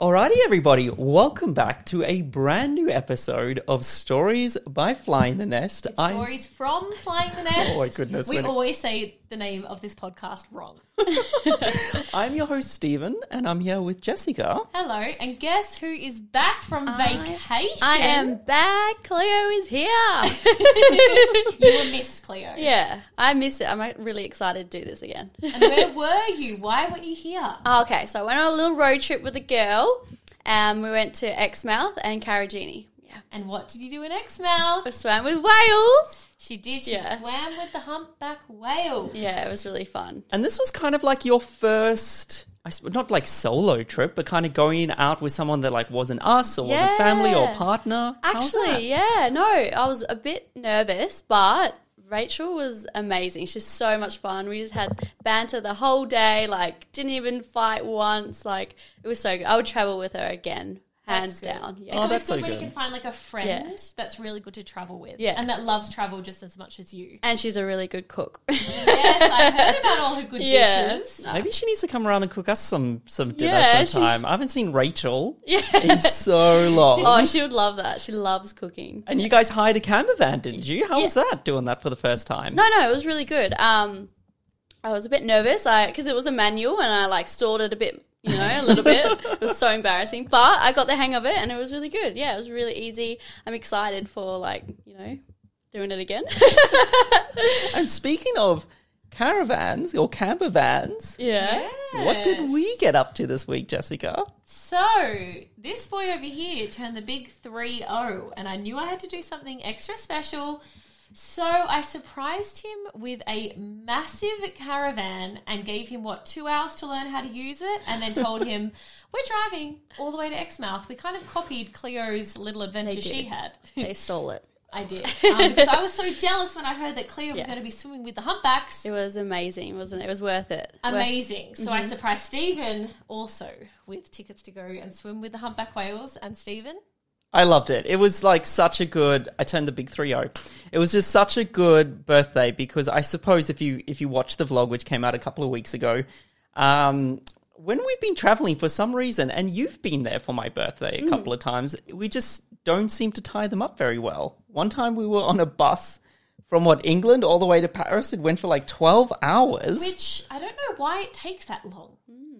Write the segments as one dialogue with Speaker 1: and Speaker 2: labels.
Speaker 1: Alrighty, everybody, welcome back to a brand new episode of Stories by Fly in the Nest. I
Speaker 2: stories from Flying the Nest.
Speaker 1: Oh my goodness,
Speaker 2: We
Speaker 1: when it-
Speaker 2: always say the name of this podcast wrong.
Speaker 1: I'm your host, Stephen, and I'm here with Jessica.
Speaker 2: Hello, and guess who is back from vacation?
Speaker 3: I am back. Cleo is here.
Speaker 2: You were missed, Cleo.
Speaker 3: yeah, I miss it. I'm uh, really excited to do this again. oh,
Speaker 2: And where were you? Why weren't you here?
Speaker 3: okay, so I went on a little road trip with a girl. Um, we went to Exmouth and Carrageenny. Yeah,
Speaker 2: And what did you do in Exmouth?
Speaker 3: we swam with whales.
Speaker 2: She did. She
Speaker 3: Yeah.
Speaker 2: swam with the humpback whale.
Speaker 3: Yeah, it was really fun.
Speaker 1: And this was kind of like your first, I sp- not like solo trip, but kind of going out with someone that like wasn't us or wasn't family or
Speaker 3: Yeah.
Speaker 1: partner. How was that?
Speaker 3: Actually, yeah, no, I was a bit nervous, but Rachel was amazing. She's so much fun. We just had banter the whole day, like, didn't even fight once. Like, it was so good. I would travel with her again, hands
Speaker 2: good.
Speaker 3: down.
Speaker 2: It's
Speaker 3: Yeah.
Speaker 2: always
Speaker 1: Oh, that's
Speaker 2: good
Speaker 1: so
Speaker 2: when
Speaker 1: good.
Speaker 2: you can find like a friend
Speaker 3: Yeah.
Speaker 2: that's really good to travel with,
Speaker 3: Yeah.
Speaker 2: and that loves travel just as much as you.
Speaker 3: And she's a really good cook.
Speaker 2: yes, I heard about all her good
Speaker 3: Yeah.
Speaker 2: dishes.
Speaker 1: Maybe she needs to come around and cook us some some dinner
Speaker 3: Yeah, she-
Speaker 1: sometime. I haven't seen Rachel
Speaker 3: yeah.
Speaker 1: in so long.
Speaker 3: Oh, she would love that. She loves cooking.
Speaker 1: and you guys hired a camper van, didn't you? How was
Speaker 3: Yeah.
Speaker 1: that doing that for the first time?
Speaker 3: No, no, it was really good. Um, I was a bit nervous I because it was a manual and I like stored it a bit, you know, a little bit. It was so embarrassing, but I got the hang of it and it was really good. Yeah, it was really easy. I'm excited for like you know doing it again.
Speaker 1: And speaking of caravans or camper vans,
Speaker 3: yeah.
Speaker 1: what did we get up to this week, Jessica?
Speaker 2: So this boy over here turned the big three zero, and I knew I had to do something extra special. So I surprised him with a massive caravan and gave him what two hours to learn how to use it, and then told him we're driving all the way to Exmouth. We kind of copied Cleo's little adventure
Speaker 3: did.
Speaker 2: she had.
Speaker 3: They stole it.
Speaker 2: I did um, because I was so jealous when I heard that Cleo was
Speaker 3: Yeah.
Speaker 2: going to be swimming with the humpbacks.
Speaker 3: It was amazing, wasn't it? It was worth it. Worth-
Speaker 2: Amazing. So
Speaker 3: Mm-hmm.
Speaker 2: I surprised Stephen also with tickets to go and swim with the humpback whales. And Stephen,
Speaker 1: I loved it. It was like such a good. I turned the big three zero. It was just such a good birthday because I suppose if you if you watch the vlog which came out a couple of weeks ago, um, when we've been traveling for some reason, and you've been there for my birthday a couple of times, we just don't seem to tie them up very well. One time we were on a bus from what England all the way to Paris. It went for like twelve hours.
Speaker 2: which I don't know why it takes that long.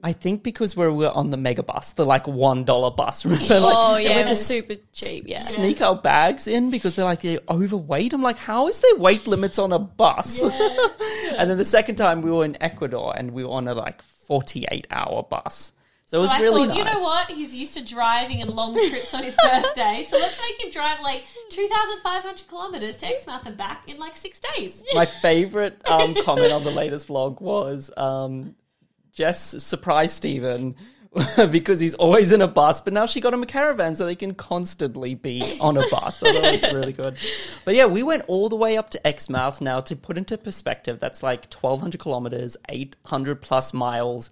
Speaker 1: I think because we were on the mega bus, the like one dollar bus, remember? Like,
Speaker 3: Oh yeah,
Speaker 1: we
Speaker 3: it was
Speaker 1: just
Speaker 3: super cheap. Yeah.
Speaker 1: sneak our bags in because they're like they're overweight. I'm like, how is there weight limits on a bus? and then the second time we were in Ecuador and we were on a like 48 hour bus, so it was
Speaker 2: so I
Speaker 1: really
Speaker 2: thought,
Speaker 1: nice.
Speaker 2: you know what? He's used to driving and long trips on his birthday. So let's make him drive like 2,500 kilometers to Exmouth and back in like six days.
Speaker 1: My favorite um, comment on the latest vlog was um, Jess surprised Stephen because he's always in a bus, but now she got him a caravan so they can constantly be on a bus. So that was really good. But yeah, we went all the way up to Exmouth now to put into perspective. That's like 1,200 kilometers, 800 plus miles.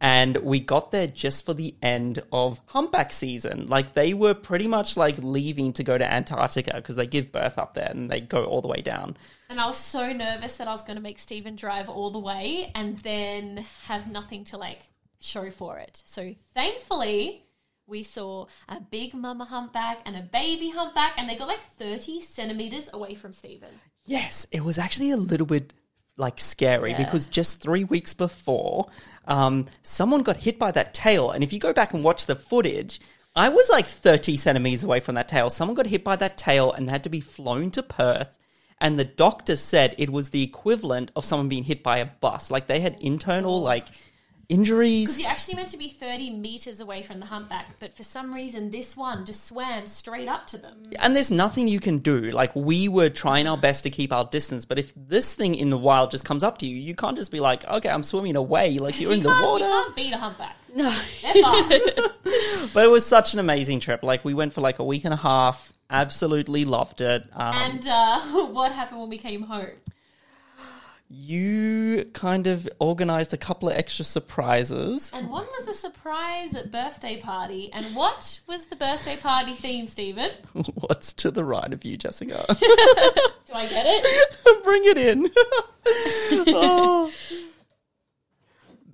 Speaker 1: And we got there just for the end of humpback season. Like they were pretty much like leaving to go to Antarctica because they give birth up there and they go all the way down.
Speaker 2: And I was so nervous that I was going to make Stephen drive all the way and then have nothing to like show for it. So thankfully, we saw a big mama humpback and a baby humpback, and they got like 30 centimeters away from Stephen.
Speaker 1: Yes, it was actually a little bit like scary
Speaker 3: Yeah.
Speaker 1: because just three weeks before, um, someone got hit by that tail. And if you go back and watch the footage, I was like 30 centimeters away from that tail. Someone got hit by that tail and had to be flown to Perth. And the doctor said it was the equivalent of someone being hit by a bus. Like they had internal like injuries.
Speaker 2: You're actually meant to be 30 meters away from the humpback, but for some reason, this one just swam straight up to them.
Speaker 1: and there's nothing you can do. Like we were trying our best to keep our distance, but if this thing in the wild just comes up to you, you can't just be like, "Okay, I'm swimming away." Like you're
Speaker 2: You
Speaker 1: in the
Speaker 2: can't- You
Speaker 1: water.
Speaker 2: can't beat a humpback.
Speaker 3: No.
Speaker 2: They're fast.
Speaker 1: But it was such an amazing trip. Like we went for like a week and a half. Absolutely loved it. Um,
Speaker 2: and uh, what happened when we came home?
Speaker 1: you kind of organized a couple of extra surprises.
Speaker 2: And one was a surprise birthday party. And what was the birthday party theme, Stephen?
Speaker 1: What's to the right of you, Jessica?
Speaker 2: Do I get it?
Speaker 1: Bring it in. oh.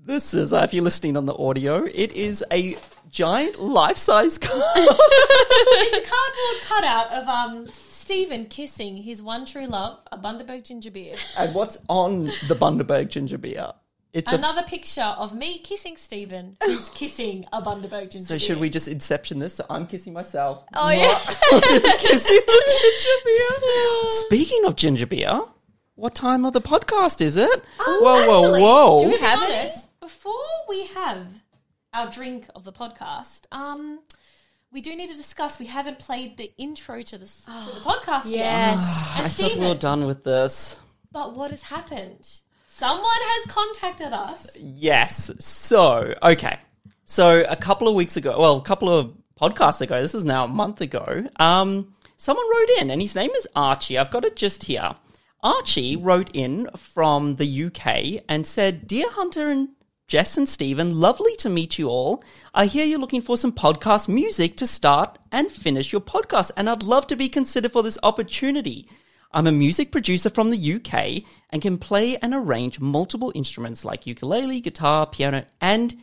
Speaker 1: This is, uh, if you're listening on the audio, it is a giant life-size car.
Speaker 2: It's a cardboard cutout of um Stephen kissing his one true love, a Bundaberg ginger beer.
Speaker 1: and what's on the Bundaberg ginger beer? It's a.
Speaker 2: Another picture of me kissing Stephen, who's kissing a Bundaberg ginger
Speaker 1: So
Speaker 2: beer.
Speaker 1: should we just inception this? So I'm kissing myself.
Speaker 3: Oh, yeah.
Speaker 1: Just kissing the ginger beer. Speaking of ginger beer, what time of the podcast is it?
Speaker 3: Um,
Speaker 1: whoa,
Speaker 2: Actually,
Speaker 1: whoa,
Speaker 2: To
Speaker 1: whoa!
Speaker 2: be
Speaker 3: have any?
Speaker 2: honest, before we have our drink of the podcast, um, we do need to discuss. We haven't played the intro to this to the podcast
Speaker 3: Yes.
Speaker 2: yet.
Speaker 1: Ah, I
Speaker 2: And
Speaker 1: thought
Speaker 2: Stephen,
Speaker 1: we were done with this.
Speaker 2: but what has happened? Someone has contacted us.
Speaker 1: Yes. So, okay. So, a couple of weeks ago, well, a couple of podcasts ago, this is now a month ago, um, someone wrote in, and his name is Archie. I've got it just here. Archie wrote in from the UK and said, Dear Hunter and Jess and Stephen, lovely to meet you all. I hear you're looking for some podcast music to start and finish your podcast, and I'd love to be considered for this opportunity. I'm a music producer from the UK and can play and arrange multiple instruments like ukulele, guitar, piano, and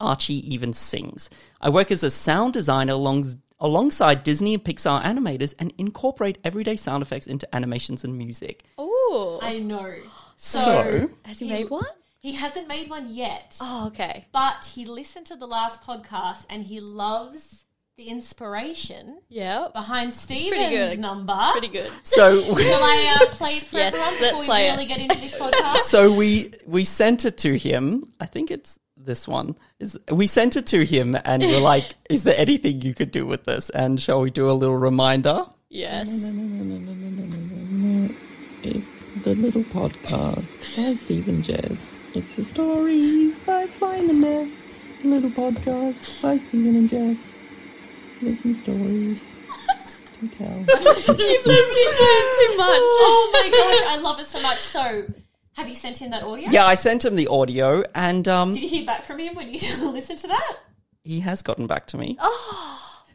Speaker 1: Archie even sings. I work as a sound designer along, alongside Disney and Pixar animators and incorporate everyday sound effects into animations and music.
Speaker 3: Ooh.
Speaker 2: I know.
Speaker 1: So-
Speaker 3: Has he made one?
Speaker 2: He hasn't made one yet,
Speaker 3: Oh, okay.
Speaker 2: but he listened to the last podcast and he loves the inspiration
Speaker 3: Yeah.
Speaker 2: behind Stephen's
Speaker 3: pretty good.
Speaker 2: number.
Speaker 3: Pretty good.
Speaker 1: So
Speaker 2: Shall I uh, play it for
Speaker 3: Yes,
Speaker 2: everyone before
Speaker 3: let's
Speaker 2: we
Speaker 3: play it.
Speaker 2: really get into this podcast?
Speaker 1: so we we sent it to him. I think it's this one. Is we sent it to him and we're like, is there anything you could do with this? And shall we do a little reminder?
Speaker 3: Yes.
Speaker 4: It's the little podcast by Stephen Jess. It's the stories by Flying the Nest. The little podcast by Stephen and Jess. Listen stories to tell.
Speaker 3: You've listened to him too much.
Speaker 2: oh my gosh, I love it so much. So, have you sent in that audio?
Speaker 1: Yeah, I sent him the audio and um,
Speaker 2: Did you hear back from him when you listened to that?
Speaker 1: he has gotten back to me.
Speaker 2: Oh!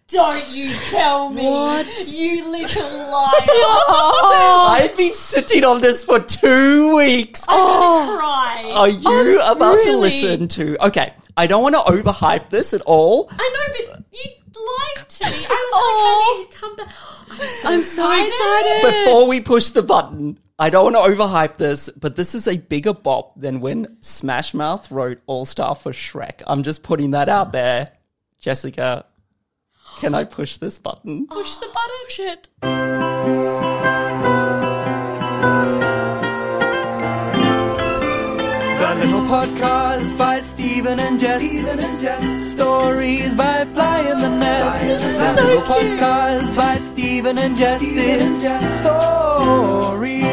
Speaker 2: Don't you tell me.
Speaker 3: What?
Speaker 2: You little liar.
Speaker 1: I've been sitting on this for two weeks.
Speaker 2: Oh,
Speaker 3: Oh.
Speaker 2: Cry.
Speaker 1: Are you about to
Speaker 3: really-
Speaker 1: listen to? Okay, I don't want to overhype this at all.
Speaker 2: I know, but you lied to me. I was
Speaker 3: Oh.
Speaker 2: like, has he come back?
Speaker 3: I'm so excited.
Speaker 1: Before we push the button, I don't want to overhype this, but this is a bigger bop than when Smash Mouth wrote All Star for Shrek. I'm just putting that out there. Jessica, can I push this button?
Speaker 3: push the button. Push it.
Speaker 1: The little podcast by Stephen and Jess. Stories by Fly in the Nest. The
Speaker 3: So
Speaker 1: little
Speaker 3: cute.
Speaker 1: podcast by Stephen and Jess. It's Stories.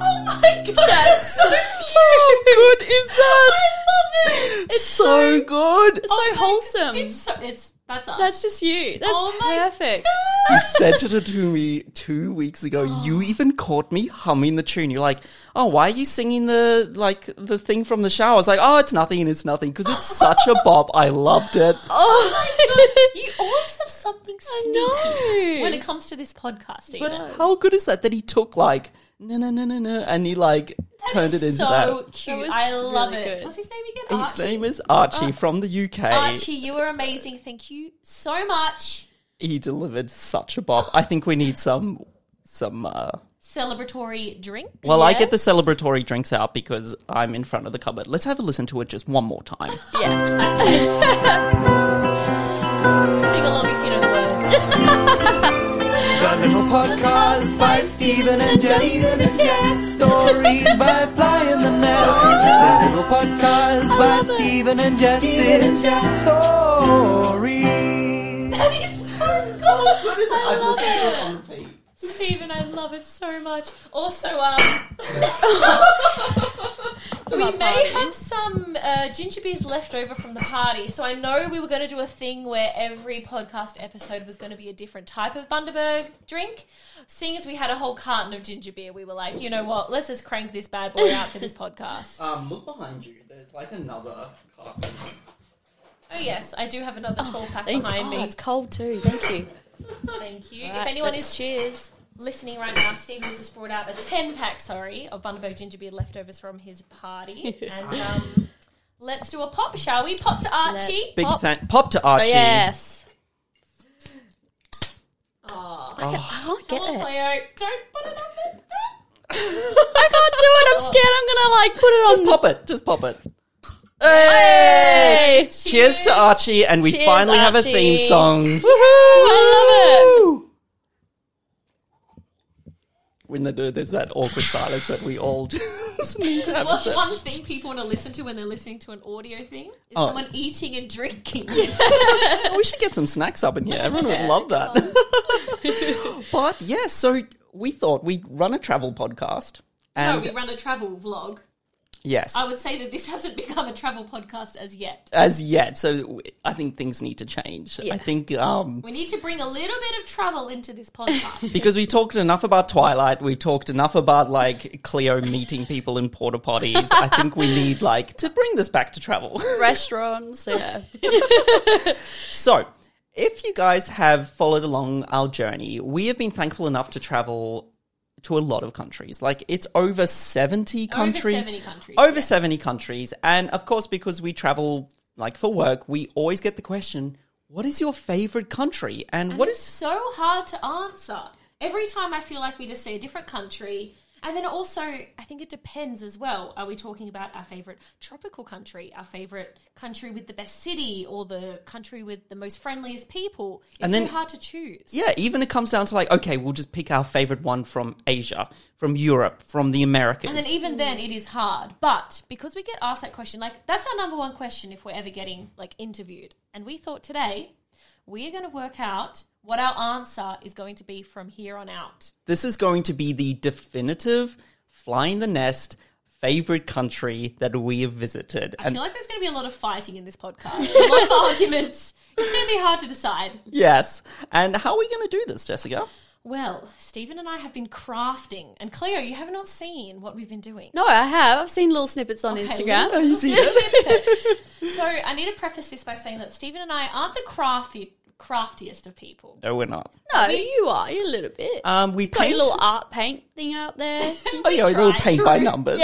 Speaker 3: Oh my god, that's so cute.
Speaker 1: How good is that?
Speaker 3: I love it. It's so, Oh
Speaker 1: so good.
Speaker 3: so wholesome.
Speaker 2: It's, so, it's, that's us.
Speaker 3: That's just you. That's
Speaker 2: Oh my
Speaker 3: perfect.
Speaker 1: You sent it to me two weeks ago. You even caught me humming the tune. You're like, "Oh, why are you singing the like the thing from the shower?" I was like, "Oh, it's nothing. and It's nothing." Because it's such a bop. I loved it.
Speaker 3: Oh my god.
Speaker 2: you always have something sneaky
Speaker 3: I know.
Speaker 2: when it comes to this podcast,
Speaker 1: But
Speaker 2: even.
Speaker 1: how good is that? That he took like no no no no no, and he like turned it into
Speaker 2: so
Speaker 1: that.
Speaker 2: cute.
Speaker 3: That was
Speaker 2: I love
Speaker 3: really
Speaker 2: it.
Speaker 3: good.
Speaker 2: What's his name again?
Speaker 1: His
Speaker 2: Archie.
Speaker 1: name is Archie from the UK.
Speaker 2: Archie, you were amazing. Thank you so much.
Speaker 1: He delivered such a bop. I think we need some some. uh
Speaker 2: Celebratory drinks.
Speaker 1: Well, I get the celebratory drinks out because I'm in front of the cupboard. Let's have a listen to it just one more time.
Speaker 3: yes.
Speaker 2: Sing along if you know the words.
Speaker 1: The little podcast by Stephen and Jess. Stories by Fly in the Nest. The little podcast by
Speaker 3: Oh. love it.
Speaker 1: Stephen and Jess. It's Stories.
Speaker 2: That is so good. I love it.
Speaker 1: on repeat.
Speaker 2: Stephen, I love it so much. Also, um, we
Speaker 3: Love
Speaker 2: may
Speaker 3: parties.
Speaker 2: have some uh, ginger beers left over from the party. So I know we were going to do a thing where every podcast episode was going to be a different type of Bundaberg drink. Seeing as we had a whole carton of ginger beer, we were like, you know what? Let's just crank this bad boy out for this podcast.
Speaker 1: Um, look behind you. There's like another carton.
Speaker 2: Oh yes, I do have another tall pack
Speaker 3: Thank you.
Speaker 2: behind
Speaker 3: Oh,
Speaker 2: me.
Speaker 3: it's cold too. Thank you.
Speaker 2: Thank you. if
Speaker 3: Right,
Speaker 2: anyone
Speaker 3: let's
Speaker 2: is cheers listening right now, Stephen's just brought out a ten pack, sorry, of Bundaberg ginger beer leftovers from his party, and um, Let's do a pop, shall we? Pop to Archie.
Speaker 3: Let's-
Speaker 1: Big
Speaker 3: Pop.
Speaker 1: thank pop to Archie.
Speaker 3: Oh, yes.
Speaker 2: Aw.
Speaker 3: I can't
Speaker 2: Come
Speaker 3: get
Speaker 2: on,
Speaker 3: it.
Speaker 2: Cleo. Don't put it on the.
Speaker 3: I can't do it. I'm scared I'm gonna like put it on.
Speaker 1: Just pop it. Just pop it. Hey!
Speaker 3: Hey!
Speaker 1: Cheers to Archie, and we
Speaker 3: Cheers,
Speaker 1: finally have a
Speaker 3: Archie.
Speaker 1: theme song.
Speaker 3: Woohoo! I love it.
Speaker 1: When they do, there's that awkward silence that we all just need to have.
Speaker 2: What's
Speaker 1: a-
Speaker 2: one thing people want to listen to when they're listening to an audio thing? Is
Speaker 1: Oh.
Speaker 2: someone eating and drinking.
Speaker 1: we should get some snacks up in here. Everyone would love that. but yeah, so we thought we'd run a travel podcast.
Speaker 2: no,
Speaker 1: And
Speaker 2: we run a travel vlog.
Speaker 1: yes,
Speaker 2: I would say that this hasn't become a travel podcast as yet.
Speaker 1: as yet. So w- I think things need to change. I think um,
Speaker 2: We need to bring a little bit of travel into this podcast.
Speaker 1: because we talked enough about Twilight, we talked enough about like Cleo meeting people in porta potties. I think we need like to bring this back to travel.
Speaker 3: Restaurants, yeah.
Speaker 1: So, if you guys have followed along our journey, we have been thankful enough to travel to a lot of countries. Like it's over 70 countries.
Speaker 2: Over 70 countries.
Speaker 1: Over 70 countries. And of course because we travel like for work, we always get the question, what is your favorite country? And, what
Speaker 2: It's
Speaker 1: is
Speaker 2: so hard to answer. Every time I feel like we just say a different country. And then also, I think it depends as well. Are we talking about our favorite tropical country, our favorite country with the best city, or the country with the most friendliest people? It's
Speaker 1: And then-
Speaker 2: so hard to choose.
Speaker 1: yeah, even it comes down to like, okay, we'll just pick our favorite one from Asia, from Europe, from the Americas.
Speaker 2: And then e-, even then, it is hard. But because we get asked that question, like that's our number one question if we're ever getting like interviewed. And we thought today we are going to work out what our answer is going to be from here on out.
Speaker 1: This is going to be the definitive fly in the nest favorite country that we have visited.
Speaker 2: I
Speaker 1: And
Speaker 2: feel like there's going to be a lot of fighting in this podcast. A lot of arguments. It's going to be hard to decide.
Speaker 1: yes. And how are we going to do this, Jessica?
Speaker 2: Well, Stephen and I have been crafting, and Cleo, you have not seen what we've been doing.
Speaker 3: No, I have. I've seen little snippets on
Speaker 2: Okay,
Speaker 3: Instagram.
Speaker 1: you see it?
Speaker 2: So I need to preface this by saying that Stephen and I aren't the crafty, craftiest of people.
Speaker 1: No, we're not.
Speaker 3: No, you are. You're a little bit.
Speaker 1: Um, we
Speaker 3: Got
Speaker 1: paint.
Speaker 3: your little art paint thing out there.
Speaker 1: oh, yeah, a little
Speaker 2: Try,
Speaker 1: paint
Speaker 2: true.
Speaker 1: by numbers.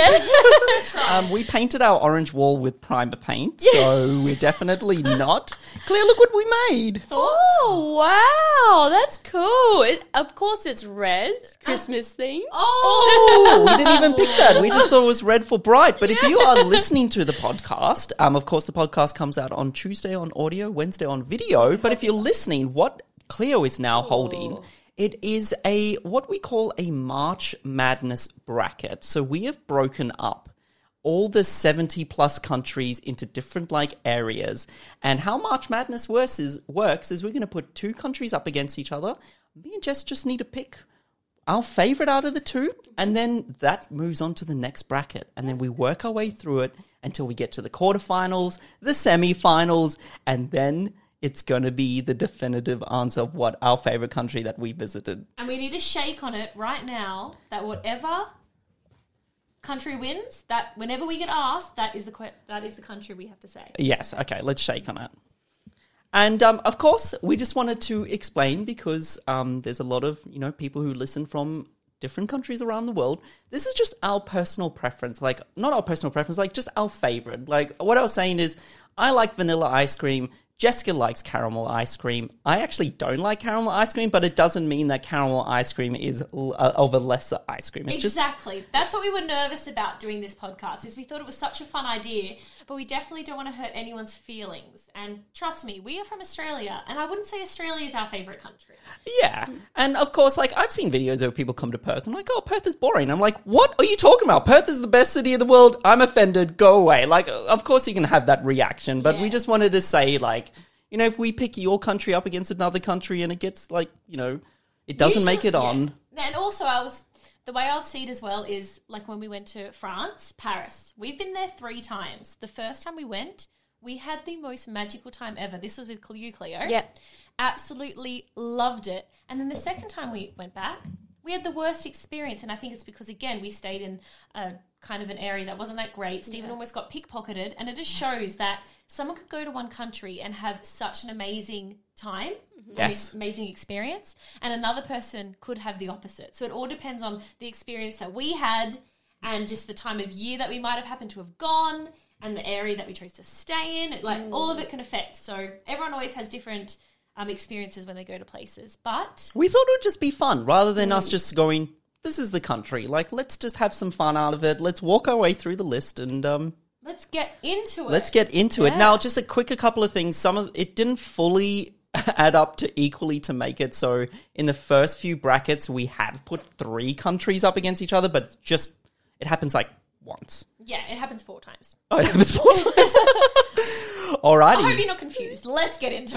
Speaker 1: um, we painted our orange wall with primer paint, so we're definitely not. Claire, look what we made.
Speaker 2: Thoughts?
Speaker 3: oh wow, that's cool. It, of course, it's red Christmas theme.
Speaker 1: Oh, we didn't even pick that. We just thought it was red for bright. But if you are listening to the podcast, um, of course, the podcast comes out on Tuesday on audio, Wednesday on video. But if you're listening, what Cleo is now holding. It is a what we call a March Madness bracket. So we have broken up all the 70 plus countries into different like areas. And how March Madness works is, works is we're going to put two countries up against each other. Me and Jess just need to pick our favorite out of the two, and then that moves on to the next bracket, and then we work our way through it until we get to the quarterfinals, the semifinals, and then it's going to be the definitive answer of what our favorite country that we visited.
Speaker 2: And we need a shake on it right now that whatever country wins, that whenever we get asked, that is the que- that is the country we have to say.
Speaker 1: Yes, okay, let's shake on it. And um, of course, we just wanted to explain because um, there's a lot of you know people who listen from different countries around the world. This is just our personal preference, like not our personal preference, like just our favorite. Like what I was saying is, I like vanilla ice cream. Jessica likes caramel ice cream. I actually don't like caramel ice cream, but it doesn't mean that caramel ice cream is l- uh, of a lesser ice cream. It's just
Speaker 2: Exactly. That's what we were nervous about doing this podcast is we thought it was such a fun idea, but we definitely don't want to hurt anyone's feelings. And trust me, we are from Australia, and I wouldn't say Australia is our favorite country.
Speaker 1: Yeah. And of course, like I've seen videos where people come to Perth. I'm like, oh, Perth is boring. I'm like, what are you talking about? Perth is the best city in the world. I'm offended. Go away. Like, of course, you can have that reaction, but we
Speaker 2: Yeah.
Speaker 1: just wanted to say, like, you know, if we pick your country up against another country and it gets like, you know, it doesn't make it
Speaker 2: Usually-
Speaker 1: on.
Speaker 2: yeah. And also, I was the way I'd see it as well is like when we went to France, Paris. We've been there three times. The first time we went, we had the most magical time ever. This was with Cl- you, Cleo.
Speaker 3: Yep.
Speaker 2: absolutely loved it. And then the second time we went back, we had the worst experience. And I think it's because again we stayed in a kind of an area that wasn't that great. Stephen almost got pickpocketed, and it just shows that. Someone could go to one country and have such an amazing time,
Speaker 1: Yes.
Speaker 2: amazing experience and another person could have the opposite so it all depends on the experience that we had and just the time of year that we might have happened to have gone and the area that we chose to stay in. Like all of it can affect. So everyone always has different um, experiences when they go to places. But
Speaker 1: We thought it would just be fun rather than
Speaker 2: Mm.
Speaker 1: us just going, this is the country. Like, let's just have some fun out of it. Let's walk our way through the list and um,
Speaker 2: let's get into it.
Speaker 1: let's get into it. Now, just a quick a couple of things. Some of it didn't fully add up to equally to make it. So, in the first few brackets, we have put three countries up against each other, but it's just it happens like once.
Speaker 2: yeah, it happens four times.
Speaker 1: Oh, it happens four times.
Speaker 2: I hope
Speaker 1: Alrighty.
Speaker 2: you're not confused. Let's get into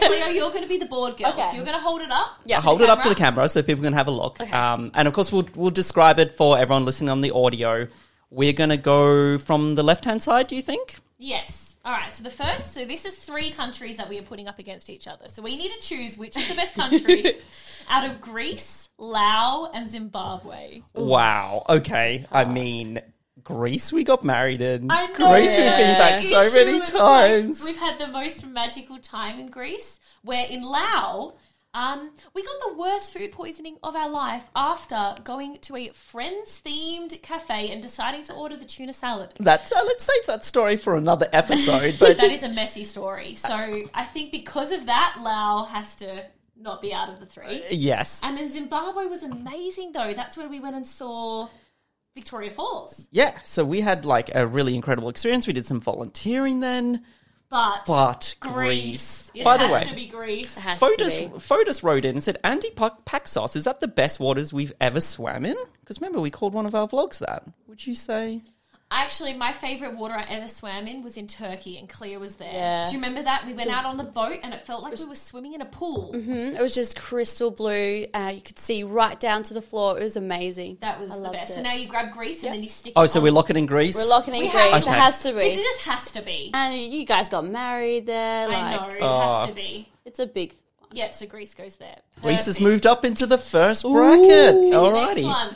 Speaker 2: so Cleo, you're going to be the board girl.
Speaker 3: Okay.
Speaker 2: So you're going to hold it up.
Speaker 3: Yeah.
Speaker 1: I'll hold it up to the camera so people can have a look. Um, and of course, we'll we'll describe it for everyone listening on the audio. We're gonna go from the left hand side. Do you think?
Speaker 2: Yes. All right. So the first, so this is three countries that we are putting up against each other. So we need to choose which is the best country out of Greece, Laos, and Zimbabwe.
Speaker 1: Wow. Okay. I mean, Greece. We got married in.
Speaker 2: I know.
Speaker 1: Greece. We've been back
Speaker 2: it's
Speaker 1: so
Speaker 2: an
Speaker 1: many
Speaker 2: issue. It's like,
Speaker 1: times.
Speaker 2: we've had the most magical time in Greece, where in Laos, um, we got the worst food poisoning of our life after going to a friends themed cafe and deciding to order the tuna salad.
Speaker 1: That's uh, let's save that story for another episode. But
Speaker 2: That is a messy story. So I think because of that, Laos has to not be out of the three.
Speaker 1: yes,
Speaker 2: And then Zimbabwe was amazing, though. That's where we went and saw Victoria Falls.
Speaker 1: yeah. So we had like a really incredible experience. We did some volunteering then,
Speaker 2: But,
Speaker 1: but
Speaker 2: Greece.
Speaker 1: Greece.
Speaker 2: It
Speaker 1: By the
Speaker 2: has
Speaker 1: way,
Speaker 2: to be Greece.
Speaker 3: Has to be.
Speaker 1: Fotis, Fotis wrote in and said, Andy Puck Paxos, is that the best waters we've ever swam in? Because remember, we called one of our vlogs that. Would you say?
Speaker 2: Actually, my favourite water I ever swam in was in Turkey, and Clea was there.
Speaker 3: Yeah.
Speaker 2: Do you remember that? We went out on the boat, and it felt like we were swimming in a pool.
Speaker 3: It was just crystal blue. Uh, you could see right down to the floor. It was amazing.
Speaker 2: That was
Speaker 3: I
Speaker 2: the
Speaker 3: loved
Speaker 2: best.
Speaker 3: it.
Speaker 2: So now you grab Greece, and then you stick.
Speaker 1: Oh,
Speaker 2: it
Speaker 1: so
Speaker 2: on.
Speaker 1: we're locking in Greece?
Speaker 3: We're locking in
Speaker 2: We
Speaker 3: Greece.
Speaker 2: have-
Speaker 1: Okay.
Speaker 3: It has to
Speaker 2: It
Speaker 3: be.
Speaker 2: just has to be.
Speaker 3: And you guys got married there. Like,
Speaker 2: I know it has to be.
Speaker 3: It's a big.
Speaker 2: Yep. So Greece goes there.
Speaker 1: Ah. Greece has
Speaker 2: Perfect.
Speaker 1: moved up into the first bracket.
Speaker 2: Next
Speaker 1: Alrighty.
Speaker 2: one.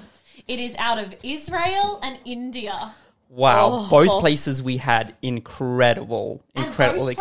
Speaker 2: It is out of Israel and India.
Speaker 1: Wow.
Speaker 3: Oh.
Speaker 1: Both places we had incredible, incredible
Speaker 2: and both Places we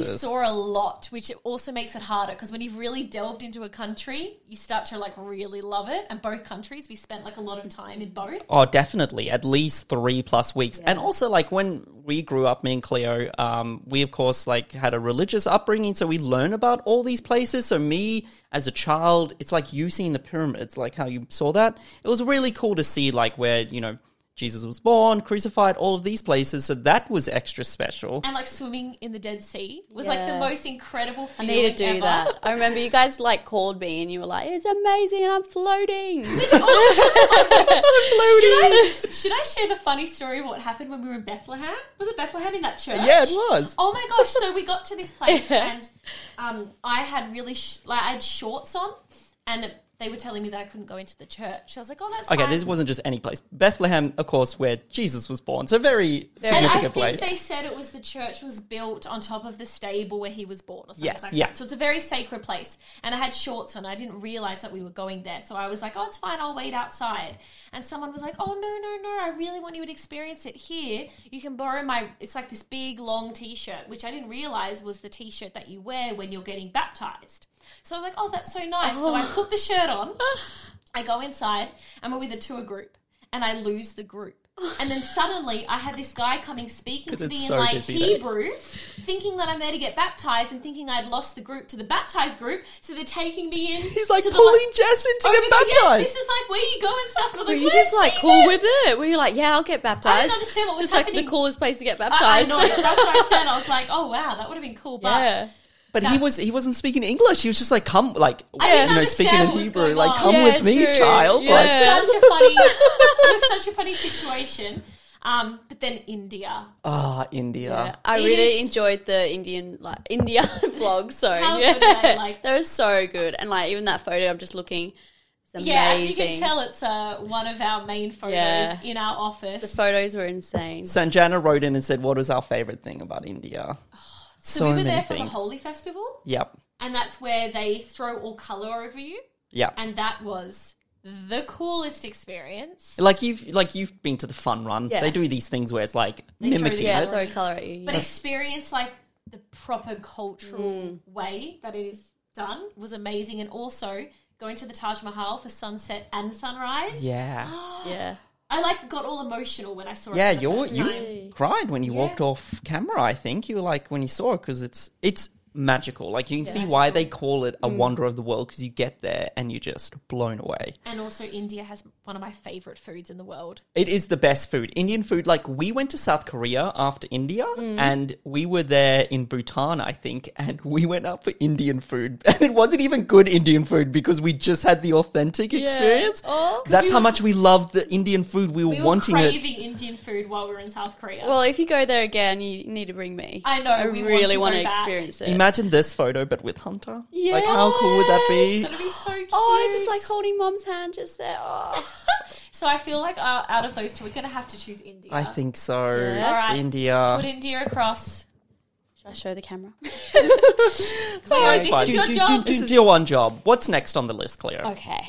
Speaker 1: experiences.
Speaker 2: saw a lot, which it also makes it harder because when you've really delved into a country, you start to like really love it. And both countries, we spent like a lot of time in both.
Speaker 1: Oh, definitely. At least three plus weeks. And also, like, when we grew up, me and Cleo, um, we, of course, like, had a religious upbringing. So we learn about all these places. So, me as a child, it's like you seeing the pyramids, like how you saw that. It was really cool to see, like, where, you know, Jesus was born, crucified, all of these places. So that was extra special.
Speaker 2: And like swimming in the Dead Sea was like the
Speaker 3: Yeah.
Speaker 2: most incredible
Speaker 3: I
Speaker 2: feeling.
Speaker 3: need to do
Speaker 2: ever.
Speaker 3: that. I remember you guys like called me and you were like, "It's amazing and I'm floating."
Speaker 2: Should I, should I share the funny story of what happened when we were in Bethlehem? Was it Bethlehem in that church?
Speaker 1: Yeah, it was.
Speaker 2: Oh my gosh! So we got to this place,
Speaker 3: Yeah.
Speaker 2: and um, I had really sh- like I had shorts on, and they were telling me that I couldn't go into the church. I was like, "Oh, that's
Speaker 1: Okay,
Speaker 2: fine.
Speaker 1: this wasn't just any place. Bethlehem, of course, where Jesus was born. So, very
Speaker 2: And I
Speaker 1: significant
Speaker 2: think
Speaker 1: place.
Speaker 2: they said it was the church was built on top of the stable where he was born or something
Speaker 1: Yes,
Speaker 2: like
Speaker 1: yeah.
Speaker 2: that. So it's a very sacred place. And I had shorts on. I didn't realize that we were going there. So I was like, oh, it's fine. I'll wait outside. And someone was like, oh, no, no, no. I really want you to experience it here. You can borrow my, it's like this big long t shirt, which I didn't realize was the t shirt that you wear when you're getting baptized. So I was like, oh, that's so nice. So I put the shirt on. I go inside and we're with a tour group and I lose the group. And then suddenly I had this guy coming speaking
Speaker 1: 'Cause
Speaker 2: to
Speaker 1: it's
Speaker 2: me
Speaker 1: so
Speaker 2: in like
Speaker 1: busy there.
Speaker 2: Hebrew, thinking that I'm there to get baptized and thinking I'd lost the group to the baptized group. So they're taking me in.
Speaker 1: He's like
Speaker 2: to the,
Speaker 1: pulling Jess in to
Speaker 2: over
Speaker 1: get
Speaker 2: the-
Speaker 1: baptized.
Speaker 2: yes, this is like where you go and stuff. And I'm
Speaker 3: Were
Speaker 2: like,
Speaker 3: you just like cool with it? Were you like, "Yeah, I'll get baptized"?
Speaker 2: understand what was
Speaker 3: it's like
Speaker 2: happening.
Speaker 3: the coolest place to get
Speaker 2: I, I
Speaker 3: baptized.
Speaker 2: know. That's what I said. I was like, oh wow, that would have been cool. But
Speaker 3: yeah.
Speaker 1: But he was he wasn't speaking English. He was just like come like
Speaker 2: I didn't
Speaker 1: you know
Speaker 2: understand
Speaker 1: speaking in
Speaker 2: what was
Speaker 1: Hebrew
Speaker 2: going
Speaker 1: like
Speaker 2: on.
Speaker 1: come
Speaker 3: Yeah,
Speaker 1: with me
Speaker 3: true.
Speaker 1: child
Speaker 3: Yeah.
Speaker 1: like
Speaker 2: such a funny, it was such a funny situation. Um, but then India.
Speaker 1: ah India.
Speaker 3: Yeah, I
Speaker 2: It
Speaker 3: really
Speaker 2: is-
Speaker 3: enjoyed the Indian like India vlog. So
Speaker 2: How
Speaker 3: yeah,
Speaker 2: good are they, like-
Speaker 3: was so good. And like even that photo, I'm just looking. It's amazing.
Speaker 2: Yeah, as you can tell, it's uh, one of our main photos
Speaker 3: Yeah.
Speaker 2: in our office.
Speaker 3: the photos were insane.
Speaker 1: Sanjana wrote in and said what was our favorite thing about India?
Speaker 2: Oh, So, we were there for the Holi Festival,
Speaker 1: Yep.
Speaker 2: and that's where they throw all color over you,
Speaker 1: Yep.
Speaker 2: and that was the coolest experience.
Speaker 1: like you've like you've been to the fun run.
Speaker 3: Yeah.
Speaker 1: They do these things where it's like
Speaker 2: throw
Speaker 1: mimicking
Speaker 2: the-
Speaker 3: Yeah,
Speaker 1: it.
Speaker 3: throw color at you.
Speaker 2: But experience like the proper cultural
Speaker 1: Mm.
Speaker 2: way that it is done was amazing, and also going to the Taj Mahal for sunset and sunrise.
Speaker 1: Yeah.
Speaker 3: yeah,
Speaker 2: I like got all emotional when I saw
Speaker 1: Yeah,
Speaker 2: it. for the
Speaker 1: you
Speaker 2: first time.
Speaker 1: you cried when you
Speaker 2: Yeah.
Speaker 1: walked off camera. I think you were like when you saw it because it's it's magical. Like you can see
Speaker 2: Yeah.
Speaker 1: why they call it a wonder of the world because you get there and you're just blown away.
Speaker 2: And also, India has one of my favorite foods in the world.
Speaker 1: It is the best food. Indian food. Like we went to South Korea after India, and we were there in Bhutan, I think, and we went out for Indian food, and it wasn't even good Indian food because we just had the authentic experience.
Speaker 3: Oh.
Speaker 1: That's
Speaker 2: we
Speaker 1: how
Speaker 2: were-
Speaker 1: much we loved the Indian food. We were,
Speaker 2: We were
Speaker 1: wanting it.
Speaker 2: craving Indian food while we were in South Korea.
Speaker 3: Well, if you go there again, you need to bring me.
Speaker 2: I know,
Speaker 3: I
Speaker 2: we want
Speaker 3: really
Speaker 2: to
Speaker 3: want to
Speaker 2: go back.
Speaker 3: experience it.
Speaker 1: Imagine this photo, but with Hunter. Like how cool would that be?
Speaker 2: That'd be so cute.
Speaker 3: oh, I just like holding mum's hand just there. Oh.
Speaker 2: So I feel like uh, out of those two, we're gonna have to choose India.
Speaker 1: I think so.
Speaker 3: Yeah.
Speaker 2: All right. Put
Speaker 1: India.
Speaker 2: India across.
Speaker 3: Should I show the camera?
Speaker 1: Oh,
Speaker 2: this is your job.
Speaker 1: This is your one job. What's next on the list, Cleo?
Speaker 3: Okay.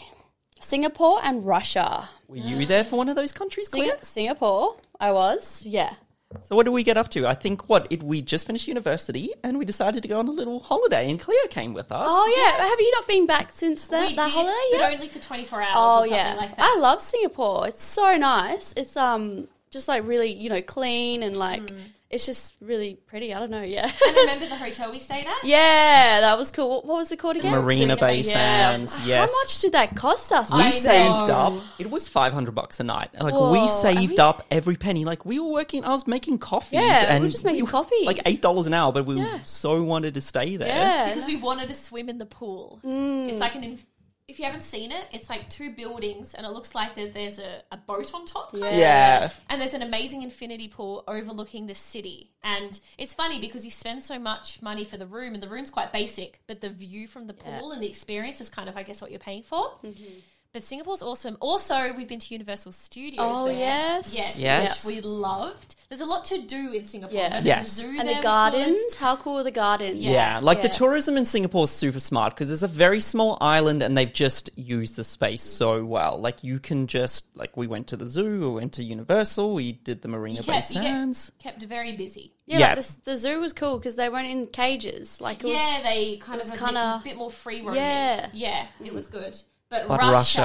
Speaker 3: Singapore and Russia.
Speaker 1: Were you there for one of those countries,
Speaker 3: Singa-
Speaker 1: Cleo?
Speaker 3: Singapore, I was. Yeah.
Speaker 1: So what did we get up to? I think what it, we just finished university and we decided to go on a little holiday, and Cleo came with us.
Speaker 3: Oh, yeah. Have you not been back since that,
Speaker 2: we
Speaker 3: that
Speaker 2: did,
Speaker 3: holiday?
Speaker 2: but
Speaker 3: Yeah.
Speaker 2: only for 24 hours or
Speaker 3: Oh,
Speaker 2: something
Speaker 3: yeah.
Speaker 2: like that.
Speaker 3: I love Singapore. It's so nice. It's um just like really, you know, clean and like
Speaker 2: Hmm.
Speaker 3: it's just really pretty. I don't know. Yeah.
Speaker 2: and remember the hotel we stayed at?
Speaker 3: yeah, that was cool. What, what was it called again?
Speaker 1: Marina Bay
Speaker 3: Yeah.
Speaker 1: Sands.
Speaker 3: How
Speaker 1: Yes.
Speaker 3: much did that cost us?
Speaker 1: We
Speaker 2: I
Speaker 1: saved
Speaker 2: know.
Speaker 1: up. It was five hundred bucks a night. Like
Speaker 3: Whoa,
Speaker 1: we
Speaker 3: I
Speaker 1: saved
Speaker 3: mean-
Speaker 1: up every penny. Like we were working. I was making coffees.
Speaker 3: Yeah, we were
Speaker 1: and
Speaker 3: just making coffees.
Speaker 1: Like eight dollars an hour, but we
Speaker 3: Yeah.
Speaker 1: so wanted to stay there.
Speaker 3: yeah. Mm.
Speaker 2: Because we wanted to swim in the pool. It's like an. inf- If you haven't seen it, it's like two buildings, and it looks like that there's a, a boat on top. kind of.
Speaker 1: Yeah.
Speaker 2: And there's an amazing infinity pool overlooking the city. And it's funny because you spend so much money for the room, and the room's quite basic, but the view from the pool and the experience is kind of, I guess, what you're paying for.
Speaker 3: Mm-hmm.
Speaker 2: But Singapore's awesome. Also, we've been to Universal Studios.
Speaker 3: Oh,
Speaker 2: there.
Speaker 3: yes.
Speaker 2: Yes.
Speaker 1: Yes.
Speaker 2: Which we loved. There's a lot to do in Singapore.
Speaker 3: Yeah.
Speaker 2: But
Speaker 1: Yes.
Speaker 2: The zoo
Speaker 3: And
Speaker 2: there
Speaker 3: the
Speaker 2: was
Speaker 3: gardens.
Speaker 2: good.
Speaker 3: How cool are the gardens?
Speaker 1: Yeah, like the
Speaker 3: Yeah.
Speaker 1: tourism in Singapore is super smart because it's a very small island and they've just used the space so well. Like you can just like we went to the zoo, we went to Universal, we did the Marina
Speaker 2: You
Speaker 1: Bay
Speaker 2: kept, you
Speaker 1: Sands.
Speaker 2: get kept very busy.
Speaker 3: Yeah,
Speaker 1: Yeah.
Speaker 3: Like the, the zoo was cool because they weren't in cages. Like it was,
Speaker 2: yeah, they kind
Speaker 3: it
Speaker 2: of a bit-
Speaker 3: was kinda-
Speaker 2: bit, more free roaming.
Speaker 3: Yeah.
Speaker 2: yeah, it was good. But,
Speaker 1: But
Speaker 2: Russia.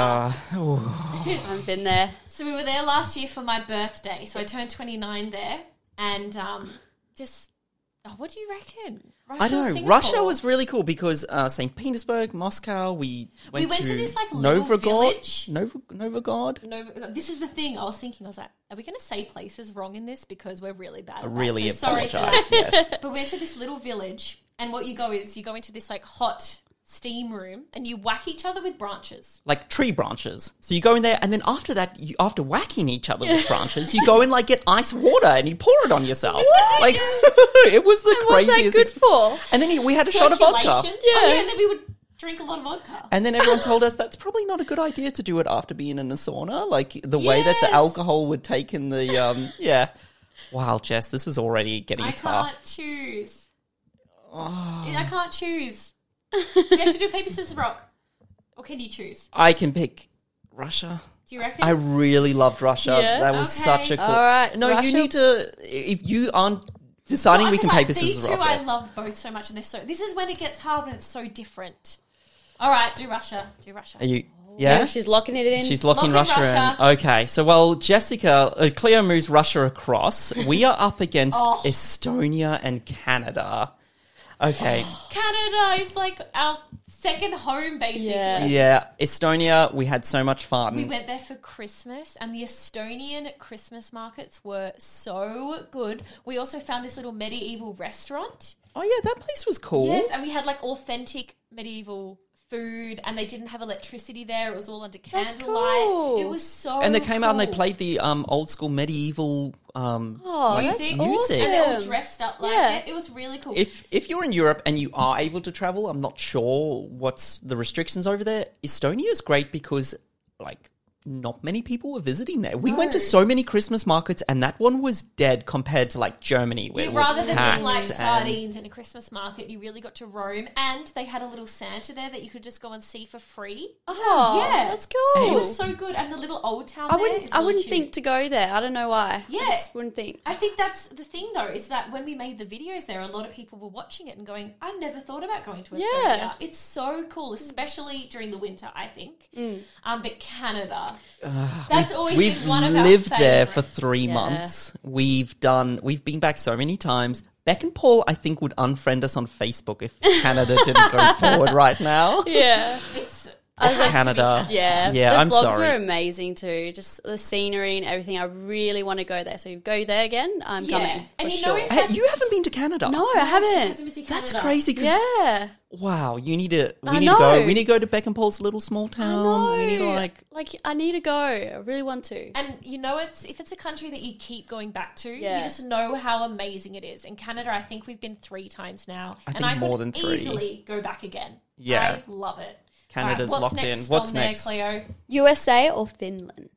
Speaker 1: Russia, oh, ooh.
Speaker 3: I've been there.
Speaker 2: So we were there last year for my birthday. So I turned twenty nine there, and um, just oh, what do you reckon? Russia
Speaker 1: I
Speaker 2: or
Speaker 1: know
Speaker 2: Singapore?
Speaker 1: Russia was really cool because uh, Saint Petersburg, Moscow. We went,
Speaker 2: went to
Speaker 1: to
Speaker 2: this, like, little
Speaker 1: Novgorod.
Speaker 2: village.
Speaker 1: Nov- Novgorod.
Speaker 2: No, this is the thing. I was thinking. I was like, are we going to say places wrong in this because we're really bad? At
Speaker 1: I
Speaker 2: that.
Speaker 1: really
Speaker 2: So sorry for
Speaker 1: apologize.
Speaker 2: that.
Speaker 1: yes.
Speaker 2: But we went to this little village, and what you go is you go into this like hot steam room, and you whack each other with branches.
Speaker 1: like tree branches. So you go in there, and then after that, you, after whacking each other with branches, you go and like get ice water and you pour it on yourself. Like it was the
Speaker 3: What's
Speaker 1: craziest.
Speaker 3: that good
Speaker 1: exp-
Speaker 3: for?
Speaker 1: and then we had a shot of vodka.
Speaker 2: Circulation. Oh, yeah, and then we would drink a lot of vodka.
Speaker 1: And then everyone told us that's probably not a good idea to do it after being in a sauna. Like the way that the
Speaker 2: Yes.
Speaker 1: alcohol would take in the um yeah. Wow, Jess, this is already getting
Speaker 2: I
Speaker 1: tough. Oh.
Speaker 2: can't choose. I can't choose. we have to do paper, scissors, rock. Or can you choose?
Speaker 1: I can pick Russia.
Speaker 2: Do you reckon?
Speaker 1: I really loved Russia.
Speaker 3: Yeah?
Speaker 1: That was
Speaker 2: Okay.
Speaker 1: such a cool.
Speaker 3: All right,
Speaker 1: no, you
Speaker 3: Russia-
Speaker 1: need to. If you aren't deciding,
Speaker 2: Well,
Speaker 1: we can
Speaker 2: I'm just
Speaker 1: paper
Speaker 2: like,
Speaker 1: scissors
Speaker 2: These two
Speaker 1: rock.
Speaker 2: I
Speaker 1: paper.
Speaker 2: love both so much, and they're so. This is when it gets hard when it's so different. All right, do Russia. Do Russia.
Speaker 1: Are you? Yeah, she's,
Speaker 3: she's locking it in.
Speaker 1: locking,
Speaker 2: Locking
Speaker 1: Russia,
Speaker 2: Russia.
Speaker 1: in. Okay, so well, Jessica, uh, Cleo moves Russia across. We are up against
Speaker 2: Oh.
Speaker 1: Estonia and Canada. Okay,
Speaker 2: Canada is like our second home, basically.
Speaker 3: Yeah.
Speaker 1: yeah, Estonia. We had so much fun.
Speaker 2: We went there for Christmas, and the Estonian Christmas markets were so good. We also found this little medieval restaurant.
Speaker 1: oh yeah, that place was cool.
Speaker 2: Yes, and we had like authentic medieval food, and they didn't have electricity there. It was all under candlelight.
Speaker 3: cool.
Speaker 2: It was so.
Speaker 1: and they came out and they
Speaker 2: oh, cool.
Speaker 1: played the um, old school medieval. Um,
Speaker 3: Oh, that's
Speaker 2: music,
Speaker 1: music.
Speaker 2: and they're all
Speaker 3: awesome.
Speaker 2: dressed up like
Speaker 3: Yeah.
Speaker 2: it. It was really cool.
Speaker 1: if if you're in Europe and you are able to travel, I'm not sure what's the restrictions over there. Estonia is great because like not many people were visiting there. We went to so many Christmas markets and that one was dead compared to like Germany where
Speaker 2: Yeah,
Speaker 1: it was
Speaker 2: rather than
Speaker 1: packed
Speaker 2: being like
Speaker 1: and-
Speaker 2: sardines in a Christmas market, you really got to roam, and they had a little Santa there that you could just go and see for free.
Speaker 3: Oh,
Speaker 2: Yeah.
Speaker 3: that's cool.
Speaker 2: It was so good, and the little old town.
Speaker 3: I
Speaker 2: there
Speaker 3: wouldn't.
Speaker 2: is
Speaker 3: I
Speaker 2: really
Speaker 3: wouldn't
Speaker 2: cute.
Speaker 3: think to go there. I don't know why. I
Speaker 2: Yeah.
Speaker 3: just wouldn't think.
Speaker 2: I think that's the thing, though, is that when we made the videos there, a lot of people were watching it and going, I never thought about going to Estonia.
Speaker 3: Yeah. Mm.
Speaker 2: It's so cool, especially during the winter, I think. Um, but Canada, That's always
Speaker 1: We've
Speaker 2: been one of our
Speaker 1: lived there for
Speaker 2: favourites.
Speaker 1: three
Speaker 3: Yeah.
Speaker 1: months. We've done. We've been back so many times. Beck and Paul, I think, would unfriend us on Facebook if Canada didn't go forward right now.
Speaker 3: yeah.
Speaker 2: It's
Speaker 1: It's Canada.
Speaker 3: Yeah,
Speaker 1: Yeah,
Speaker 3: The
Speaker 1: I'm
Speaker 3: vlogs
Speaker 1: sorry.
Speaker 3: are amazing too. Just the scenery and everything. I really want to go there. So if you go there again, I'm
Speaker 2: Yeah.
Speaker 3: coming.
Speaker 2: And
Speaker 3: for
Speaker 2: you know
Speaker 3: sure.
Speaker 1: Hey, you haven't been to Canada.
Speaker 3: no, I haven't.
Speaker 1: That's crazy 'cause
Speaker 3: Yeah,
Speaker 1: Wow, you need to. We
Speaker 3: I
Speaker 1: need to go.
Speaker 3: know.
Speaker 1: We need to go to Beck and Paul's little small town.
Speaker 3: I
Speaker 1: Um, We need to
Speaker 3: know.
Speaker 1: like.
Speaker 3: like I need to go. I really want to.
Speaker 2: And you know, it's if it's a country that you keep going back to,
Speaker 3: Yeah.
Speaker 2: you just know how amazing it is. In Canada, I think we've been three times now,
Speaker 1: I
Speaker 2: and
Speaker 1: think
Speaker 2: I
Speaker 1: more than
Speaker 2: could
Speaker 1: three.
Speaker 2: easily go back again.
Speaker 1: Yeah.
Speaker 2: I love it.
Speaker 1: Canada's
Speaker 2: All
Speaker 1: locked in. What's
Speaker 2: on
Speaker 1: next?
Speaker 2: there, Cleo?
Speaker 3: USA or Finland?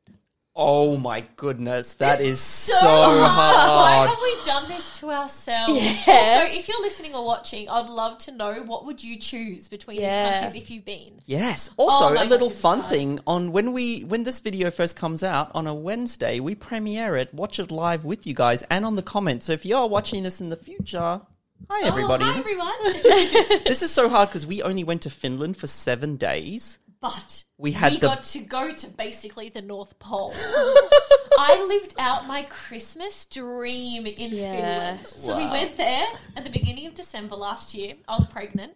Speaker 1: Oh my goodness, that is so,
Speaker 2: Why
Speaker 1: hard.
Speaker 2: have we done this to ourselves?
Speaker 3: Yeah.
Speaker 2: Also, if you're listening or watching, I'd love to know what would you choose between
Speaker 3: Yeah.
Speaker 2: these countries if you've been.
Speaker 1: Yes. Also,
Speaker 2: Oh my
Speaker 1: a little
Speaker 2: gosh, it's
Speaker 1: fun
Speaker 2: hard.
Speaker 1: thing on when we when this video first comes out on a Wednesday, we premiere it, watch it live with you guys, and on the comments. So if you are watching this in the future, hi everybody.
Speaker 2: Oh, hi everyone.
Speaker 1: This is so hard because we only went to Finland for seven days.
Speaker 2: but
Speaker 1: We had
Speaker 2: we
Speaker 1: the
Speaker 2: got to go to basically the North Pole. I lived out my Christmas dream in
Speaker 3: Yeah.
Speaker 2: Finland. So we
Speaker 1: Wow.
Speaker 2: went there at the beginning of December last year. I was pregnant.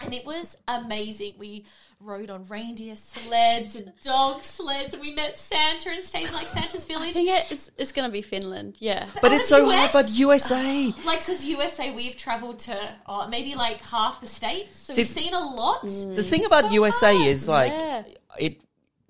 Speaker 2: And it was amazing. We rode on reindeer sleds and dog sleds, and we met Santa and stayed in like Santa's
Speaker 3: I
Speaker 2: village.
Speaker 3: think it, it's it's gonna be Finland. Yeah,
Speaker 1: but
Speaker 2: out
Speaker 1: it's
Speaker 2: of
Speaker 1: so hard.
Speaker 2: US?
Speaker 1: But USA,
Speaker 2: Like, because USA, we've traveled to uh, maybe like half the states, so we've
Speaker 1: See,
Speaker 2: seen a lot.
Speaker 1: the thing about
Speaker 2: so
Speaker 1: USA
Speaker 2: hard.
Speaker 1: is like
Speaker 3: Yeah.
Speaker 1: it.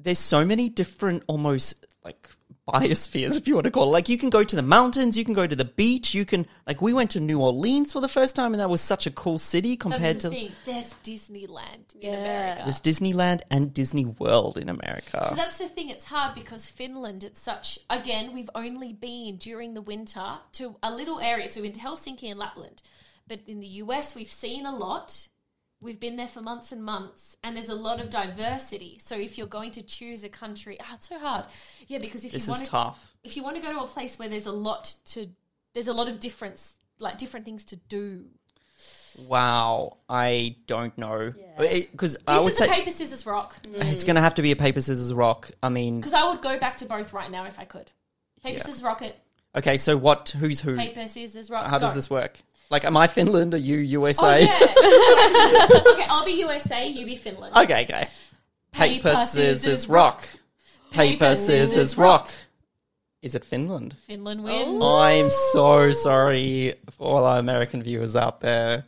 Speaker 1: There's so many different, almost like biospheres, if you want to call it. Like you can go to the mountains, you can go to the beach, you can like we went to New Orleans for the first time, and that was such a cool city compared
Speaker 2: That's
Speaker 1: to
Speaker 2: the thing. There's Disneyland in
Speaker 3: Yeah.
Speaker 2: America.
Speaker 1: There's Disneyland and Disney World in America.
Speaker 2: So that's the thing. It's hard because Finland. It's such. Again, we've only been during the winter to a little area. So we've been to Helsinki and Lapland, but in the US, we've seen a lot. We've been there for months and months, and there's a lot of diversity. So if you're going to choose a country, ah, it's so hard. Yeah, because if
Speaker 1: this
Speaker 2: you
Speaker 1: is
Speaker 2: want to,
Speaker 1: tough.
Speaker 2: if you want to go to a place where there's a lot to, there's a lot of difference, like different things to do.
Speaker 1: Wow, I don't know because I
Speaker 2: This
Speaker 1: would
Speaker 2: is a
Speaker 1: say
Speaker 2: paper scissors rock.
Speaker 1: it's going to have to be a paper scissors rock. I mean,
Speaker 2: Because I would go back to both right now if I could. Paper
Speaker 1: Yeah.
Speaker 2: scissors rocket.
Speaker 1: okay, so what? Who's who?
Speaker 2: Paper scissors rock.
Speaker 1: How does
Speaker 2: go.
Speaker 1: this work? Like, am I Finland? Are you USA?
Speaker 2: Oh, yeah. okay, I'll be USA, you be Finland.
Speaker 1: Okay, okay. Paper, scissors, rock. Paper, scissors, rock. Is it Finland?
Speaker 2: Finland wins.
Speaker 1: I'm so sorry for all our American viewers out there.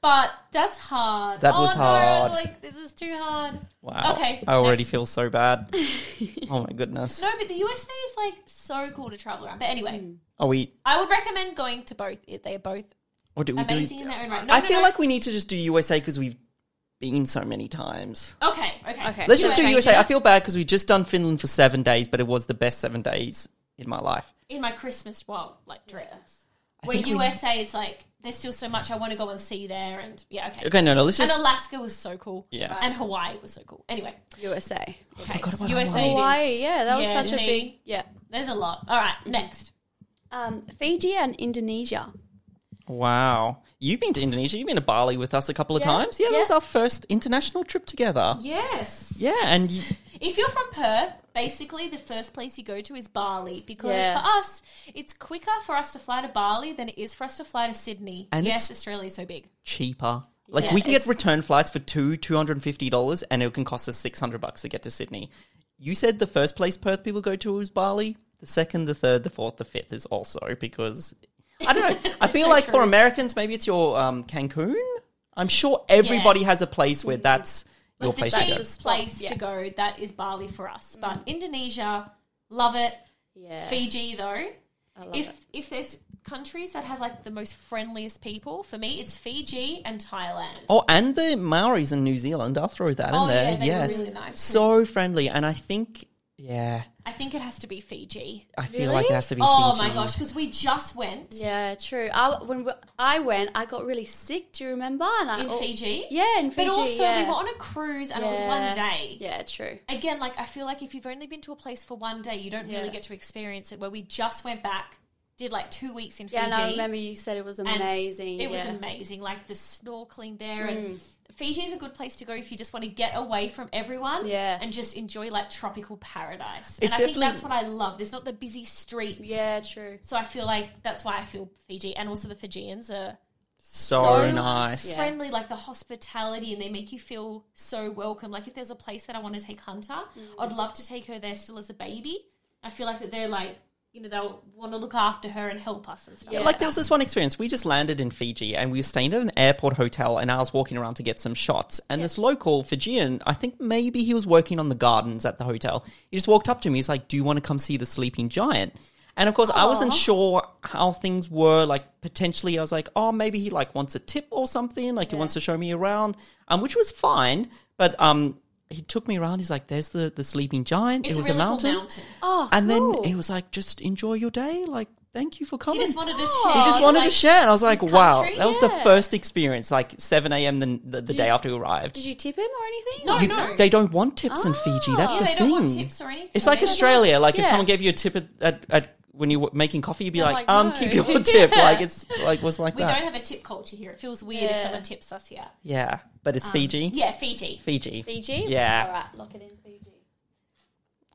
Speaker 2: But that's hard.
Speaker 1: That
Speaker 2: oh,
Speaker 1: was
Speaker 2: no,
Speaker 1: hard.
Speaker 2: like, this is too hard.
Speaker 1: Wow.
Speaker 2: Okay,
Speaker 1: I already
Speaker 2: next.
Speaker 1: feel so bad. oh my goodness.
Speaker 2: No, but the USA is like so cool to travel around. But anyway,
Speaker 3: Hmm.
Speaker 1: Are we?
Speaker 2: I would recommend going to both. They are both
Speaker 1: Or do we
Speaker 2: amazing
Speaker 1: do?
Speaker 2: in their own right. No,
Speaker 1: I
Speaker 2: no,
Speaker 1: feel
Speaker 2: no.
Speaker 1: like we need to just do USA because we've been so many times.
Speaker 2: Okay, okay.
Speaker 3: Okay.
Speaker 1: Let's just do
Speaker 3: USA.
Speaker 1: USA. I feel bad because we've just done Finland for seven days, but it was the best seven days in my life.
Speaker 2: In my Christmas wild, like, dreams. Where
Speaker 1: think we-
Speaker 2: USA, it's like, there's still so much I want to go and see there. And yeah, okay.
Speaker 1: Okay, no, no. Let's just.
Speaker 2: and Alaska was so cool.
Speaker 1: Yes.
Speaker 2: And Hawaii was so cool. Anyway,
Speaker 3: USA,
Speaker 2: okay,
Speaker 1: forgot
Speaker 2: so
Speaker 1: about
Speaker 2: USA. it is.
Speaker 3: Hawaii. Yeah, that was
Speaker 2: Yeah,
Speaker 3: such a
Speaker 2: see?
Speaker 3: big yeah.
Speaker 2: There's a lot. All right, next.
Speaker 3: Um, Fiji and Indonesia.
Speaker 1: Wow. You've been to Indonesia. You've been to Bali with us a couple of
Speaker 3: Yeah.
Speaker 1: times. Yeah, that
Speaker 3: Yeah.
Speaker 1: was our first international trip together.
Speaker 2: Yes.
Speaker 1: Yeah, and you,
Speaker 2: If you're from Perth, basically the first place you go to is Bali because
Speaker 3: Yeah.
Speaker 2: for us, it's quicker for us to fly to Bali than it is for us to fly to Sydney.
Speaker 1: And
Speaker 2: yes,
Speaker 1: it's-
Speaker 2: Australia's so big.
Speaker 1: cheaper. Like
Speaker 2: Yeah,
Speaker 1: we can get
Speaker 2: it's-
Speaker 1: return flights for two two hundred and fifty dollars, and it can cost us six hundred bucks to get to Sydney. You said the first place Perth people go to is Bali. The second, the third, the fourth, the fifth is also because I don't know. I feel
Speaker 2: so
Speaker 1: like for
Speaker 2: true.
Speaker 1: Americans, maybe it's your um, Cancun. I'm sure everybody has a place where that's your
Speaker 2: Like the
Speaker 1: place to go.
Speaker 2: cheapest place
Speaker 3: Yeah.
Speaker 2: to go that is Bali for us. But Indonesia, love it.
Speaker 3: Yeah,
Speaker 2: Fiji though,
Speaker 3: love
Speaker 2: if if there's countries that have like the most friendliest people, for me it's Fiji and Thailand.
Speaker 1: Oh, and the Maoris in New Zealand. I'll throw that
Speaker 2: Oh,
Speaker 1: in there.
Speaker 2: yeah, they were
Speaker 1: yes,
Speaker 2: really nice
Speaker 1: so friendly, and I think yeah,
Speaker 2: I think it has to be Fiji.
Speaker 1: I feel like it has to be.
Speaker 2: Oh
Speaker 1: Fiji.
Speaker 2: my gosh, because we just went
Speaker 3: yeah, true. I when we- I went, I got really sick. Do you remember? And I,
Speaker 2: in
Speaker 3: oh,
Speaker 2: Fiji.
Speaker 3: Yeah, in Fiji.
Speaker 2: But also,
Speaker 3: yeah.
Speaker 2: we were on a cruise and it was
Speaker 3: Yeah.
Speaker 2: one day.
Speaker 3: Yeah, true.
Speaker 2: Again, like I feel like if you've only been to a place for one day, you don't really
Speaker 3: Yeah.
Speaker 2: get to experience it. Where we just went back, did like two weeks in
Speaker 3: Yeah,
Speaker 2: Fiji.
Speaker 3: and I remember you said it was
Speaker 2: and
Speaker 3: amazing.
Speaker 2: It was
Speaker 3: yeah. Mm.
Speaker 2: amazing. Like the snorkeling there and Fiji is a good place to go if you just want to get away from everyone
Speaker 3: Yeah.
Speaker 2: and just enjoy like tropical paradise.
Speaker 1: It's
Speaker 2: and I think
Speaker 1: definitely-
Speaker 2: that's what I love. There's not the busy streets.
Speaker 3: Yeah, true.
Speaker 2: So I feel like that's why I feel Fiji and also the Fijians are
Speaker 1: So,
Speaker 3: So
Speaker 1: nice.
Speaker 3: Yeah.
Speaker 2: friendly, like the hospitality, and they make you feel so welcome. Like if there's a place that I want to take Hunter,
Speaker 3: Mm.
Speaker 2: I'd love to take her there still as a baby. I feel like that they're like, you know, they'll want to look after her and help us and stuff.
Speaker 3: Yeah.
Speaker 2: Like
Speaker 1: Like there was this one experience. We just landed in Fiji and we were staying at an airport hotel and I was walking around to get some shots and this local Fijian, I think maybe he was working on the gardens at the hotel. He just walked up to me, he's like, Do you want to come see the sleeping giant? And of course I wasn't
Speaker 2: Aw.
Speaker 1: sure how things were, like potentially I was like, Oh, maybe he like wants a tip or something, like he wants to show me around. Um, which was fine. But um he took me around, he's like, There's the, the sleeping giant.
Speaker 2: it's
Speaker 1: it was
Speaker 2: a really
Speaker 1: a mountain.
Speaker 2: cool mountain.
Speaker 3: Oh,
Speaker 1: And
Speaker 3: cool.
Speaker 1: then he was like, Just enjoy your day, like Thank you for
Speaker 2: He
Speaker 1: coming.
Speaker 2: just wanted to share.
Speaker 1: He just
Speaker 2: He's
Speaker 1: wanted to
Speaker 2: Oh, like-
Speaker 1: share, and I was like,
Speaker 2: his
Speaker 1: "Wow,
Speaker 2: country,
Speaker 1: that was the
Speaker 3: yeah.
Speaker 1: first experience." Like seven a.m. the the, the day
Speaker 3: you-
Speaker 1: after we arrived.
Speaker 3: Did you tip him or anything?
Speaker 2: No,
Speaker 1: You-
Speaker 2: no. Oh.
Speaker 1: They don't want tips in Fiji. That's
Speaker 2: Yeah,
Speaker 1: the
Speaker 2: they
Speaker 1: thing.
Speaker 2: don't want tips or anything.
Speaker 1: it's like
Speaker 2: They just want-
Speaker 1: Australia. Like if
Speaker 3: yeah.
Speaker 1: someone gave you a tip at, at, at when you were making coffee, you'd be
Speaker 3: They're
Speaker 1: like,
Speaker 3: like,
Speaker 1: "Um,
Speaker 3: no."
Speaker 1: keep your tip."
Speaker 2: Yeah.
Speaker 1: Like it's like was like
Speaker 2: We
Speaker 1: that.
Speaker 2: don't have a tip culture here. It feels weird if
Speaker 3: Yeah.
Speaker 2: someone tips us here.
Speaker 1: yeah, but it's Fiji.
Speaker 2: Um, Yeah, Fiji.
Speaker 1: Fiji.
Speaker 3: Fiji.
Speaker 1: Yeah.
Speaker 3: All right, lock it in Fiji.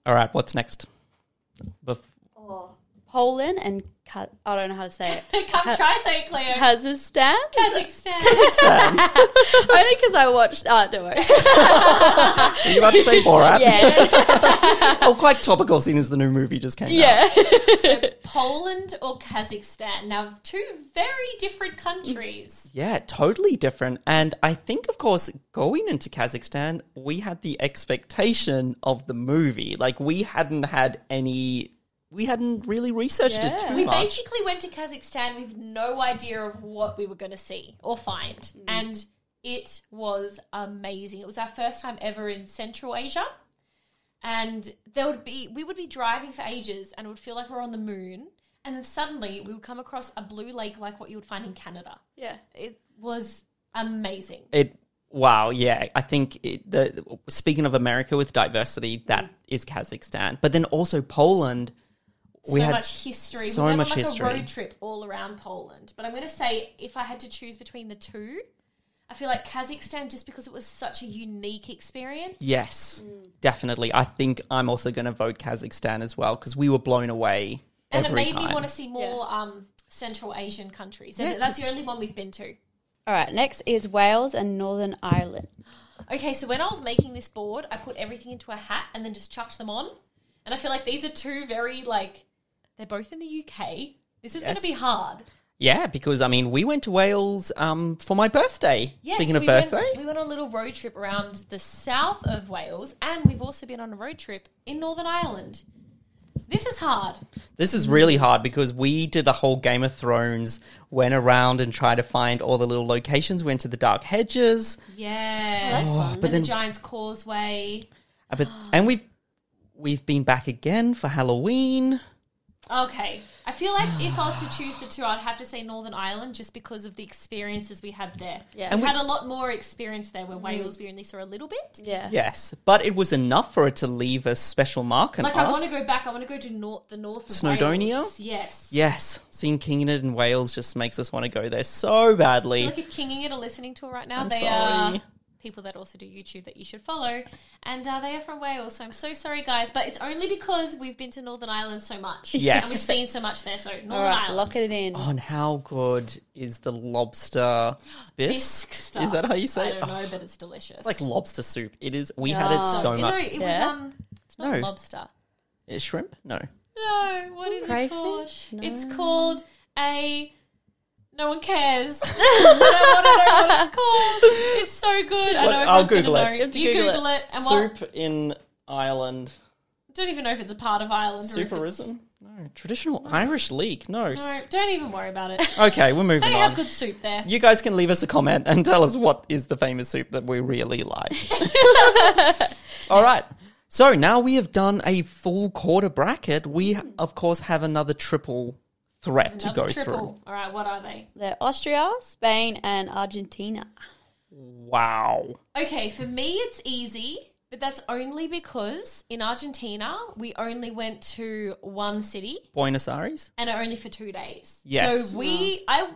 Speaker 1: All right, what's next? Bef-
Speaker 3: Or Oh, Poland and Ka- I don't know how to say it.
Speaker 2: Come try say Cleo.
Speaker 3: Kazakhstan.
Speaker 2: Kazakhstan.
Speaker 3: Only because I watched. Ah, don't worry.
Speaker 1: Are you about to say Borat?
Speaker 3: Yeah,
Speaker 1: oh, quite topical, seeing as the new movie just came out.
Speaker 3: yeah.
Speaker 2: Poland or Kazakhstan. Now, two very different countries.
Speaker 1: Yeah, totally different. And I think, of course, going into Kazakhstan, we had the expectation of the movie. Like, we hadn't had any, we hadn't really researched it
Speaker 3: Yeah.
Speaker 1: too
Speaker 2: We
Speaker 1: much.
Speaker 2: basically went to Kazakhstan with no idea of what we were going to see or find. And it was amazing. It was our first time ever in Central Asia. And there would be we would be driving for ages and it would feel like we're on the moon. And then suddenly we would come across a blue lake like what you would find in Canada.
Speaker 3: yeah.
Speaker 2: It was amazing.
Speaker 1: it, wow, yeah. I think, it, the, speaking of America with diversity, that is Kazakhstan. But then also Poland, we
Speaker 2: so
Speaker 1: had
Speaker 2: much history.
Speaker 1: so
Speaker 2: we went
Speaker 1: much
Speaker 2: on like
Speaker 1: history.
Speaker 2: a road trip all around Poland. But I'm going to say, if I had to choose between the two, I feel like Kazakhstan, just because it was such a unique experience.
Speaker 1: Yes,
Speaker 2: Mm.
Speaker 1: definitely. I think I'm also going to vote Kazakhstan as well because we were blown away.
Speaker 2: And
Speaker 1: every
Speaker 2: it made
Speaker 1: time.
Speaker 2: me want to see more um, Central Asian countries. And that's the only one we've been to.
Speaker 3: All right. Next is Wales and Northern Ireland.
Speaker 2: Okay, so when I was making this board, I put everything into a hat and then just chucked them on. And I feel like these are two very, like, they're both in the UK. This is going
Speaker 1: Yes.
Speaker 2: to be hard.
Speaker 1: Yeah, because I mean, we went to Wales um, for my birthday.
Speaker 2: Yes,
Speaker 1: Speaking of
Speaker 2: we
Speaker 1: birthday,
Speaker 2: went, we went on a little road trip around the south of Wales, and we've also been on a road trip in Northern Ireland. This is hard.
Speaker 1: this is really hard because we did a whole Game of Thrones, went around and tried to find all the little locations. Went to the Dark Hedges,
Speaker 2: Yeah,
Speaker 1: Oh, but
Speaker 2: and
Speaker 1: then
Speaker 2: the Giant's Causeway.
Speaker 1: uh, but and we've we've been back again for Halloween.
Speaker 2: Okay, I feel like if I was to choose the two, I'd have to say Northern Ireland just because of the experiences we had there.
Speaker 3: Yeah.
Speaker 2: we
Speaker 3: And
Speaker 2: had a lot more experience there. Where Wales, we only saw a little bit.
Speaker 3: Yeah.
Speaker 1: Yes, but it was enough for it to leave a special mark on
Speaker 2: Like
Speaker 1: us.
Speaker 2: I want to go back. I want to go to north, the north of
Speaker 1: Snowdonia?
Speaker 2: Wales. Yes.
Speaker 1: Yes, seeing King in it in Wales just makes us want to go there so badly.
Speaker 2: Look, if King and It are listening to it right now,
Speaker 1: I'm
Speaker 2: they
Speaker 1: sorry.
Speaker 2: are people that also do YouTube that you should follow, and uh, they are from Wales. So I'm so sorry, guys, but it's only because we've been to Northern Ireland so much.
Speaker 1: Yes.
Speaker 2: and we've seen so much there. So Northern
Speaker 3: All right.
Speaker 2: Ireland,
Speaker 3: Lock it in.
Speaker 1: On Oh, how good is the lobster bisque?
Speaker 2: Bisque stuff.
Speaker 1: Is that how you say
Speaker 2: I
Speaker 1: it?
Speaker 2: don't
Speaker 1: Oh,
Speaker 2: know, but it's delicious.
Speaker 1: it's like lobster soup. It is. We had it
Speaker 3: Oh.
Speaker 1: so
Speaker 2: no,
Speaker 1: much.
Speaker 2: it
Speaker 3: Yeah?
Speaker 2: was um, it's not
Speaker 1: No.
Speaker 2: lobster.
Speaker 1: Uh, Shrimp? No.
Speaker 2: No, what is it called?
Speaker 3: Crayfish? No.
Speaker 2: It's called a. No one cares. I don't want to know what it's called. It's so good. I
Speaker 1: What-
Speaker 2: know
Speaker 1: I'll
Speaker 2: everyone's gonna
Speaker 1: Google it.
Speaker 2: know.
Speaker 1: You
Speaker 3: have to
Speaker 2: You
Speaker 3: Google it.
Speaker 2: Google it, and while-
Speaker 1: in Ireland.
Speaker 2: don't even know if it's a part of Ireland. or if it's-
Speaker 1: Superism? No. Traditional Irish leek? No.
Speaker 2: No, don't even worry about it.
Speaker 1: Okay, we're moving
Speaker 2: They
Speaker 1: on.
Speaker 2: have good soup there.
Speaker 1: you guys can leave us a comment and tell us what is the famous soup that we really like. All right. So now we have done a full quarter bracket. We, of course, have another triple threat to
Speaker 2: Hmm. Another
Speaker 1: go
Speaker 2: triple.
Speaker 1: through.
Speaker 2: All right, what are they?
Speaker 3: They're Austria, Spain, and Argentina.
Speaker 1: Wow.
Speaker 2: Okay, for me it's easy, but that's only because in Argentina we only went to one city
Speaker 1: Buenos Aires?
Speaker 2: and only for two days.
Speaker 1: Yes.
Speaker 2: So we, I,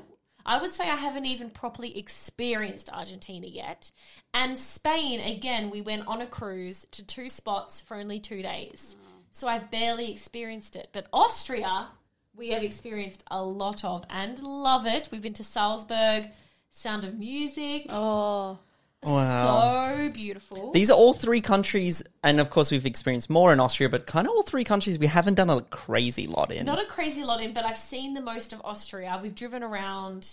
Speaker 2: I would say I haven't even properly experienced Argentina yet. And Spain, again, we went on a cruise to two spots for only two days. So I've barely experienced it. But Austria, we have experienced a lot of and love it. We've been to Salzburg, Sound of Music.
Speaker 3: Oh,
Speaker 1: Wow.
Speaker 2: So beautiful.
Speaker 1: These are all three countries, and of course, we've experienced more in Austria, but kind of all three countries we haven't done a crazy lot in.
Speaker 2: Not a crazy lot in, but I've seen the most of Austria. We've driven around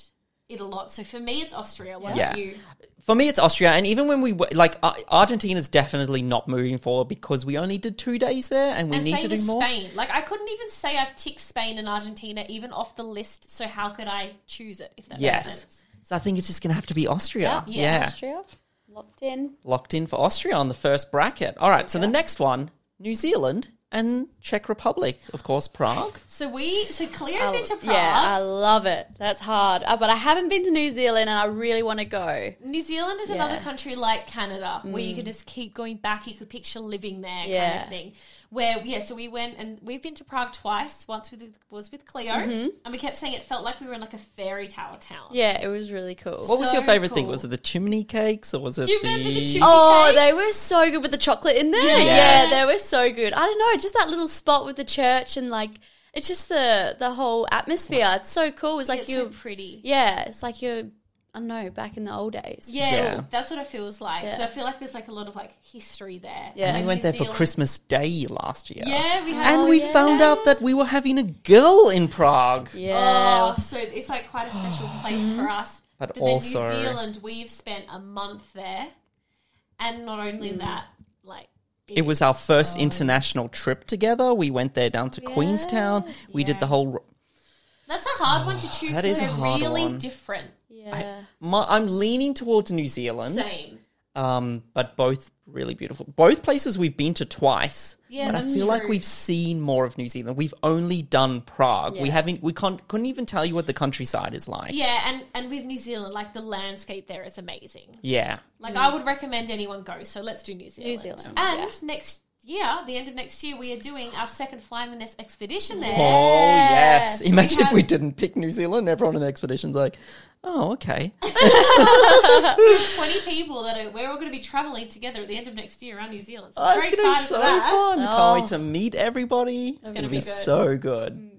Speaker 2: it a lot. So for me, it's Austria. What about
Speaker 1: Yeah.
Speaker 2: you?
Speaker 1: For me, it's Austria, and even when we were- like Ar- Argentina's definitely not moving forward because we only did two days there, and we
Speaker 2: and
Speaker 1: need to
Speaker 2: same
Speaker 1: do
Speaker 2: as
Speaker 1: more.
Speaker 2: Spain. Like I couldn't even say I've ticked Spain and Argentina even off the list. So how could I choose it? If that makes
Speaker 1: Yes,
Speaker 2: sense.
Speaker 1: so I think it's just going to have to be Austria.
Speaker 2: Yeah,
Speaker 1: yeah.
Speaker 3: Austria, locked in.
Speaker 1: locked in for Austria on the first bracket. All right, so the next one, New Zealand and Czech Republic, of course, Prague.
Speaker 2: So we so Claire's
Speaker 3: I-
Speaker 2: been to Prague.
Speaker 3: Oh, Yeah, I love it. That's hard, Uh, but I haven't been to New Zealand, and I really want to go.
Speaker 2: New Zealand is another
Speaker 3: Yeah.
Speaker 2: country like Canada where you could
Speaker 1: Mm.
Speaker 2: just keep going back. You could picture living there, kind
Speaker 3: Yeah.
Speaker 2: of thing. Where yeah, so we went and we've been to Prague twice. Once with was with Cleo,
Speaker 1: Mm-hmm.
Speaker 2: and we kept saying it felt like we were in like a fairy tale town.
Speaker 3: Yeah, it was really cool.
Speaker 1: What was
Speaker 2: So
Speaker 1: your favorite thing?
Speaker 2: cool.
Speaker 1: Was it the chimney cakes or was it
Speaker 2: Do you remember the chimney-
Speaker 3: Oh,
Speaker 2: cakes?
Speaker 3: they were so good with the chocolate in there.
Speaker 1: Yes.
Speaker 3: Yeah, they were so good. I don't know, just that little spot with the church and like it's just the the whole atmosphere. It's so cool. It's like
Speaker 2: it's so
Speaker 3: you,
Speaker 2: pretty.
Speaker 3: yeah, it's like you're. I don't know, back in the old days.
Speaker 2: Yeah,
Speaker 1: Yeah.
Speaker 2: that's what it feels like.
Speaker 3: Yeah.
Speaker 2: So I feel like there's like a lot of like history there.
Speaker 3: Yeah.
Speaker 1: Oh,
Speaker 2: Like,
Speaker 1: We
Speaker 3: And
Speaker 1: went
Speaker 2: New
Speaker 1: there for
Speaker 2: Zealand-
Speaker 1: Christmas Day last year.
Speaker 2: Yeah, we had
Speaker 1: And
Speaker 3: Oh,
Speaker 1: we
Speaker 3: yeah.
Speaker 1: found out that we were having a girl in Prague.
Speaker 3: Yeah.
Speaker 2: Oh, so it's like quite a special place for us.
Speaker 1: But
Speaker 2: then
Speaker 1: also-
Speaker 2: New Zealand, we've spent a month there, and not only
Speaker 1: Mm.
Speaker 2: that, like
Speaker 1: It was our first international trip together. We went there down to Queenstown. We did the whole.
Speaker 2: That's a hard one to choose.
Speaker 1: That
Speaker 2: That
Speaker 1: is
Speaker 2: is
Speaker 1: a hard
Speaker 2: really
Speaker 1: one.
Speaker 2: different.
Speaker 3: Yeah.
Speaker 1: My, I'm leaning towards New Zealand,
Speaker 2: Same.
Speaker 1: um, but both really beautiful. Both places we've been to twice.
Speaker 2: Yeah,
Speaker 1: but I
Speaker 2: that's
Speaker 1: feel like
Speaker 2: true.
Speaker 1: we've seen more of New Zealand. We've only done Prague. We
Speaker 3: Yeah.
Speaker 1: haven't. We can't. Couldn't even tell you what the countryside is like.
Speaker 2: Yeah, and and with New Zealand, like the landscape there is amazing.
Speaker 1: Yeah.
Speaker 2: Like
Speaker 1: Mm.
Speaker 2: I would recommend anyone go. So let's do New Zealand.
Speaker 3: Zealand,
Speaker 2: And next year, the end of next year, we are doing our second Fly in the Nest expedition there.
Speaker 1: Oh yes! Imagine if
Speaker 2: have-
Speaker 1: we didn't pick New Zealand. Everyone in the expedition's like, "Oh, okay."
Speaker 2: Twenty people that are, we're all going to be traveling together at the end of next year around New Zealand. So
Speaker 1: Oh,
Speaker 2: I'm
Speaker 1: it's
Speaker 2: very
Speaker 1: going to be
Speaker 2: excited
Speaker 1: so
Speaker 2: for that.
Speaker 1: fun. Can't wait
Speaker 3: Oh.
Speaker 1: to meet everybody. It's going to
Speaker 2: gonna
Speaker 1: be,
Speaker 2: be good.
Speaker 1: so good.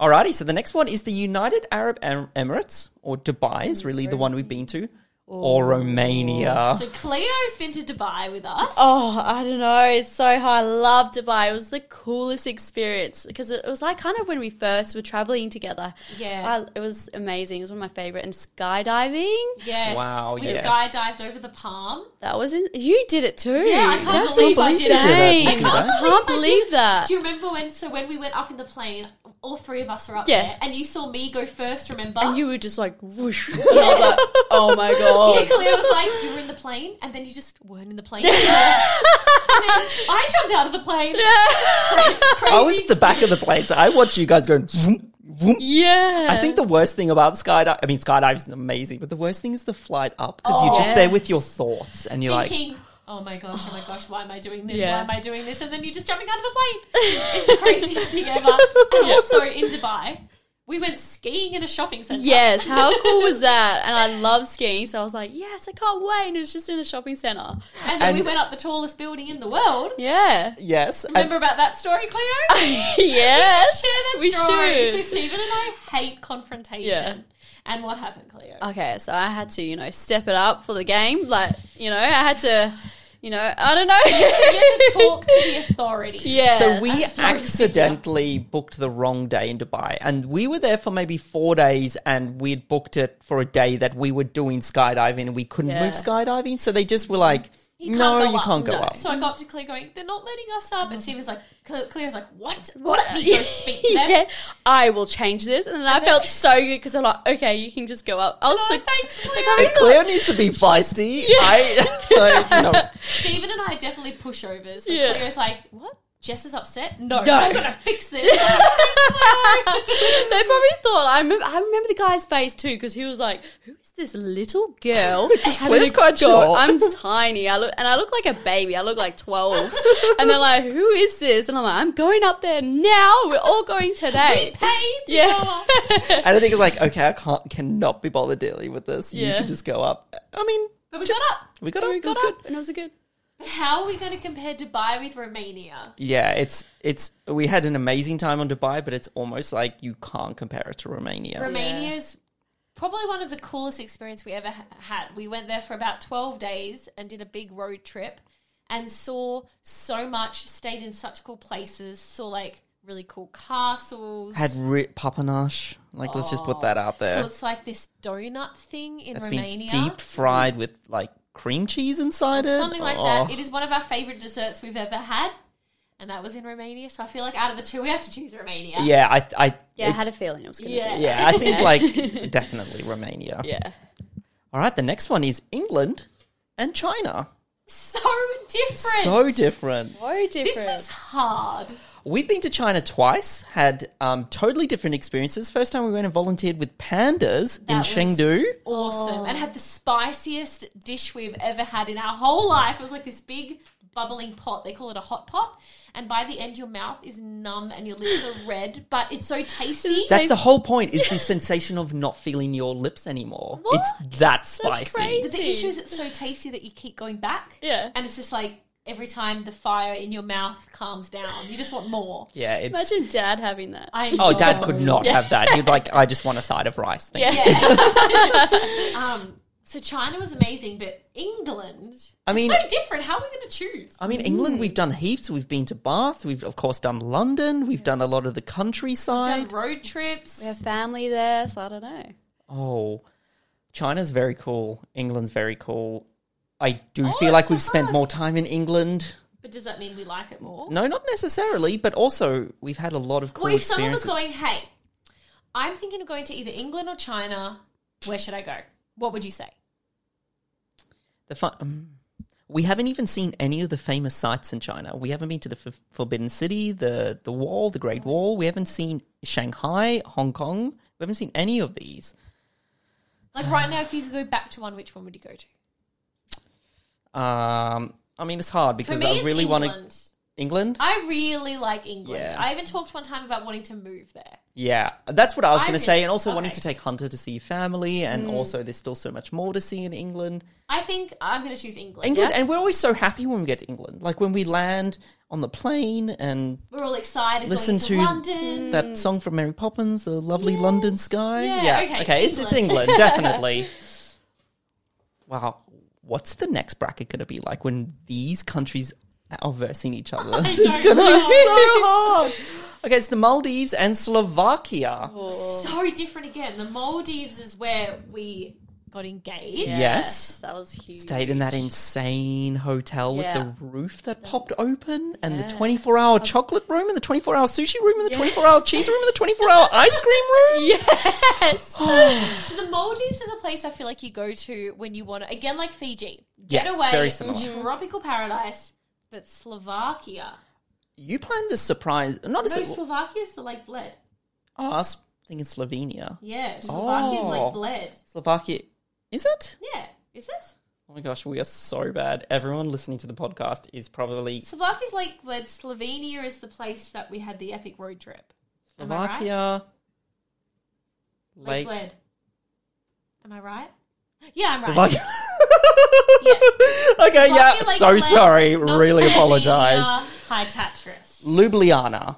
Speaker 1: Alrighty, so the next one is the United Arab Em- Emirates, or Dubai
Speaker 2: Mm,
Speaker 1: is really the one we've been to, or Romania.
Speaker 2: So Cleo's been to Dubai with us.
Speaker 3: Oh, I don't know. It's so hard. I love Dubai. It was the coolest experience because it was like kind of when we first were traveling together.
Speaker 2: Yeah.
Speaker 3: I, it was amazing. It was one of my favorite. And skydiving.
Speaker 2: Yes.
Speaker 1: Wow,
Speaker 2: We
Speaker 1: yes.
Speaker 2: skydived over the palm.
Speaker 3: That was in. You did it too.
Speaker 2: Yeah, I can't
Speaker 3: That's
Speaker 2: believe I
Speaker 3: insane.
Speaker 2: did it.
Speaker 1: I
Speaker 3: I
Speaker 1: can't
Speaker 3: can't,
Speaker 2: believe I
Speaker 3: believe
Speaker 2: did.
Speaker 3: that.
Speaker 2: Do you remember when? So when we went up in the plane, all three of us were up
Speaker 3: Yeah.
Speaker 2: there, and you saw me go first. Remember?
Speaker 3: And you were just like, whoosh. And I was like, oh my
Speaker 2: Yeah,
Speaker 3: god.
Speaker 2: Claire was like, "You were in the plane, and then you just weren't in the plane." anymore." and then I jumped out of the plane. Crazy.
Speaker 1: I was at the back of the plane, so I watched you guys going. Vroom, vroom.
Speaker 3: Yeah.
Speaker 1: I think the worst thing about skydive, I mean, skydiving is amazing, but the worst thing is the flight up because you're
Speaker 2: Oh.
Speaker 1: just there with your thoughts and you're like,
Speaker 2: thinking, "Oh my gosh, oh my gosh, why am I doing this?
Speaker 3: Yeah.
Speaker 2: Why am I doing this?" And then you're just jumping out of the plane. It's the craziest thing ever. And also in Dubai, we went skiing in a shopping center.
Speaker 3: Yes, how cool was that? And I love skiing, so I was like, yes, I can't wait. And it was just in a shopping center.
Speaker 2: and then we
Speaker 1: And-
Speaker 2: went up the tallest building in the world.
Speaker 3: Yeah.
Speaker 1: yes. and-
Speaker 2: Remember about that story, Cleo?
Speaker 3: yes.
Speaker 2: share that
Speaker 3: we
Speaker 2: story. So
Speaker 3: should.
Speaker 2: Stephen and I hate confrontation.
Speaker 3: Yeah.
Speaker 2: And what happened, Cleo?
Speaker 1: Uh,
Speaker 3: Okay, so I had to, you know, step it up for the game. Like, you know, I had to, you know, I don't know.
Speaker 2: you had to talk to the authority.
Speaker 3: yeah.
Speaker 1: So we
Speaker 2: sorry.
Speaker 1: accidentally booked the wrong day in Dubai, and we were there for maybe four days, and we'd booked it for a day that we were doing skydiving, and we couldn't
Speaker 3: Yeah.
Speaker 1: move skydiving, so they just were like,
Speaker 2: You
Speaker 1: "No,
Speaker 2: can't go
Speaker 1: you
Speaker 2: up.
Speaker 1: can't go
Speaker 2: No.
Speaker 1: up."
Speaker 2: So I got up to Claire going, they're not letting us up. And Stephen's like, Cle- Claire's like, what? Let me go speak to them.
Speaker 3: yeah, I will change this. And then I felt so good because I'm like, okay, you can just go up. I was
Speaker 2: Oh,
Speaker 3: so
Speaker 2: thanks, Cleo.
Speaker 1: And Claire needs to be feisty. I, like, you know,
Speaker 2: Stephen and I are definitely pushovers. But
Speaker 3: Yeah.
Speaker 2: Claire's like, what? Jess is upset? No,
Speaker 3: No.
Speaker 2: I'm going to fix this.
Speaker 3: they probably thought I remember. I remember the guy's face too because he was like, "Who is this little girl
Speaker 1: Well,
Speaker 3: having
Speaker 1: it's
Speaker 3: a
Speaker 1: quite
Speaker 3: go.
Speaker 1: short.
Speaker 3: I'm tiny. I look and I look like a baby. I look like twelve. and they're like, "Who is this?" And I'm like, "I'm going up there now. We're all going today."
Speaker 2: Paid.
Speaker 3: yeah,
Speaker 1: And I think it's like, okay, I can't, cannot be bothered dealing with this. You
Speaker 3: Yeah.
Speaker 1: can just go up. I mean,
Speaker 2: But we got up.
Speaker 1: we got
Speaker 3: And
Speaker 1: up.
Speaker 3: we
Speaker 1: it was
Speaker 3: got
Speaker 1: good.
Speaker 3: up, and it was a good.
Speaker 2: But how are we going to compare Dubai with Romania?
Speaker 1: Yeah, it's it's we had an amazing time on Dubai, but it's almost like you can't compare it to Romania.
Speaker 2: Romania's probably one of the coolest experience we ever ha- had. We went there for about 12 days and did a big road trip and saw so much, stayed in such cool places, saw like really cool castles.
Speaker 1: Had re- papanache. Like, let's just put that out
Speaker 2: Oh. so
Speaker 1: there.
Speaker 2: it's like this donut thing in
Speaker 1: It's been
Speaker 2: Romania.
Speaker 1: deep fried with like cream cheese inside it.
Speaker 2: Something like
Speaker 1: Oh.
Speaker 2: that. It is one of our favorite desserts we've ever had. And that was in Romania. So I feel like out of the two, we have to choose Romania.
Speaker 1: Yeah, I, I
Speaker 3: Yeah, I had a
Speaker 1: it's-
Speaker 3: feeling it was going to
Speaker 2: Yeah.
Speaker 3: be.
Speaker 1: yeah, I think like definitely Romania.
Speaker 3: Yeah.
Speaker 1: All right, the next one is England and China.
Speaker 2: So different.
Speaker 1: So different.
Speaker 3: Very
Speaker 2: This
Speaker 3: different.
Speaker 2: is hard.
Speaker 1: We've been to China twice, had um, totally different experiences. First time we went and volunteered with pandas in
Speaker 2: was-
Speaker 1: Chengdu.
Speaker 2: awesome and had the spiciest dish we've ever had in our whole life. It was like this big bubbling pot. They call it a hot pot. And by the end, your mouth is numb and your lips are red, but it's so tasty.
Speaker 1: That's the whole point is the sensation of not feeling your lips anymore.
Speaker 2: What?
Speaker 1: It's that spicy.
Speaker 3: crazy.
Speaker 2: but the issue is it's so tasty that you keep going back.
Speaker 3: Yeah.
Speaker 2: And it's just like every time the fire in your mouth calms down, you just want more.
Speaker 1: Yeah, it's
Speaker 3: Imagine dad having that.
Speaker 2: I
Speaker 1: Oh,
Speaker 2: know.
Speaker 1: dad could not have that. He'd like I just want a side of rice. Thank you.
Speaker 2: Um, so China was amazing, but England,
Speaker 1: I mean
Speaker 2: so different. How are we going to choose?
Speaker 1: I mean, England, we've done heaps. We've been to Bath. We've, of course, done London. We've done a lot of the
Speaker 2: Done
Speaker 1: countryside.
Speaker 2: road trips.
Speaker 3: We have family there, so I don't know.
Speaker 1: Oh, China's very cool. England's very cool. I do
Speaker 2: Oh,
Speaker 1: feel like
Speaker 2: it's so
Speaker 1: we've spent
Speaker 2: hard.
Speaker 1: more time in England.
Speaker 2: But does that mean we like it more?
Speaker 1: No, not necessarily, but also we've had a lot of cool
Speaker 2: well, if someone was
Speaker 1: experiences.
Speaker 2: going, hey, I'm thinking of going to either England or China, where should I go? What would you say?
Speaker 1: the fun. Um, we haven't even seen any of the famous sites in China. We haven't been to the F- Forbidden City, the the Wall, the Great Wall. We haven't seen Shanghai, Hong Kong. We haven't seen any of these.
Speaker 2: Like right now, if you could go back to one, which one would you go to?
Speaker 1: Um, I mean, it's hard
Speaker 2: For
Speaker 1: because
Speaker 2: me,
Speaker 1: I
Speaker 2: it's
Speaker 1: really want to
Speaker 2: England.
Speaker 1: England.
Speaker 2: I really like England.
Speaker 1: Yeah.
Speaker 2: I even talked one time about wanting to move there.
Speaker 1: Yeah, that's what I was
Speaker 2: I
Speaker 1: going to
Speaker 2: think-
Speaker 1: say, and also wanting
Speaker 2: okay. Mm.
Speaker 1: to take Hunter to see your family, and also there's still so much more to see in England.
Speaker 2: I think I'm going to choose England.
Speaker 1: England, and we're always so happy when we get to England, like when we land on the plane and
Speaker 2: We're all excited.
Speaker 1: Listen
Speaker 2: going to,
Speaker 1: to-
Speaker 2: London.
Speaker 1: that song from Mary Poppins, the lovely London sky.
Speaker 2: Mm. Yeah, okay,
Speaker 1: It's, it's England, definitely. wow, what's the next bracket going to be like when these countries are versing each other? This is
Speaker 2: don't
Speaker 1: going to
Speaker 2: know.
Speaker 1: be so hard. Okay, it's the Maldives and Slovakia.
Speaker 2: Oh, So different again. The Maldives is where we got engaged.
Speaker 1: Yeah. Yes.
Speaker 3: that was huge.
Speaker 1: Stayed in that insane hotel
Speaker 3: Yeah.
Speaker 1: with the roof that popped open and the 24 hour chocolate room and the 24 hour sushi room and the 24 hour cheese room and the 24 hour ice cream room.
Speaker 3: Yes.
Speaker 2: So the Maldives is a place I feel like you go to when you want to, again, like Fiji. Get
Speaker 1: Yes,
Speaker 2: away,
Speaker 1: very similar.
Speaker 2: tropical paradise, but Slovakia.
Speaker 1: You planned a surprise, not a
Speaker 2: No,
Speaker 1: sur-
Speaker 2: Slovakia is the Lake Bled.
Speaker 1: Oh, I was thinking Slovenia.
Speaker 2: Yeah, Slovakia is
Speaker 1: Oh.
Speaker 2: Lake Bled.
Speaker 1: Slovakia. Is it?
Speaker 2: Yeah, is it?
Speaker 1: Oh my gosh, we are so bad. Everyone listening to the podcast is probably
Speaker 2: Slovakia's Lake Bled. Slovenia is the place that we had the epic road trip. Am I right?
Speaker 1: Slovakia.
Speaker 2: Lake, Bled. Am I right? Yeah, I'm right.
Speaker 1: Slovakia.
Speaker 2: Yeah.
Speaker 1: okay, yeah.
Speaker 2: Slovakia, Lake
Speaker 1: so
Speaker 2: Bled,
Speaker 1: sorry.
Speaker 2: not
Speaker 1: Really
Speaker 2: Slovenia,
Speaker 1: apologize.
Speaker 2: High Tatras.
Speaker 1: Ljubljana.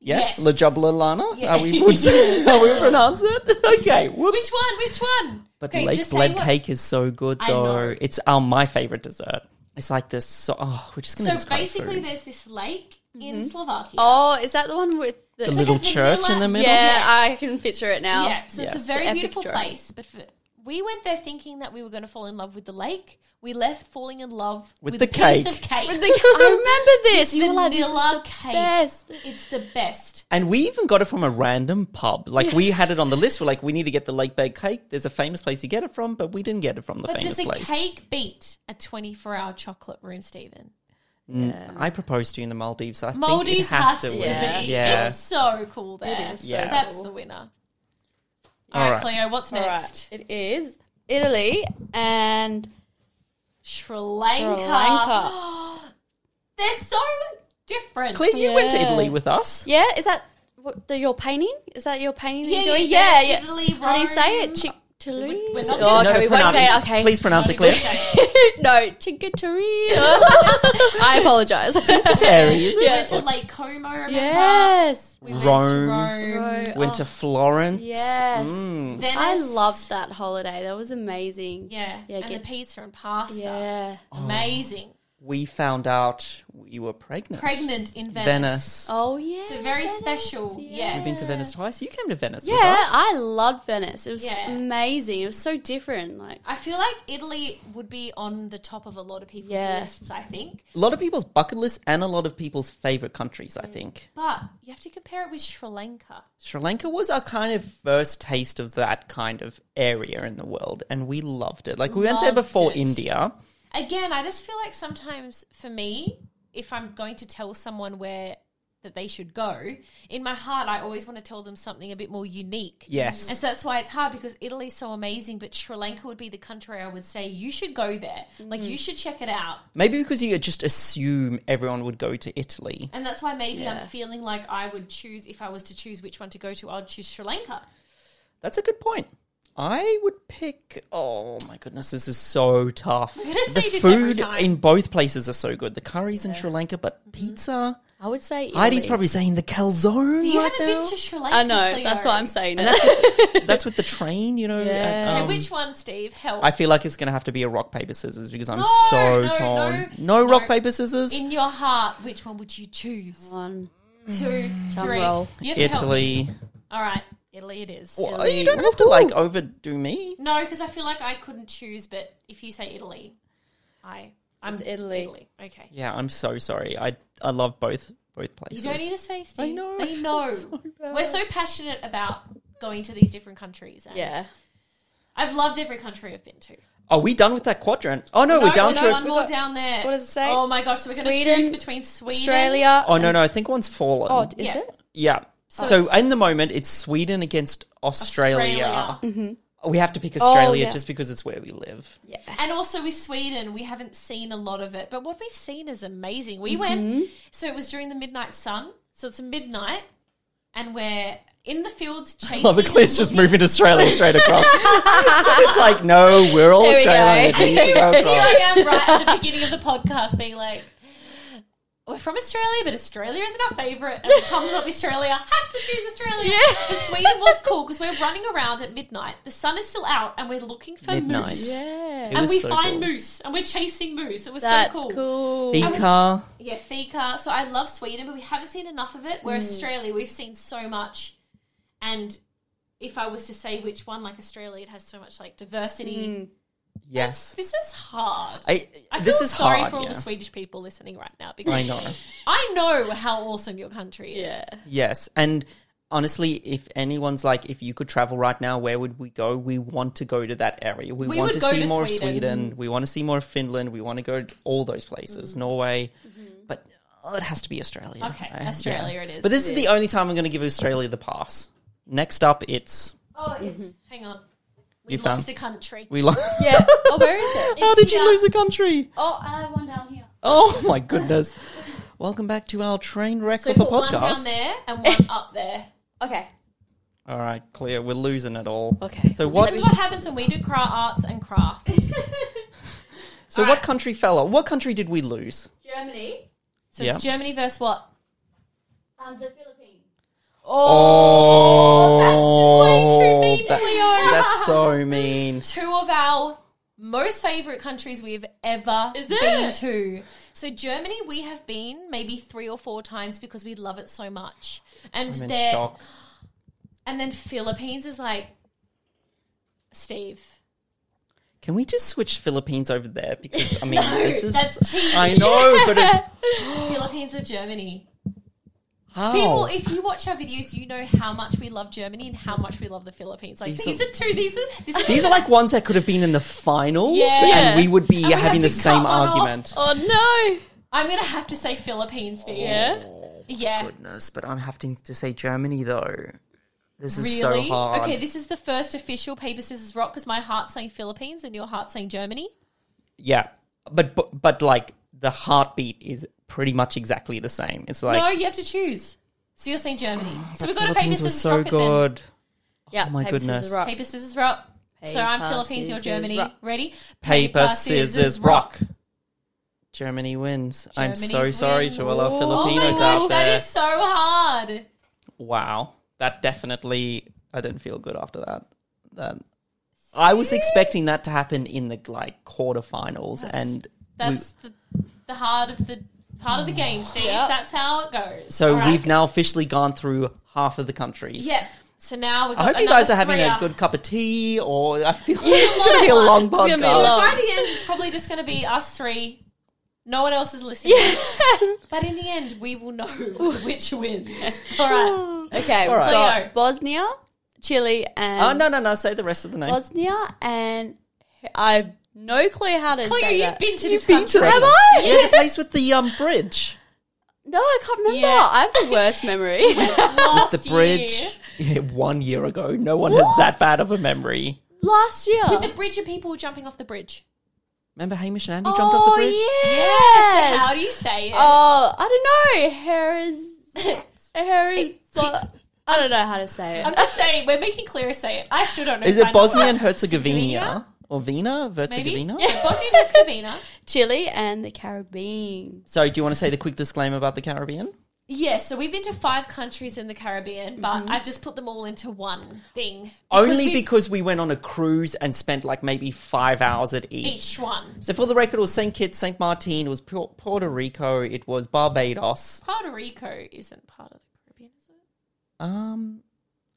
Speaker 1: Yes,
Speaker 2: Yes.
Speaker 1: La Ljubljana. Are we are we pronounce it? Okay. Whoops.
Speaker 2: Which one? Which one?
Speaker 1: But
Speaker 2: Okay,
Speaker 1: Lake
Speaker 2: just say
Speaker 1: Bled
Speaker 2: what-
Speaker 1: cake is so good
Speaker 2: I
Speaker 1: though.
Speaker 2: know.
Speaker 1: It's um, my favorite dessert. It's like this. So, oh, we're just gonna.
Speaker 2: So
Speaker 1: describe
Speaker 2: basically,
Speaker 1: food.
Speaker 2: there's this lake in Slovakia.
Speaker 3: Oh, is that the one with the,
Speaker 1: the little church in
Speaker 2: vanilla-
Speaker 1: the middle.
Speaker 3: Yeah, I can picture it now.
Speaker 2: Yeah, so
Speaker 1: Yes.
Speaker 2: it's a very
Speaker 3: The epic
Speaker 2: beautiful
Speaker 3: drive.
Speaker 2: place. But for, we went there thinking that we were going to fall in love with the lake. We left falling in love
Speaker 1: With
Speaker 2: with,
Speaker 1: the
Speaker 2: a piece
Speaker 1: cake.
Speaker 2: of cake.
Speaker 3: With the- I remember this. You were like, this is
Speaker 2: vanilla
Speaker 3: the
Speaker 2: cake.
Speaker 3: best.
Speaker 2: it's the best.
Speaker 1: And we even got it from a random pub. Like we had it on the list. We're like, we need to get the Lake Bed cake. There's a famous place to get it from, but we didn't get it from the
Speaker 2: But
Speaker 1: famous
Speaker 2: does a
Speaker 1: place.
Speaker 2: cake beat a 24 hour chocolate room, Stephen?
Speaker 1: Mm, I proposed to you in the Maldives. So I think it
Speaker 2: Maldives
Speaker 1: has, to
Speaker 2: be.
Speaker 1: win.
Speaker 3: Yeah.
Speaker 1: Yeah.
Speaker 2: It's so cool there.
Speaker 3: is
Speaker 1: so Yeah.
Speaker 2: That's
Speaker 3: cool.
Speaker 2: the winner. All right,
Speaker 1: All right.
Speaker 2: Cleo, what's
Speaker 3: All
Speaker 2: next?
Speaker 3: right. It is Italy and
Speaker 2: Sri Lanka.
Speaker 3: Sri Lanka.
Speaker 2: They're so different.
Speaker 1: Cleo, you went to
Speaker 3: Yeah.
Speaker 1: Italy with us.
Speaker 3: yeah, is that what, the, your painting? Is that your painting that
Speaker 2: Yeah,
Speaker 3: you're doing?
Speaker 2: yeah,
Speaker 3: Yeah,
Speaker 2: yeah.
Speaker 3: yeah.
Speaker 2: Italy,
Speaker 3: How do you say
Speaker 2: Rome.
Speaker 3: it? Chick
Speaker 2: We're not
Speaker 3: Oh,
Speaker 2: gonna-
Speaker 3: okay, we won't
Speaker 1: pronounce
Speaker 3: say
Speaker 1: it.
Speaker 3: it. Okay,
Speaker 1: Please pronounce it, Clear.
Speaker 3: no, Chinkatori. I apologize.
Speaker 1: Terry, is it?
Speaker 2: We went to
Speaker 1: Or-
Speaker 2: Lake Como, remember?
Speaker 3: yes.
Speaker 2: We went
Speaker 1: Rome.
Speaker 2: to Rome.
Speaker 3: Ro-
Speaker 1: Went
Speaker 3: oh,
Speaker 1: to Florence.
Speaker 3: Yes.
Speaker 1: Mm.
Speaker 2: Venice.
Speaker 3: I loved that holiday. That was amazing.
Speaker 2: Yeah,
Speaker 3: Yeah,
Speaker 2: and
Speaker 3: get-
Speaker 2: the pizza and pasta.
Speaker 3: Yeah.
Speaker 1: Oh.
Speaker 2: Amazing.
Speaker 1: We found out we were pregnant.
Speaker 2: Pregnant in Venice.
Speaker 1: Venice.
Speaker 3: Oh yeah.
Speaker 2: So very
Speaker 3: Venice,
Speaker 2: special,
Speaker 3: Yeah.
Speaker 1: We've been to Venice twice. You came to Venice with
Speaker 3: Yeah,
Speaker 1: us.
Speaker 3: I loved Venice. It was
Speaker 2: Yeah.
Speaker 3: amazing. It was so different. Like
Speaker 2: I feel like Italy would be on the top of a lot of people's
Speaker 3: Yeah.
Speaker 2: lists, I think.
Speaker 1: a lot of people's bucket lists and a lot of people's favorite countries, I think.
Speaker 2: But you have to compare it with Sri Lanka.
Speaker 1: Sri Lanka was our kind of first taste of that kind of area in the world, and we loved it. Like, we went there
Speaker 2: Loved
Speaker 1: before
Speaker 2: it.
Speaker 1: India.
Speaker 2: Again, I just feel like sometimes for me, if I'm going to tell someone where that they should go, in my heart I always want to tell them something a bit more unique.
Speaker 1: Yes.
Speaker 2: And so that's why it's hard because Italy's so amazing, but Sri Lanka would be the country I would say you should go there. Like
Speaker 3: Mm.
Speaker 2: you should check it out.
Speaker 1: Maybe because you just assume everyone would go to Italy.
Speaker 2: And that's why maybe
Speaker 3: Yeah.
Speaker 2: I'm feeling like I would choose if I was to choose which one to go to, I'd choose Sri Lanka.
Speaker 1: That's a good point. I would pick. Oh my goodness, this is so tough.
Speaker 2: gonna
Speaker 1: the
Speaker 2: say this every
Speaker 1: food
Speaker 2: time. Mm-hmm.
Speaker 1: in both places are so good. The curries in Sri Lanka, but pizza.
Speaker 3: I would say Italy.
Speaker 1: Heidi's probably saying the calzone
Speaker 2: You
Speaker 1: right
Speaker 2: haven't
Speaker 1: now.
Speaker 2: been to Sri Lanka.
Speaker 3: I know,
Speaker 2: Cleo.
Speaker 3: that's why I'm saying
Speaker 1: And
Speaker 3: it.
Speaker 1: That's with the train, you know. and,
Speaker 3: Yeah.
Speaker 2: Okay,
Speaker 1: um,
Speaker 2: which one, Steve? Help.
Speaker 1: I feel like it's going to have to be a rock paper scissors because I'm
Speaker 2: No,
Speaker 1: so
Speaker 2: no,
Speaker 1: torn. No,
Speaker 2: no,
Speaker 1: rock
Speaker 2: no.
Speaker 1: paper scissors.
Speaker 2: In your heart, which one would you choose?
Speaker 3: One.
Speaker 2: Two,
Speaker 3: Drum
Speaker 2: three.
Speaker 3: roll.
Speaker 2: You have to help me.
Speaker 1: Italy.
Speaker 2: All right, Italy it is.
Speaker 1: Well, you don't have to like overdo me.
Speaker 2: No, because I feel like I couldn't choose, but if you say Italy, I I'm
Speaker 3: It's Italy.
Speaker 2: Okay.
Speaker 1: Yeah, I'm so sorry. I I love both both
Speaker 2: You
Speaker 1: places.
Speaker 2: don't need to say Steve.
Speaker 1: I know. I
Speaker 2: They
Speaker 1: feel
Speaker 2: know.
Speaker 1: so bad.
Speaker 2: We're so passionate about going to these different countries. And
Speaker 3: Yeah.
Speaker 2: I've loved every country I've been to.
Speaker 1: Are we done with that quadrant? Oh no, we're down
Speaker 2: no,
Speaker 1: to.
Speaker 2: one
Speaker 3: We've
Speaker 2: more
Speaker 3: got-
Speaker 2: down there.
Speaker 3: what does it say?
Speaker 2: Oh my gosh! So we're going to
Speaker 3: Sweden,
Speaker 2: choose between Sweden,
Speaker 3: Australia.
Speaker 1: Oh no, no, I think one's fallen.
Speaker 3: Oh, is
Speaker 2: Yeah.
Speaker 3: it?
Speaker 1: yeah. So,
Speaker 2: So
Speaker 1: in the moment, it's Sweden against Australia. Mm-hmm.
Speaker 2: Australia. Oh,
Speaker 1: We have to pick Australia
Speaker 3: yeah.
Speaker 1: just because it's where we live.
Speaker 3: Yeah.
Speaker 2: And also with Sweden, we haven't seen a lot of it, but what we've seen is amazing. We
Speaker 1: Mm-hmm.
Speaker 2: went, so it was during the midnight sun, so it's midnight, and we're in the fields chasing.
Speaker 1: Love it, Claire's just moving to Australia straight across. it's like, no, we're all
Speaker 3: There we
Speaker 1: Australian.
Speaker 3: go.
Speaker 1: We need to go
Speaker 2: Here
Speaker 1: across.
Speaker 2: I am right at the beginning of the podcast being like, we're from Australia, but Australia isn't our favourite. And it comes up with Australia. Have to choose Australia. But Sweden was cool because we're running around at midnight. The sun is still out and we're looking for
Speaker 1: Midnight.
Speaker 2: moose.
Speaker 3: Yeah.
Speaker 1: It
Speaker 2: And
Speaker 1: was
Speaker 2: we
Speaker 1: so
Speaker 2: find
Speaker 1: cool.
Speaker 2: moose and we're chasing moose. It was
Speaker 3: That's
Speaker 2: so
Speaker 3: cool.
Speaker 1: Fika.
Speaker 2: Yeah, Fika. So I love Sweden, but we haven't seen enough of it. Where Australia, we've seen so much. And if I was to say which one, like Australia, it has so much like diversity.
Speaker 1: Yes.
Speaker 2: This is hard.
Speaker 1: I,
Speaker 2: I feel
Speaker 1: this is
Speaker 2: sorry
Speaker 1: hard.
Speaker 2: for all
Speaker 1: yeah.
Speaker 2: the Swedish people listening right now
Speaker 1: I
Speaker 2: because
Speaker 1: know.
Speaker 2: I know how awesome your country is.
Speaker 3: Yeah.
Speaker 1: Yes. And honestly, if anyone's like, if you could travel right now, where would we go? We want to go to that area. We,
Speaker 2: We
Speaker 1: want
Speaker 2: would
Speaker 1: to
Speaker 2: go
Speaker 1: see
Speaker 2: to
Speaker 1: more
Speaker 2: Sweden.
Speaker 1: of Sweden. We want to see more of Finland. We want to go to all those places, Norway. But oh, it has to be Australia.
Speaker 2: Mm-hmm. Okay,
Speaker 1: I- yeah.
Speaker 2: Australia it is.
Speaker 1: But this is the only time I'm going to give Australia the pass. Next up, it's.
Speaker 2: Oh, it's, hang on. We
Speaker 1: You
Speaker 2: lost
Speaker 1: found-
Speaker 2: a country.
Speaker 1: We lo-
Speaker 3: Yeah. Oh, where is it?
Speaker 1: How
Speaker 2: It's
Speaker 1: did you
Speaker 2: here.
Speaker 1: lose a country?
Speaker 3: Oh, I have one down here.
Speaker 1: Oh my goodness. Welcome back to our train wreck
Speaker 2: So
Speaker 1: of a
Speaker 2: put one down
Speaker 1: podcast.
Speaker 2: there and one up there.
Speaker 3: Okay.
Speaker 1: all right, Cleo, we're losing it all.
Speaker 3: Okay.
Speaker 1: So what
Speaker 2: This is what happens when we do cra arts and crafts.
Speaker 1: so what country fell off? What country did we lose?
Speaker 3: Germany
Speaker 2: So it's Germany versus what?
Speaker 3: and Um, the Philippines.
Speaker 1: Oh,
Speaker 2: Oh, that's way too mean, Cleo.
Speaker 1: That's so mean.
Speaker 2: two of our most favorite countries we've ever
Speaker 3: it?
Speaker 2: been to. So Germany, we have been maybe three or four times because we love it so much, and
Speaker 1: I'm in
Speaker 2: there,
Speaker 1: shock.
Speaker 2: and then Philippines is like Steve.
Speaker 1: Can we just switch Philippines over there? Because I mean, this is
Speaker 2: That's cheating.
Speaker 1: I know, but it's
Speaker 2: Philippines or Germany.
Speaker 1: how
Speaker 2: People, if you watch our videos, you know how much we love Germany and how much we love the Philippines. Like
Speaker 1: These
Speaker 2: these,
Speaker 1: are-
Speaker 2: are, two. These are this is
Speaker 1: these are like ones that could have been in the finals,
Speaker 2: Yeah.
Speaker 1: and we would be
Speaker 2: And we have
Speaker 1: having the
Speaker 2: to cut
Speaker 1: same
Speaker 2: one off.
Speaker 1: argument.
Speaker 3: Oh no.
Speaker 2: I'm gonna have to say Philippines, Steve.
Speaker 1: Oh,
Speaker 3: Yeah.
Speaker 2: yeah.
Speaker 1: goodness, but I'm having to say Germany though. This is
Speaker 2: Really?
Speaker 1: so hard.
Speaker 2: Okay, this is the first official paper scissors rock because my heart's saying Philippines and your heart's saying Germany.
Speaker 1: yeah, but, but but like the heartbeat is pretty much exactly the same. It's like Oh,
Speaker 2: no, you have to choose. So you're saying Germany. so we've got a paper
Speaker 1: Philippines was
Speaker 2: scissors
Speaker 1: so
Speaker 2: rock. and then
Speaker 1: good.
Speaker 3: Yeah.
Speaker 1: Oh my
Speaker 3: paper, scissors,
Speaker 1: goodness.
Speaker 3: rock.
Speaker 2: Paper scissors rock. so I'm
Speaker 3: Paper,
Speaker 2: Philippines, you're
Speaker 3: scissors,
Speaker 2: Germany.
Speaker 3: rock.
Speaker 2: Ready?
Speaker 1: Paper, scissors, rock. Germany wins. I'm so
Speaker 2: Germany's
Speaker 1: sorry
Speaker 2: wins.
Speaker 1: to all our
Speaker 2: Oh
Speaker 1: Filipinos out
Speaker 2: that
Speaker 1: there.
Speaker 2: is so hard.
Speaker 1: Wow, that definitely. I didn't feel good after that. That I was expecting that to happen in the like quarterfinals, and we,
Speaker 2: That's the, the heart of the part of the game, Steve.
Speaker 3: Yep.
Speaker 2: That's how it goes.
Speaker 1: so
Speaker 2: All right.
Speaker 1: we've now officially gone through half of the countries.
Speaker 2: Yeah. So now we've
Speaker 1: I
Speaker 2: got
Speaker 1: hope you guys
Speaker 2: another
Speaker 1: are having a
Speaker 2: three-er.
Speaker 1: good cup of tea, or I feel it's going to be a long podcast.
Speaker 3: gonna be long.
Speaker 2: By the end, it's probably just going to be us three. No one else is listening. But in the end, we will know which wins. All right.
Speaker 3: Okay, we've
Speaker 1: right.
Speaker 3: got Bosnia, Chile, and
Speaker 1: Oh no, no, no! Say the rest of the name.
Speaker 3: Bosnia, and I've no clue how to
Speaker 2: Cleo,
Speaker 3: say
Speaker 2: you've
Speaker 3: that.
Speaker 2: been to this
Speaker 1: You've been
Speaker 2: country.
Speaker 1: to that-
Speaker 3: Have I?
Speaker 1: Yeah, the place with the um bridge,
Speaker 3: No, I can't remember.
Speaker 2: Yeah.
Speaker 3: I have the worst memory.
Speaker 2: Last
Speaker 1: the bridge.
Speaker 2: year.
Speaker 1: Yeah, one year ago, no one has that bad of a memory.
Speaker 3: Last year.
Speaker 2: With the bridge and people jumping off the bridge.
Speaker 1: Remember Hamish and Andy
Speaker 3: oh,
Speaker 1: jumped off the bridge?
Speaker 3: Yes.
Speaker 2: So how do you say it?
Speaker 3: oh, I don't know. Hair is. Hair is.
Speaker 2: Hey,
Speaker 3: I don't know how to say it.
Speaker 2: I'm just saying, we're making Clara say it. I still don't know.
Speaker 1: Is
Speaker 2: if I
Speaker 1: it
Speaker 2: know
Speaker 1: Bosnia and
Speaker 2: Herzegovina?
Speaker 1: Herzegovina? Or Vina?
Speaker 2: Maybe?
Speaker 1: Herzegovina?
Speaker 2: Yeah, Bosnia and Herzegovina.
Speaker 3: Chile and the Caribbean.
Speaker 1: So, do you want to say the quick disclaimer about the Caribbean?
Speaker 2: Yeah, so we've been to five countries in the Caribbean, but I've just put them all into one thing.
Speaker 1: Only
Speaker 2: we've-
Speaker 1: because we went on a cruise and spent like maybe five hours at each.
Speaker 2: each one.
Speaker 1: So, for the record, it was St. Kitts, St. Martin, it was Pu- Puerto Rico, it was Barbados.
Speaker 2: Puerto Rico isn't part of the Caribbean, is it?
Speaker 1: Um,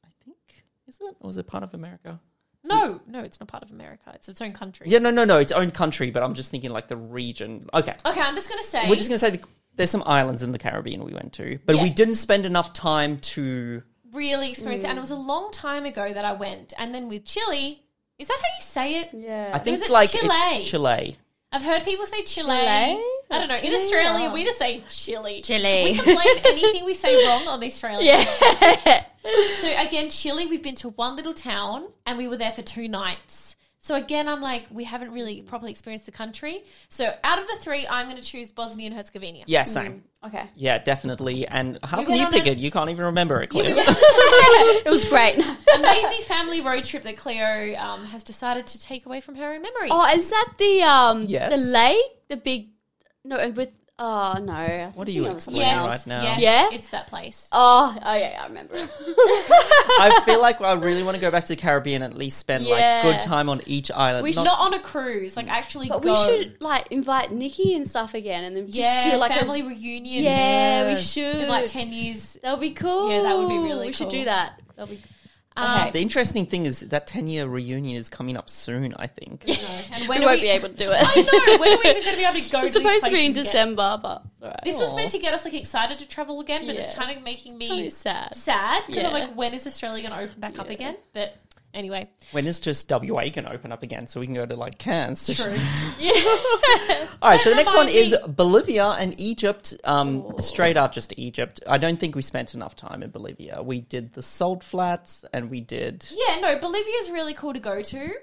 Speaker 1: I think, is it? Or was it part of America?
Speaker 2: No, no, it's not part of America. It's its own country.
Speaker 1: Yeah, no, no, no, its own country, but I'm just thinking like the region. Okay.
Speaker 2: Okay, I'm just gonna say.
Speaker 1: We're just going to say the, there's some islands in the Caribbean we went to, but
Speaker 2: Yeah.
Speaker 1: we didn't spend enough time to.
Speaker 2: really experienced it, and it was a long time ago that I went. And then with Chile, is that how you say it?
Speaker 3: Yeah.
Speaker 1: I think
Speaker 2: it
Speaker 1: like
Speaker 2: Chile?
Speaker 1: Chile.
Speaker 2: I've heard people say Chile.
Speaker 3: Chile?
Speaker 2: I don't know. In
Speaker 3: Chile?
Speaker 2: Australia, we just say Chile.
Speaker 3: Chile.
Speaker 2: We can blame anything we say wrong on the Australian.
Speaker 3: yeah.
Speaker 2: So again, Chile, we've been to one little town and we were there for two nights. So again, I'm like, we haven't really properly experienced the country. So out of the three, I'm going to choose Bosnia and Herzegovina.
Speaker 1: Yeah, same.
Speaker 3: Okay.
Speaker 1: Yeah, definitely. And how
Speaker 2: We
Speaker 1: can
Speaker 2: Mm. went
Speaker 1: you
Speaker 2: on
Speaker 1: pick
Speaker 2: a-
Speaker 1: it? You can't even remember it, Claire.
Speaker 3: it was great.
Speaker 2: Amazing family road trip that Cleo um, has decided to take away from her own memory.
Speaker 3: Oh, is that the um
Speaker 1: Yes.
Speaker 3: the lake? The big no with oh no. I
Speaker 1: What
Speaker 3: think
Speaker 1: are you
Speaker 3: I was
Speaker 1: explaining?
Speaker 2: yes,
Speaker 1: Yeah, right now.
Speaker 2: yes,
Speaker 3: Yeah?
Speaker 2: it's that place.
Speaker 3: Oh, oh yeah, yeah, I remember. it.
Speaker 1: I feel like I really want to go back to the Caribbean and at least spend
Speaker 3: Yeah.
Speaker 1: like good time on each island.
Speaker 3: We
Speaker 1: Not-
Speaker 2: Not on a cruise, like actually.
Speaker 3: But
Speaker 2: go.
Speaker 3: we should like invite Nikki and stuff again, and then just
Speaker 2: yeah,
Speaker 3: do like
Speaker 2: family
Speaker 3: a
Speaker 2: reunion.
Speaker 3: yeah. We
Speaker 1: Yes.
Speaker 3: should
Speaker 2: in like ten years.
Speaker 3: That'll be cool.
Speaker 2: Yeah, that would be really
Speaker 3: We should
Speaker 2: cool.
Speaker 3: do that. That'll be
Speaker 2: Um,
Speaker 1: the interesting thing is that 10 year reunion is coming up soon, I think.
Speaker 2: and
Speaker 3: we
Speaker 2: when are
Speaker 3: won't
Speaker 2: we,
Speaker 3: be able to do it.
Speaker 2: I know. When are we even going to be able to go?
Speaker 3: it's
Speaker 2: to these
Speaker 3: supposed to be in
Speaker 2: places again?
Speaker 3: December, but it's all right.
Speaker 2: This was
Speaker 1: Aw.
Speaker 2: meant to get us like excited to travel again, but it's
Speaker 3: Yeah.
Speaker 2: kind of making
Speaker 3: kind
Speaker 2: me
Speaker 3: of sad.
Speaker 2: sad because
Speaker 3: Yeah.
Speaker 2: I'm like, when is Australia going to open back up again? But anyway,
Speaker 1: When is just WA going to open up again so we can go to like Cairns?
Speaker 2: true.
Speaker 1: All right, so the next one
Speaker 2: Remind
Speaker 1: is Bolivia and Egypt. Um,
Speaker 3: Oh.
Speaker 1: straight out, just Egypt. I don't think we spent enough time in Bolivia. We did the salt flats and we did.
Speaker 2: yeah, no, Bolivia is really cool to go to,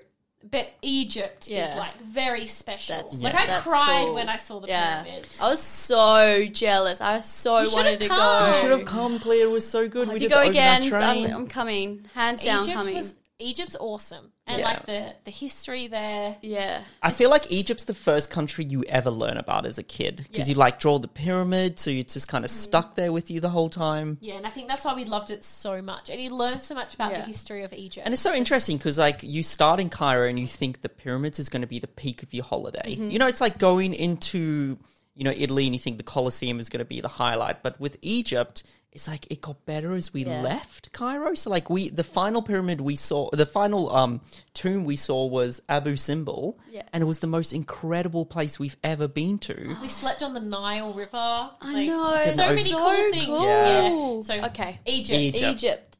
Speaker 2: but Egypt
Speaker 3: Yeah.
Speaker 2: is like very special.
Speaker 3: That's-
Speaker 2: like
Speaker 1: Yeah.
Speaker 2: I
Speaker 3: that's
Speaker 2: cried
Speaker 3: cool.
Speaker 2: when I saw the
Speaker 3: Yeah.
Speaker 2: pyramids.
Speaker 3: I was so jealous. I so
Speaker 2: You should've
Speaker 3: wanted to
Speaker 2: come.
Speaker 3: go.
Speaker 2: You
Speaker 1: Should have come, Claire. It was so good. we
Speaker 3: If
Speaker 1: did
Speaker 3: you
Speaker 1: the
Speaker 3: go
Speaker 1: overnight
Speaker 3: again,
Speaker 1: train.
Speaker 3: I'm, I'm coming. Hands down,
Speaker 2: Egypt
Speaker 3: coming.
Speaker 2: was Egypt's awesome, and
Speaker 1: Yeah.
Speaker 2: like the the history there.
Speaker 3: yeah.
Speaker 1: I feel like Egypt's the first country you ever learn about as a kid because
Speaker 3: Yeah.
Speaker 1: you like draw the pyramid, so you're just kind of stuck there with you the whole time.
Speaker 2: Yeah, and I think that's why we loved it so much, and you learn so much about the
Speaker 3: Yeah.
Speaker 2: history of Egypt.
Speaker 1: And it's so interesting because like you start in Cairo and you think the pyramids is going to be the peak of your holiday.
Speaker 3: Mm-hmm.
Speaker 1: You know, it's like going into you know Italy and you think the Colosseum is going to be the highlight, but with Egypt, it's like it got better as we
Speaker 3: Yeah.
Speaker 1: left Cairo. So like we the final pyramid we saw, the final um tomb we saw was Abu Simbel,
Speaker 3: Yeah. Oh,
Speaker 1: and it was the most incredible place we've ever been to.
Speaker 2: we slept on the Nile River.
Speaker 3: I
Speaker 2: like,
Speaker 3: know.
Speaker 2: So
Speaker 1: Goodness.
Speaker 2: many
Speaker 1: So
Speaker 2: cool things.
Speaker 3: cool.
Speaker 2: Yeah. So
Speaker 3: Okay.
Speaker 2: Egypt.
Speaker 1: Egypt.
Speaker 3: Egypt.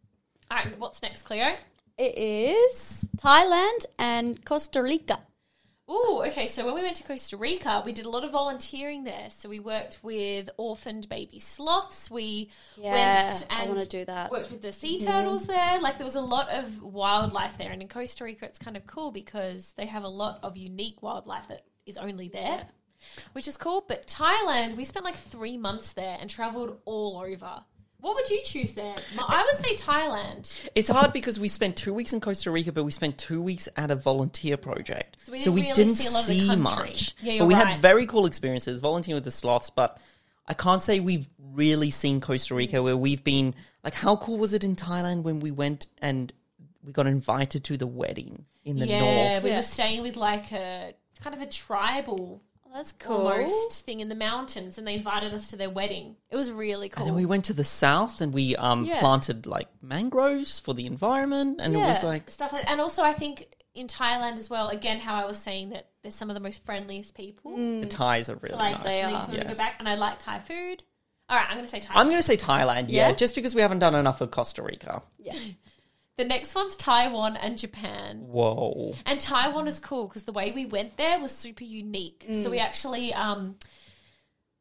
Speaker 2: All right, what's next, Cleo?
Speaker 3: It is Thailand and Costa Rica.
Speaker 2: Ooh, okay. So when we went to Costa Rica, we did a lot of volunteering there. So we worked with orphaned baby sloths. We
Speaker 3: Yeah,
Speaker 2: went
Speaker 3: I
Speaker 2: and
Speaker 3: wanna do that. Mm-hmm.
Speaker 2: Worked with the sea turtles there. Like there was a lot of wildlife there, and in Costa Rica, it's kind of cool because they have a lot of unique wildlife that is only there. Which is cool, but Thailand, we spent like three months there and traveled all over. What would you choose there? Well, I would say Thailand.
Speaker 1: It's hard because we spent two weeks in Costa Rica, but we spent two weeks at a volunteer project.
Speaker 2: So we didn't really see a lot of the country.
Speaker 1: much.
Speaker 2: Yeah,
Speaker 1: but
Speaker 2: you're
Speaker 1: we
Speaker 2: right.
Speaker 1: had very cool experiences volunteering with the sloths, but I can't say we've really seen Costa Rica where we've been. Like, how cool was it in Thailand when we went and we got invited to the wedding in the
Speaker 2: yeah,
Speaker 1: north?
Speaker 2: we
Speaker 3: Yeah.
Speaker 2: were staying with like a kind of a tribal
Speaker 3: That's cool.
Speaker 2: almost thing in the mountains, and they invited us to their wedding. It was really cool.
Speaker 1: And then we went to the south and we um,
Speaker 3: Yeah.
Speaker 1: planted like mangroves for the environment. And it was
Speaker 3: Yeah.
Speaker 1: like,
Speaker 2: Stuff like, and also I think in Thailand as well. Again, how I was saying that they're some of the most friendliest people.
Speaker 1: the ties are really
Speaker 2: So
Speaker 1: nice.
Speaker 2: like,
Speaker 3: Mm. They
Speaker 2: makes me
Speaker 3: are.
Speaker 2: want to go
Speaker 1: Yes.
Speaker 2: back. And I like Thai food. All right, I'm going to say Thai.
Speaker 1: I'm going to say Thailand, yeah,
Speaker 3: Yeah?
Speaker 1: just because we haven't done enough of Costa Rica.
Speaker 2: the next one's Taiwan and Japan.
Speaker 1: Whoa.
Speaker 2: And Taiwan is cool because the way we went there was super unique. So
Speaker 1: Mm.
Speaker 2: we actually um,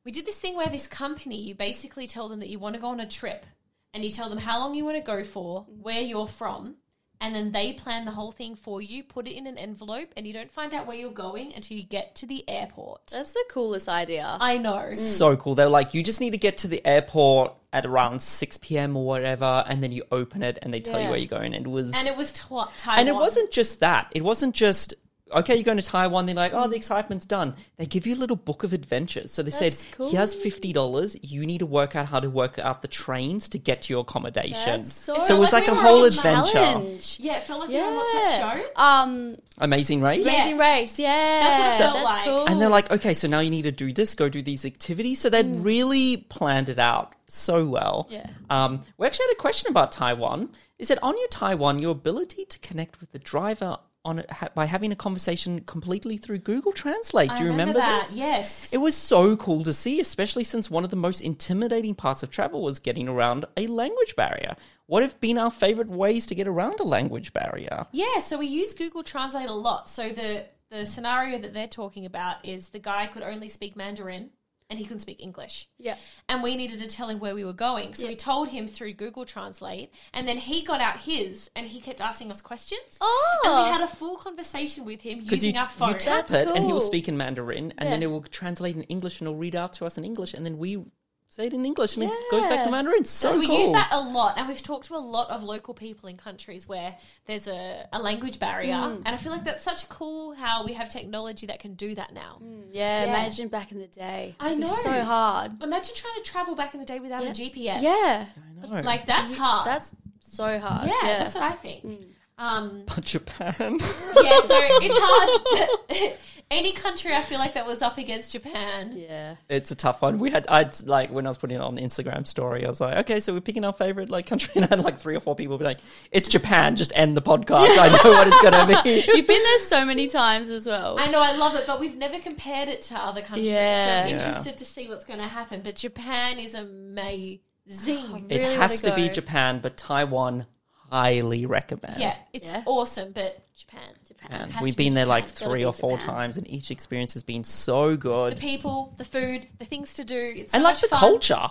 Speaker 2: we did this thing where this company you basically tell them that you want to go on a trip, and you tell them how long you want to go for,
Speaker 1: Mm.
Speaker 2: where you're from, and then they plan the whole thing for you, put it in an envelope, and you don't find out where you're going until you get to the airport.
Speaker 3: That's the coolest idea.
Speaker 2: I know.
Speaker 1: Mm. so cool. They're like, you just need to get to the airport at around 6 p.m. or whatever, and then you open it and they tell you
Speaker 3: Yeah.
Speaker 1: where you're going. And it was.
Speaker 2: And it was Twa Taiwan.
Speaker 1: and it wasn't just that. It wasn't just. Okay, you're going to Taiwan. They're like, oh, the excitement's done. They give you a little book of adventures. So they
Speaker 3: Mm. That's
Speaker 1: said,
Speaker 3: cool.
Speaker 1: here's fifty dollars. You need to work out how to work out the trains to get to your accommodation.
Speaker 3: That's so-
Speaker 1: it was
Speaker 2: Like,
Speaker 1: like
Speaker 2: we
Speaker 1: a
Speaker 2: were
Speaker 1: whole
Speaker 2: on an
Speaker 1: adventure.
Speaker 3: Challenge.
Speaker 2: Yeah, it felt like you
Speaker 3: Yeah.
Speaker 2: know, what's that show?
Speaker 3: Um,
Speaker 1: Amazing race.
Speaker 2: Yeah.
Speaker 3: Amazing Race. Yeah,
Speaker 2: That's what it felt like.
Speaker 1: And
Speaker 3: Oh.
Speaker 1: they're like, okay, so now you need to do this, go do these activities. So they'd really planned it out so well.
Speaker 3: Yeah.
Speaker 1: Um, we actually had a question about Taiwan. Is that on your Taiwan, your ability to connect with the driver on a, ha, by having a conversation completely through Google Translate? Do you remember,
Speaker 2: that?
Speaker 1: this?
Speaker 2: Yes.
Speaker 1: It was so cool to see, especially since one of the most intimidating parts of travel was getting around a language barrier. What have been our favorite ways to get around a language barrier?
Speaker 2: Yeah, so we use Google Translate a lot. So the the scenario that they're talking about is the guy could only speak Mandarin and he couldn't speak English.
Speaker 3: Yeah.
Speaker 2: And we needed to tell him where we were going. So we told him through Google Translate and then he got out his and he kept asking us questions.
Speaker 3: Oh.
Speaker 2: And we had a full conversation with him
Speaker 1: Because you,
Speaker 2: using our phone.
Speaker 1: you tap
Speaker 3: That's
Speaker 1: it and he'll
Speaker 3: cool.
Speaker 1: speak in Mandarin and then
Speaker 3: Yeah.
Speaker 1: it will translate in English and it'll read out to us in English and then we say it in English and it goes back to
Speaker 3: Yeah.
Speaker 1: Mandarin. So,
Speaker 2: So we
Speaker 1: cool.
Speaker 2: use that a lot, and we've talked to a lot of local people in countries where there's a, a language barrier, and I feel like that's such cool how we have technology that can do that now. Yeah.
Speaker 3: Yeah, imagine back in the day.
Speaker 2: I
Speaker 3: It'd be
Speaker 2: know.
Speaker 3: so hard.
Speaker 2: Imagine trying to travel back in the day without a GPS.
Speaker 3: Yeah, Mm-hmm.
Speaker 1: I know.
Speaker 2: Like that's hard.
Speaker 3: that's so hard.
Speaker 2: yeah,
Speaker 3: Yeah, Mm.
Speaker 2: that's what I think. Um,
Speaker 1: But Japan.
Speaker 2: yeah, so it's hard. Any country, I feel like that was up against Japan.
Speaker 3: yeah.
Speaker 1: it's a tough one. We had I'd like when I was putting it on Instagram story, I was like, okay, so we're picking our favorite like country and I had like three or four people be like, It's Japan, just end the podcast. I know what it's gonna be.
Speaker 3: You've been there so many times as well.
Speaker 2: I know, I love it, but we've never compared it to other countries.
Speaker 3: Yeah.
Speaker 2: So I'm
Speaker 1: Yeah.
Speaker 2: interested to see what's going to happen. But Japan is amazing.
Speaker 1: It
Speaker 3: Oh, Really
Speaker 1: has to
Speaker 3: wanna
Speaker 1: be
Speaker 3: go.
Speaker 1: Japan, but Taiwan highly recommend.
Speaker 2: Yeah, it's
Speaker 3: Yeah.
Speaker 2: awesome, but Japan, Japan.
Speaker 1: And
Speaker 2: has
Speaker 1: we've
Speaker 2: to be
Speaker 1: been there
Speaker 2: Japan.
Speaker 1: like
Speaker 3: gotta
Speaker 1: three
Speaker 3: be
Speaker 1: or four
Speaker 3: Japan.
Speaker 1: times and each experience has been so good.
Speaker 2: the people, the food, the things to do. It's so
Speaker 1: and like
Speaker 2: much
Speaker 1: the
Speaker 2: fun.
Speaker 1: culture.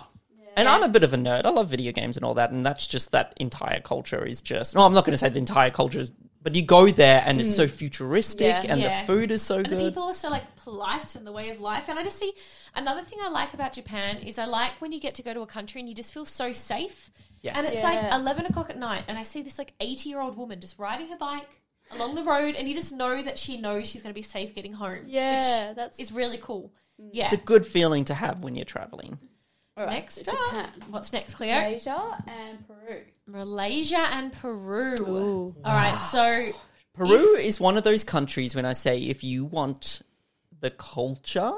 Speaker 1: And I'm a bit of a nerd. I love video games and all that. And that's just that entire culture is just. No, I'm not going to say the entire culture is, but you go there and it's so futuristic
Speaker 3: Yeah.
Speaker 1: and
Speaker 2: Mm. Yeah.
Speaker 1: the food is so
Speaker 2: And the
Speaker 1: good.
Speaker 2: people are so like polite in the way of life. And I just see another thing I like about Japan is I like when you get to go to a country and you just feel so safe.
Speaker 1: Yes.
Speaker 2: And it's like
Speaker 3: Yeah.
Speaker 2: eleven o'clock at night, and I see this like eighty year old woman just riding her bike along the road, and you just know that she knows she's going to be safe getting home.
Speaker 3: Yeah, that's Mm.
Speaker 2: It's really cool. Yeah.
Speaker 1: It's a good feeling to have when you're traveling.
Speaker 3: all right,
Speaker 2: next
Speaker 3: so
Speaker 2: up,
Speaker 3: Japan.
Speaker 2: what's next, Cleo?
Speaker 3: Malaysia and Peru.
Speaker 2: Malaysia and Peru. All right, so
Speaker 1: Peru is one of those countries when I say if you want the culture,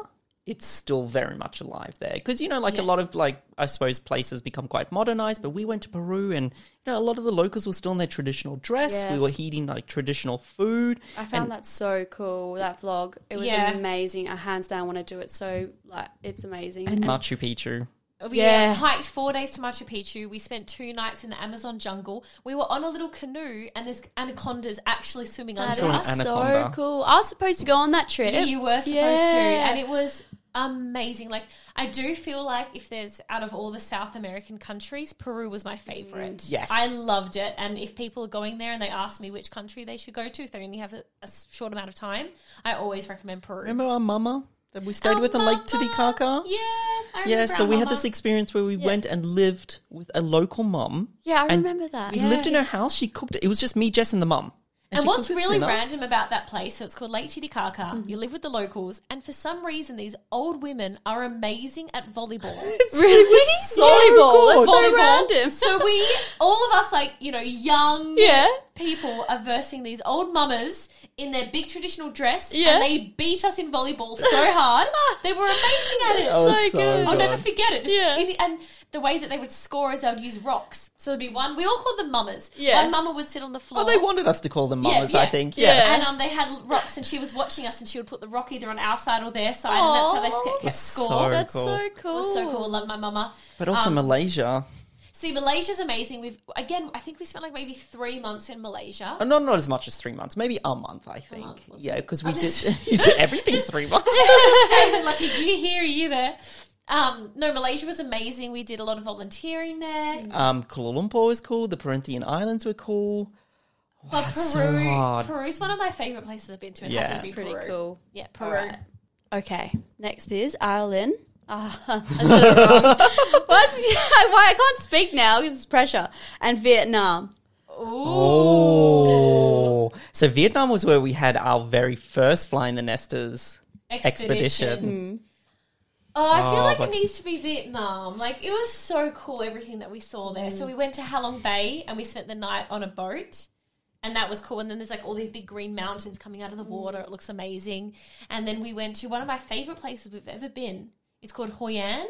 Speaker 1: it's still very much alive there. Because, you know, like a lot of, like, I suppose places become quite modernized, but we went to Peru and, you know, a lot of the locals were still in their traditional dress. We
Speaker 3: Yes.
Speaker 1: were eating, like, traditional food.
Speaker 3: I found
Speaker 1: And-
Speaker 3: that so cool. That vlog, it was
Speaker 2: Yeah.
Speaker 3: amazing. I hands down want to do it. So like, it's amazing.
Speaker 1: Machu Picchu.
Speaker 2: We
Speaker 3: Yeah.
Speaker 2: have hiked four days to Machu Picchu. We spent two nights in the Amazon jungle. We were on a little canoe, and there's anacondas actually swimming
Speaker 3: That
Speaker 2: under
Speaker 1: an
Speaker 2: us.
Speaker 3: is so
Speaker 1: anaconda.
Speaker 3: cool. I was supposed to go on that trip.
Speaker 2: Yeah, you were supposed to,
Speaker 3: Yeah.
Speaker 2: and it was amazing. Like I do feel like if there's out of all the South American countries, Peru was my favorite.
Speaker 1: Mm. Yes.
Speaker 2: I loved it. And if people are going there and they ask me which country they should go to, if they only have a, a short amount of time, I always recommend Peru.
Speaker 1: Remember our mama that we stayed
Speaker 2: Our
Speaker 1: with in Lake
Speaker 2: mama.
Speaker 1: Titicaca?
Speaker 2: Yeah, I
Speaker 1: Yeah,
Speaker 2: remember
Speaker 1: so
Speaker 2: our
Speaker 1: we had
Speaker 2: mama.
Speaker 1: this experience where we went and lived with a local mum.
Speaker 3: Yeah, I
Speaker 1: And
Speaker 3: remember that.
Speaker 1: We lived in her house. She cooked it. It was just me, Jess, and the mum.
Speaker 2: And
Speaker 1: she
Speaker 2: what's
Speaker 1: cooked us
Speaker 2: really
Speaker 1: dinner.
Speaker 2: random about that place, so it's called Lake Titicaca.
Speaker 3: Mm-hmm.
Speaker 2: You live with the locals, and for some reason, these old women are amazing at volleyball.
Speaker 3: Really?
Speaker 1: so
Speaker 3: Volleyball. That's
Speaker 1: good.
Speaker 3: so random.
Speaker 2: So we, all of us, like you know, young
Speaker 3: Yeah.
Speaker 2: people, are versing these old mummers in their big traditional dress,
Speaker 3: Yeah.
Speaker 2: and they beat us in volleyball so hard. they were amazing at it.
Speaker 1: That was
Speaker 3: so
Speaker 1: so
Speaker 3: good.
Speaker 1: good.
Speaker 2: I'll never forget it. Just
Speaker 3: Yeah.
Speaker 2: in the- and the way that they would score is they would use rocks. So there'd be one. We all called them mummers.
Speaker 3: Yeah.
Speaker 2: One mummer would sit on the floor.
Speaker 1: Oh, they wanted us to call them
Speaker 2: Yeah,
Speaker 1: mamas, I
Speaker 2: yeah.
Speaker 1: think. Yeah.
Speaker 2: And um, they had l- rocks, and she was watching us, and she would put the rock either on our side or their side, and that's how they
Speaker 3: Aw.
Speaker 2: sk- kept
Speaker 1: That's
Speaker 2: score.
Speaker 1: so
Speaker 2: that
Speaker 3: That's
Speaker 1: cool.
Speaker 3: so cool.
Speaker 2: was so cool. Love my mama.
Speaker 1: But also
Speaker 2: Um,
Speaker 1: Malaysia.
Speaker 2: See, Malaysia's amazing. We've again, I think we spent like maybe three months in Malaysia.
Speaker 1: Oh, not, not as much as three months. Maybe a month, I think.
Speaker 2: month, wasn't
Speaker 1: yeah, because we
Speaker 2: Oh,
Speaker 1: did, you did everything's three months.
Speaker 2: like a year here, a year there. Um, no, Malaysia was amazing. We did a lot of volunteering there.
Speaker 1: Um, Kuala Lumpur was cool. The Perinthian Islands were cool.
Speaker 2: but Peru,
Speaker 1: that's so hard.
Speaker 2: Peru's one of my favorite places I've been to. And
Speaker 1: Yeah.
Speaker 2: has to
Speaker 1: That's
Speaker 2: be
Speaker 3: pretty
Speaker 2: Peru.
Speaker 3: cool.
Speaker 2: Yeah,
Speaker 3: All
Speaker 2: Peru.
Speaker 3: right. Okay. Next is Ireland. Ah, I said it wrong. What's, why I can't speak now because it's pressure. And Vietnam.
Speaker 1: Oh. So Vietnam was where we had our very first Fly in the Nesters
Speaker 2: Expedition.
Speaker 1: expedition. Mm-hmm.
Speaker 2: Oh, I feel
Speaker 1: Oh,
Speaker 2: like
Speaker 1: but-
Speaker 2: it needs to be Vietnam. Like it was so cool everything that we saw there.
Speaker 1: Mm.
Speaker 2: So we went to Halong Bay and we spent the night on a boat. And that was cool. And then there's like all these big green mountains coming out of the water.
Speaker 1: Mm.
Speaker 2: It looks amazing. And then we went to one of my favorite places we've ever been. It's called Hoi An,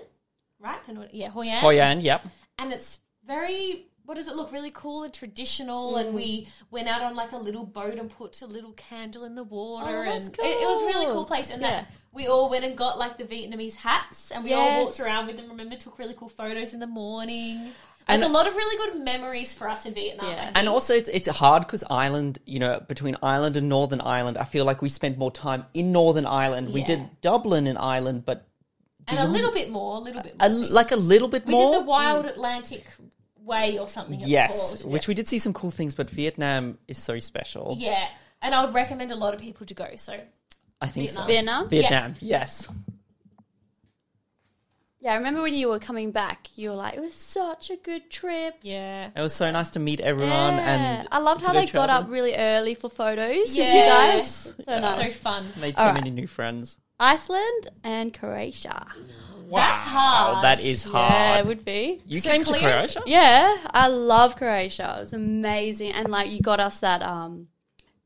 Speaker 2: right? I know what- Yeah, Hoi An.
Speaker 1: Hoi An, Oh, yep.
Speaker 2: And it's very what does it look really cool and traditional and we
Speaker 3: Mm-hmm.
Speaker 2: went out on like a little boat and put a little candle in the water
Speaker 3: Oh, that's
Speaker 2: and it, it was a really
Speaker 3: cool.
Speaker 2: cool place and
Speaker 3: Yeah.
Speaker 2: that we all went and got like the Vietnamese hats and we all walked
Speaker 3: Yes.
Speaker 2: around with them remember took really cool photos in the morning like
Speaker 1: And-
Speaker 2: a lot of really good memories for us in Vietnam
Speaker 3: Yeah.
Speaker 1: And also, it's it's hard because Ireland, you know, between Ireland and Northern Ireland, I feel like we spent more time in Northern Ireland. We
Speaker 2: Yeah.
Speaker 1: did Dublin in Ireland, but
Speaker 2: and a little bit more a little bit more
Speaker 1: a, like a little bit
Speaker 2: we
Speaker 1: more.
Speaker 2: did the Wild Atlantic Way or something it's
Speaker 1: yes,
Speaker 2: called.
Speaker 1: which we did see some cool things, but Vietnam is so special.
Speaker 2: yeah and I would recommend a lot of people to go so
Speaker 1: I think so.
Speaker 2: Vietnam.
Speaker 3: Vietnam.
Speaker 1: Vietnam, yes.
Speaker 3: Yeah, I remember when you were coming back, you were like, it was such a good trip.
Speaker 2: yeah
Speaker 1: It was so nice to meet everyone,
Speaker 3: Yeah.
Speaker 1: and
Speaker 3: I loved
Speaker 1: to
Speaker 3: how
Speaker 1: go
Speaker 3: they got
Speaker 1: traveling.
Speaker 3: up really early for photos. Yeah. You
Speaker 2: Yeah.
Speaker 3: guys. So nice.
Speaker 2: so fun
Speaker 1: made so
Speaker 3: All right.
Speaker 1: many new friends.
Speaker 3: Iceland and Croatia.
Speaker 2: That's
Speaker 1: Wow,
Speaker 2: hard.
Speaker 1: That is hard.
Speaker 3: Yeah, it would be.
Speaker 1: you
Speaker 2: So
Speaker 1: came to
Speaker 2: clear-
Speaker 1: Croatia.
Speaker 3: Yeah, I love Croatia. It was amazing, and like you got us that um,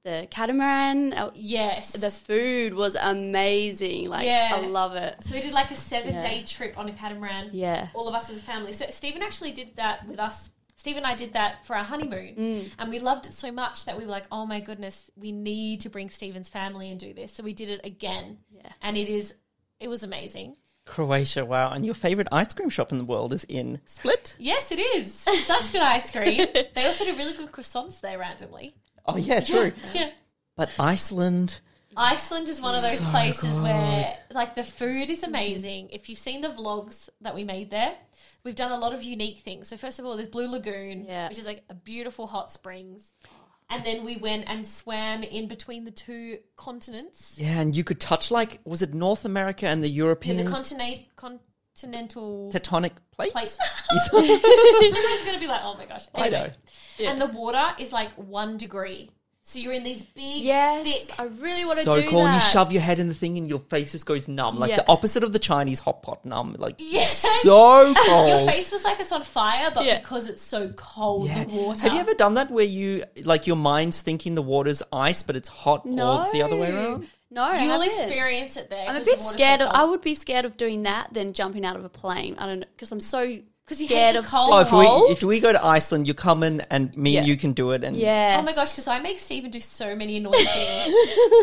Speaker 3: the catamaran. uh,
Speaker 2: Yes.
Speaker 3: The food was amazing. Like
Speaker 2: Yeah.
Speaker 3: I love it.
Speaker 2: so we did like a seven
Speaker 3: Yeah.
Speaker 2: day trip on a catamaran.
Speaker 3: Yeah.
Speaker 2: All of us as a family. So Stephen actually did that with us. Steve and I did that for our honeymoon,
Speaker 3: Mm.
Speaker 2: and we loved it so much that we were like, "Oh my goodness, we need to bring Stephen's family and do this." So we did it again,
Speaker 3: Yeah.
Speaker 2: and it is, it was amazing.
Speaker 1: Croatia, wow! And your favorite ice cream shop in the world is in Split.
Speaker 2: Yes, it is such good ice cream. they also do really good croissants there randomly.
Speaker 1: Oh yeah, true.
Speaker 2: Yeah.
Speaker 1: but Iceland.
Speaker 2: Iceland is one of those
Speaker 1: So
Speaker 2: places
Speaker 1: good.
Speaker 2: where like the food is amazing. If you've seen the vlogs that we made there, we've done a lot of unique things. So first of all, there's Blue Lagoon,
Speaker 3: Yeah.
Speaker 2: which is like a beautiful hot springs. And then we went and swam in between the two continents,
Speaker 1: Yeah, and you could touch like was it North America and the European
Speaker 2: in the continent continental
Speaker 1: tectonic plates?
Speaker 2: Plates.
Speaker 1: Yes.
Speaker 2: Everyone's going to be like, "Oh my gosh."
Speaker 1: I know.
Speaker 2: Anyway. And the water is like 1 degree. So you're in these big
Speaker 3: Yes,
Speaker 2: thick
Speaker 3: I really want to
Speaker 1: so
Speaker 3: do
Speaker 1: cool. And
Speaker 3: that.
Speaker 1: you shove your head in the thing and your face just goes numb, like
Speaker 3: Yeah.
Speaker 1: the opposite of the Chinese hot pot numb. Like
Speaker 2: Yes.
Speaker 1: so
Speaker 2: Your
Speaker 1: cold.
Speaker 2: face was like it's on fire, but
Speaker 3: Yeah.
Speaker 2: because it's so cold,
Speaker 1: Yeah.
Speaker 2: the water.
Speaker 1: Have you ever done that where you like your mind's thinking the water's ice, but it's hot, or it's the other way around?
Speaker 3: No, I
Speaker 2: You'll
Speaker 3: haven't.
Speaker 2: experience it there.
Speaker 3: I'm a
Speaker 2: 'cause
Speaker 3: bit
Speaker 2: the water's
Speaker 3: scared.
Speaker 2: so
Speaker 3: Of,
Speaker 2: cold.
Speaker 3: I would be scared of doing that than jumping out of a plane. I don't know because I'm so
Speaker 2: Because you
Speaker 3: Scared
Speaker 2: hate the
Speaker 3: of
Speaker 2: cold.
Speaker 1: Oh, if we
Speaker 3: Cold?
Speaker 1: if we go to Iceland, you come in and me and
Speaker 3: Yeah.
Speaker 1: you can do it. And
Speaker 3: Yeah.
Speaker 2: Oh my gosh, because I make Stephen do so many annoying things.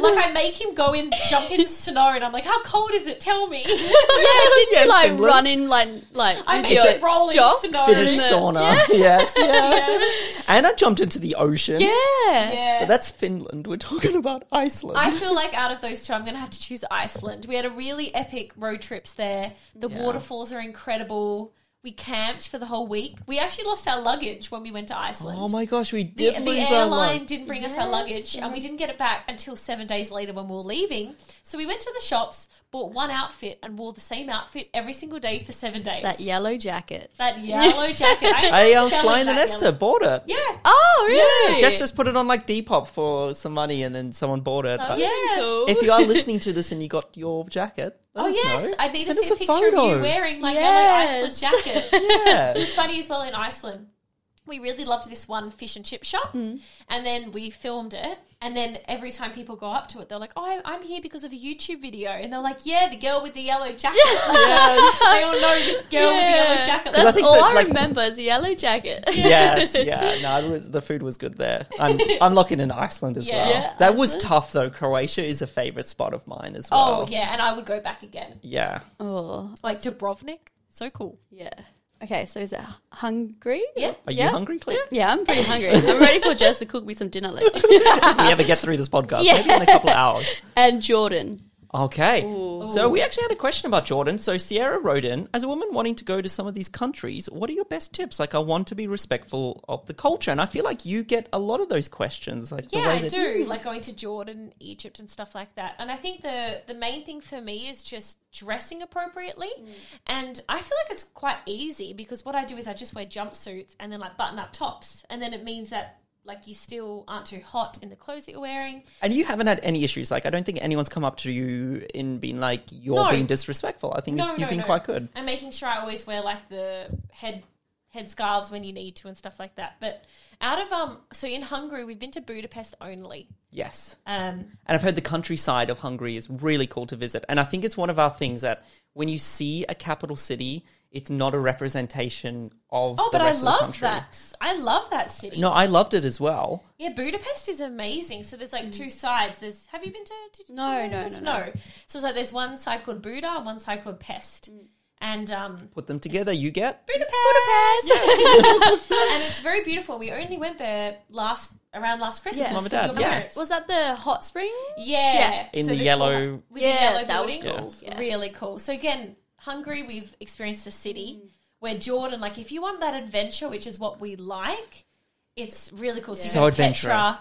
Speaker 2: like I make him go in, jump in snow, and I'm like, "How cold is it? Tell me."
Speaker 3: yeah, didn't
Speaker 1: Yeah,
Speaker 3: you like
Speaker 1: Finland.
Speaker 3: run in like like
Speaker 2: I
Speaker 3: with
Speaker 2: made
Speaker 3: your
Speaker 2: it roll in
Speaker 3: jocks?
Speaker 2: snow.
Speaker 1: Finnish
Speaker 2: Yeah.
Speaker 1: sauna. Yes, yeah. And I jumped into the ocean.
Speaker 3: Yeah.
Speaker 1: But
Speaker 2: Yeah.
Speaker 1: that's Finland. We're talking about Iceland.
Speaker 2: I feel like out of those two, I'm going to have to choose Iceland. We had a really epic road trips there. The waterfalls are incredible. We camped for the whole week. We actually lost our luggage when we went to Iceland.
Speaker 1: oh my gosh, we
Speaker 2: the,
Speaker 1: did
Speaker 2: the
Speaker 1: lose our
Speaker 2: airline
Speaker 1: line.
Speaker 2: didn't bring us our luggage and we didn't get it back until seven days later when we were leaving. So we went to the shops, bought one outfit, and wore the same outfit every single day for seven days.
Speaker 3: That yellow jacket.
Speaker 2: That yellow jacket.
Speaker 1: I
Speaker 2: I
Speaker 1: um,
Speaker 2: um,
Speaker 1: flying the Nesta bought it.
Speaker 2: Yeah.
Speaker 3: Oh
Speaker 1: Yeah,
Speaker 3: really?
Speaker 1: Jess just put it on like Depop for some money, and then someone bought it. But
Speaker 2: Oh, yeah.
Speaker 3: Cool.
Speaker 1: If you are listening to this and you got your jacket, let
Speaker 2: Oh
Speaker 1: us
Speaker 2: yes,
Speaker 1: know.
Speaker 2: I need
Speaker 1: Send
Speaker 2: to
Speaker 1: us
Speaker 2: see a,
Speaker 1: a
Speaker 2: picture
Speaker 1: photo.
Speaker 2: of you wearing my
Speaker 3: Yes.
Speaker 2: yellow Iceland jacket. It
Speaker 1: Yeah.
Speaker 2: was funny as well in Iceland. We really loved this one fish and chip shop, and then we filmed it. And then every time people go up to it, they're like, "Oh, I- I'm here because of a YouTube video," and they're like, "Yeah, the girl with the yellow jacket." they all know this girl with the yellow jacket.
Speaker 1: I
Speaker 3: That's
Speaker 1: think
Speaker 3: all
Speaker 1: that,
Speaker 3: I
Speaker 1: like-
Speaker 3: remember is a yellow jacket.
Speaker 1: yes, yeah. No, it was, the food was good there. I'm I'm locking in Iceland as
Speaker 2: Yeah.
Speaker 1: well.
Speaker 2: Yeah,
Speaker 1: that was tough though. Croatia is a favorite spot of mine as well.
Speaker 2: oh yeah, and I would go back again.
Speaker 1: Yeah.
Speaker 3: Oh
Speaker 2: Like Dubrovnik, so cool.
Speaker 3: yeah. Okay, so is it hungry?
Speaker 2: Yeah.
Speaker 1: Are
Speaker 3: Yeah.
Speaker 1: you hungry, Claire?
Speaker 3: Yeah, I'm pretty hungry. I'm ready for Jess to cook me some dinner later.
Speaker 1: If we ever get through this podcast,
Speaker 3: Yeah.
Speaker 1: maybe in a couple of hours.
Speaker 3: and Jordan.
Speaker 1: Okay.
Speaker 3: Ooh.
Speaker 1: So we actually had a question about Jordan. So Sierra wrote in, as a woman wanting to go to some of these countries, what are your best tips? Like I want to be respectful of the culture. And I feel like you get a lot of those questions. Like the
Speaker 2: Yeah,
Speaker 1: way
Speaker 2: I
Speaker 1: that
Speaker 2: do. Like going to Jordan, Egypt, and stuff like that. And I think the the main thing for me is just dressing appropriately.
Speaker 1: Mm.
Speaker 2: And I feel like it's quite easy because what I do is I just wear jumpsuits and then like button up tops, and then it means that like you still aren't too hot in the clothes that you're wearing.
Speaker 1: And you haven't had any issues. Like I don't think anyone's come up to you and been like, You're
Speaker 2: No.
Speaker 1: being disrespectful. I think
Speaker 2: No,
Speaker 1: you've
Speaker 2: no,
Speaker 1: been
Speaker 2: no.
Speaker 1: quite good.
Speaker 2: And making sure I always wear like the head head scarves when you need to and stuff like that. But out of um, so in Hungary we've been to Budapest only.
Speaker 1: Yes.
Speaker 2: Um,
Speaker 1: And I've heard the countryside of Hungary is really cool to visit. And I think it's one of our things that when you see a capital city, it's not a representation of
Speaker 2: oh,
Speaker 1: the
Speaker 2: but I
Speaker 1: rest of the
Speaker 2: love
Speaker 1: country.
Speaker 2: that. I love that city.
Speaker 1: No, I loved it as well.
Speaker 2: Yeah, Budapest is amazing. So there's like two sides. There's have you been to? Did you
Speaker 3: Mm. No,
Speaker 2: go to
Speaker 3: no,
Speaker 2: Budapest?
Speaker 3: no,
Speaker 2: So it's like there's one side called Buda and one side called Pest,
Speaker 3: Mm.
Speaker 2: and um,
Speaker 1: Put them together, you get
Speaker 2: Budapest. and it's very beautiful. We only went there last around last Christmas.
Speaker 3: Yes. Mum
Speaker 1: and
Speaker 2: with
Speaker 1: Dad,
Speaker 2: your
Speaker 1: yeah.
Speaker 2: parents.
Speaker 3: Was that the hot spring?
Speaker 2: Yeah.
Speaker 3: Yeah.
Speaker 1: In
Speaker 2: So
Speaker 1: the
Speaker 2: they-
Speaker 1: yellow-
Speaker 2: with the
Speaker 3: Yeah,
Speaker 2: yellow
Speaker 3: that was
Speaker 2: building.
Speaker 3: cool. Yeah.
Speaker 2: Really cool. So again, Hungary, we've experienced the city
Speaker 3: Mm.
Speaker 2: where Jordan, like if you want that adventure, which is what we like, it's really cool.
Speaker 1: So
Speaker 2: you go to
Speaker 1: adventurous.
Speaker 2: Petra.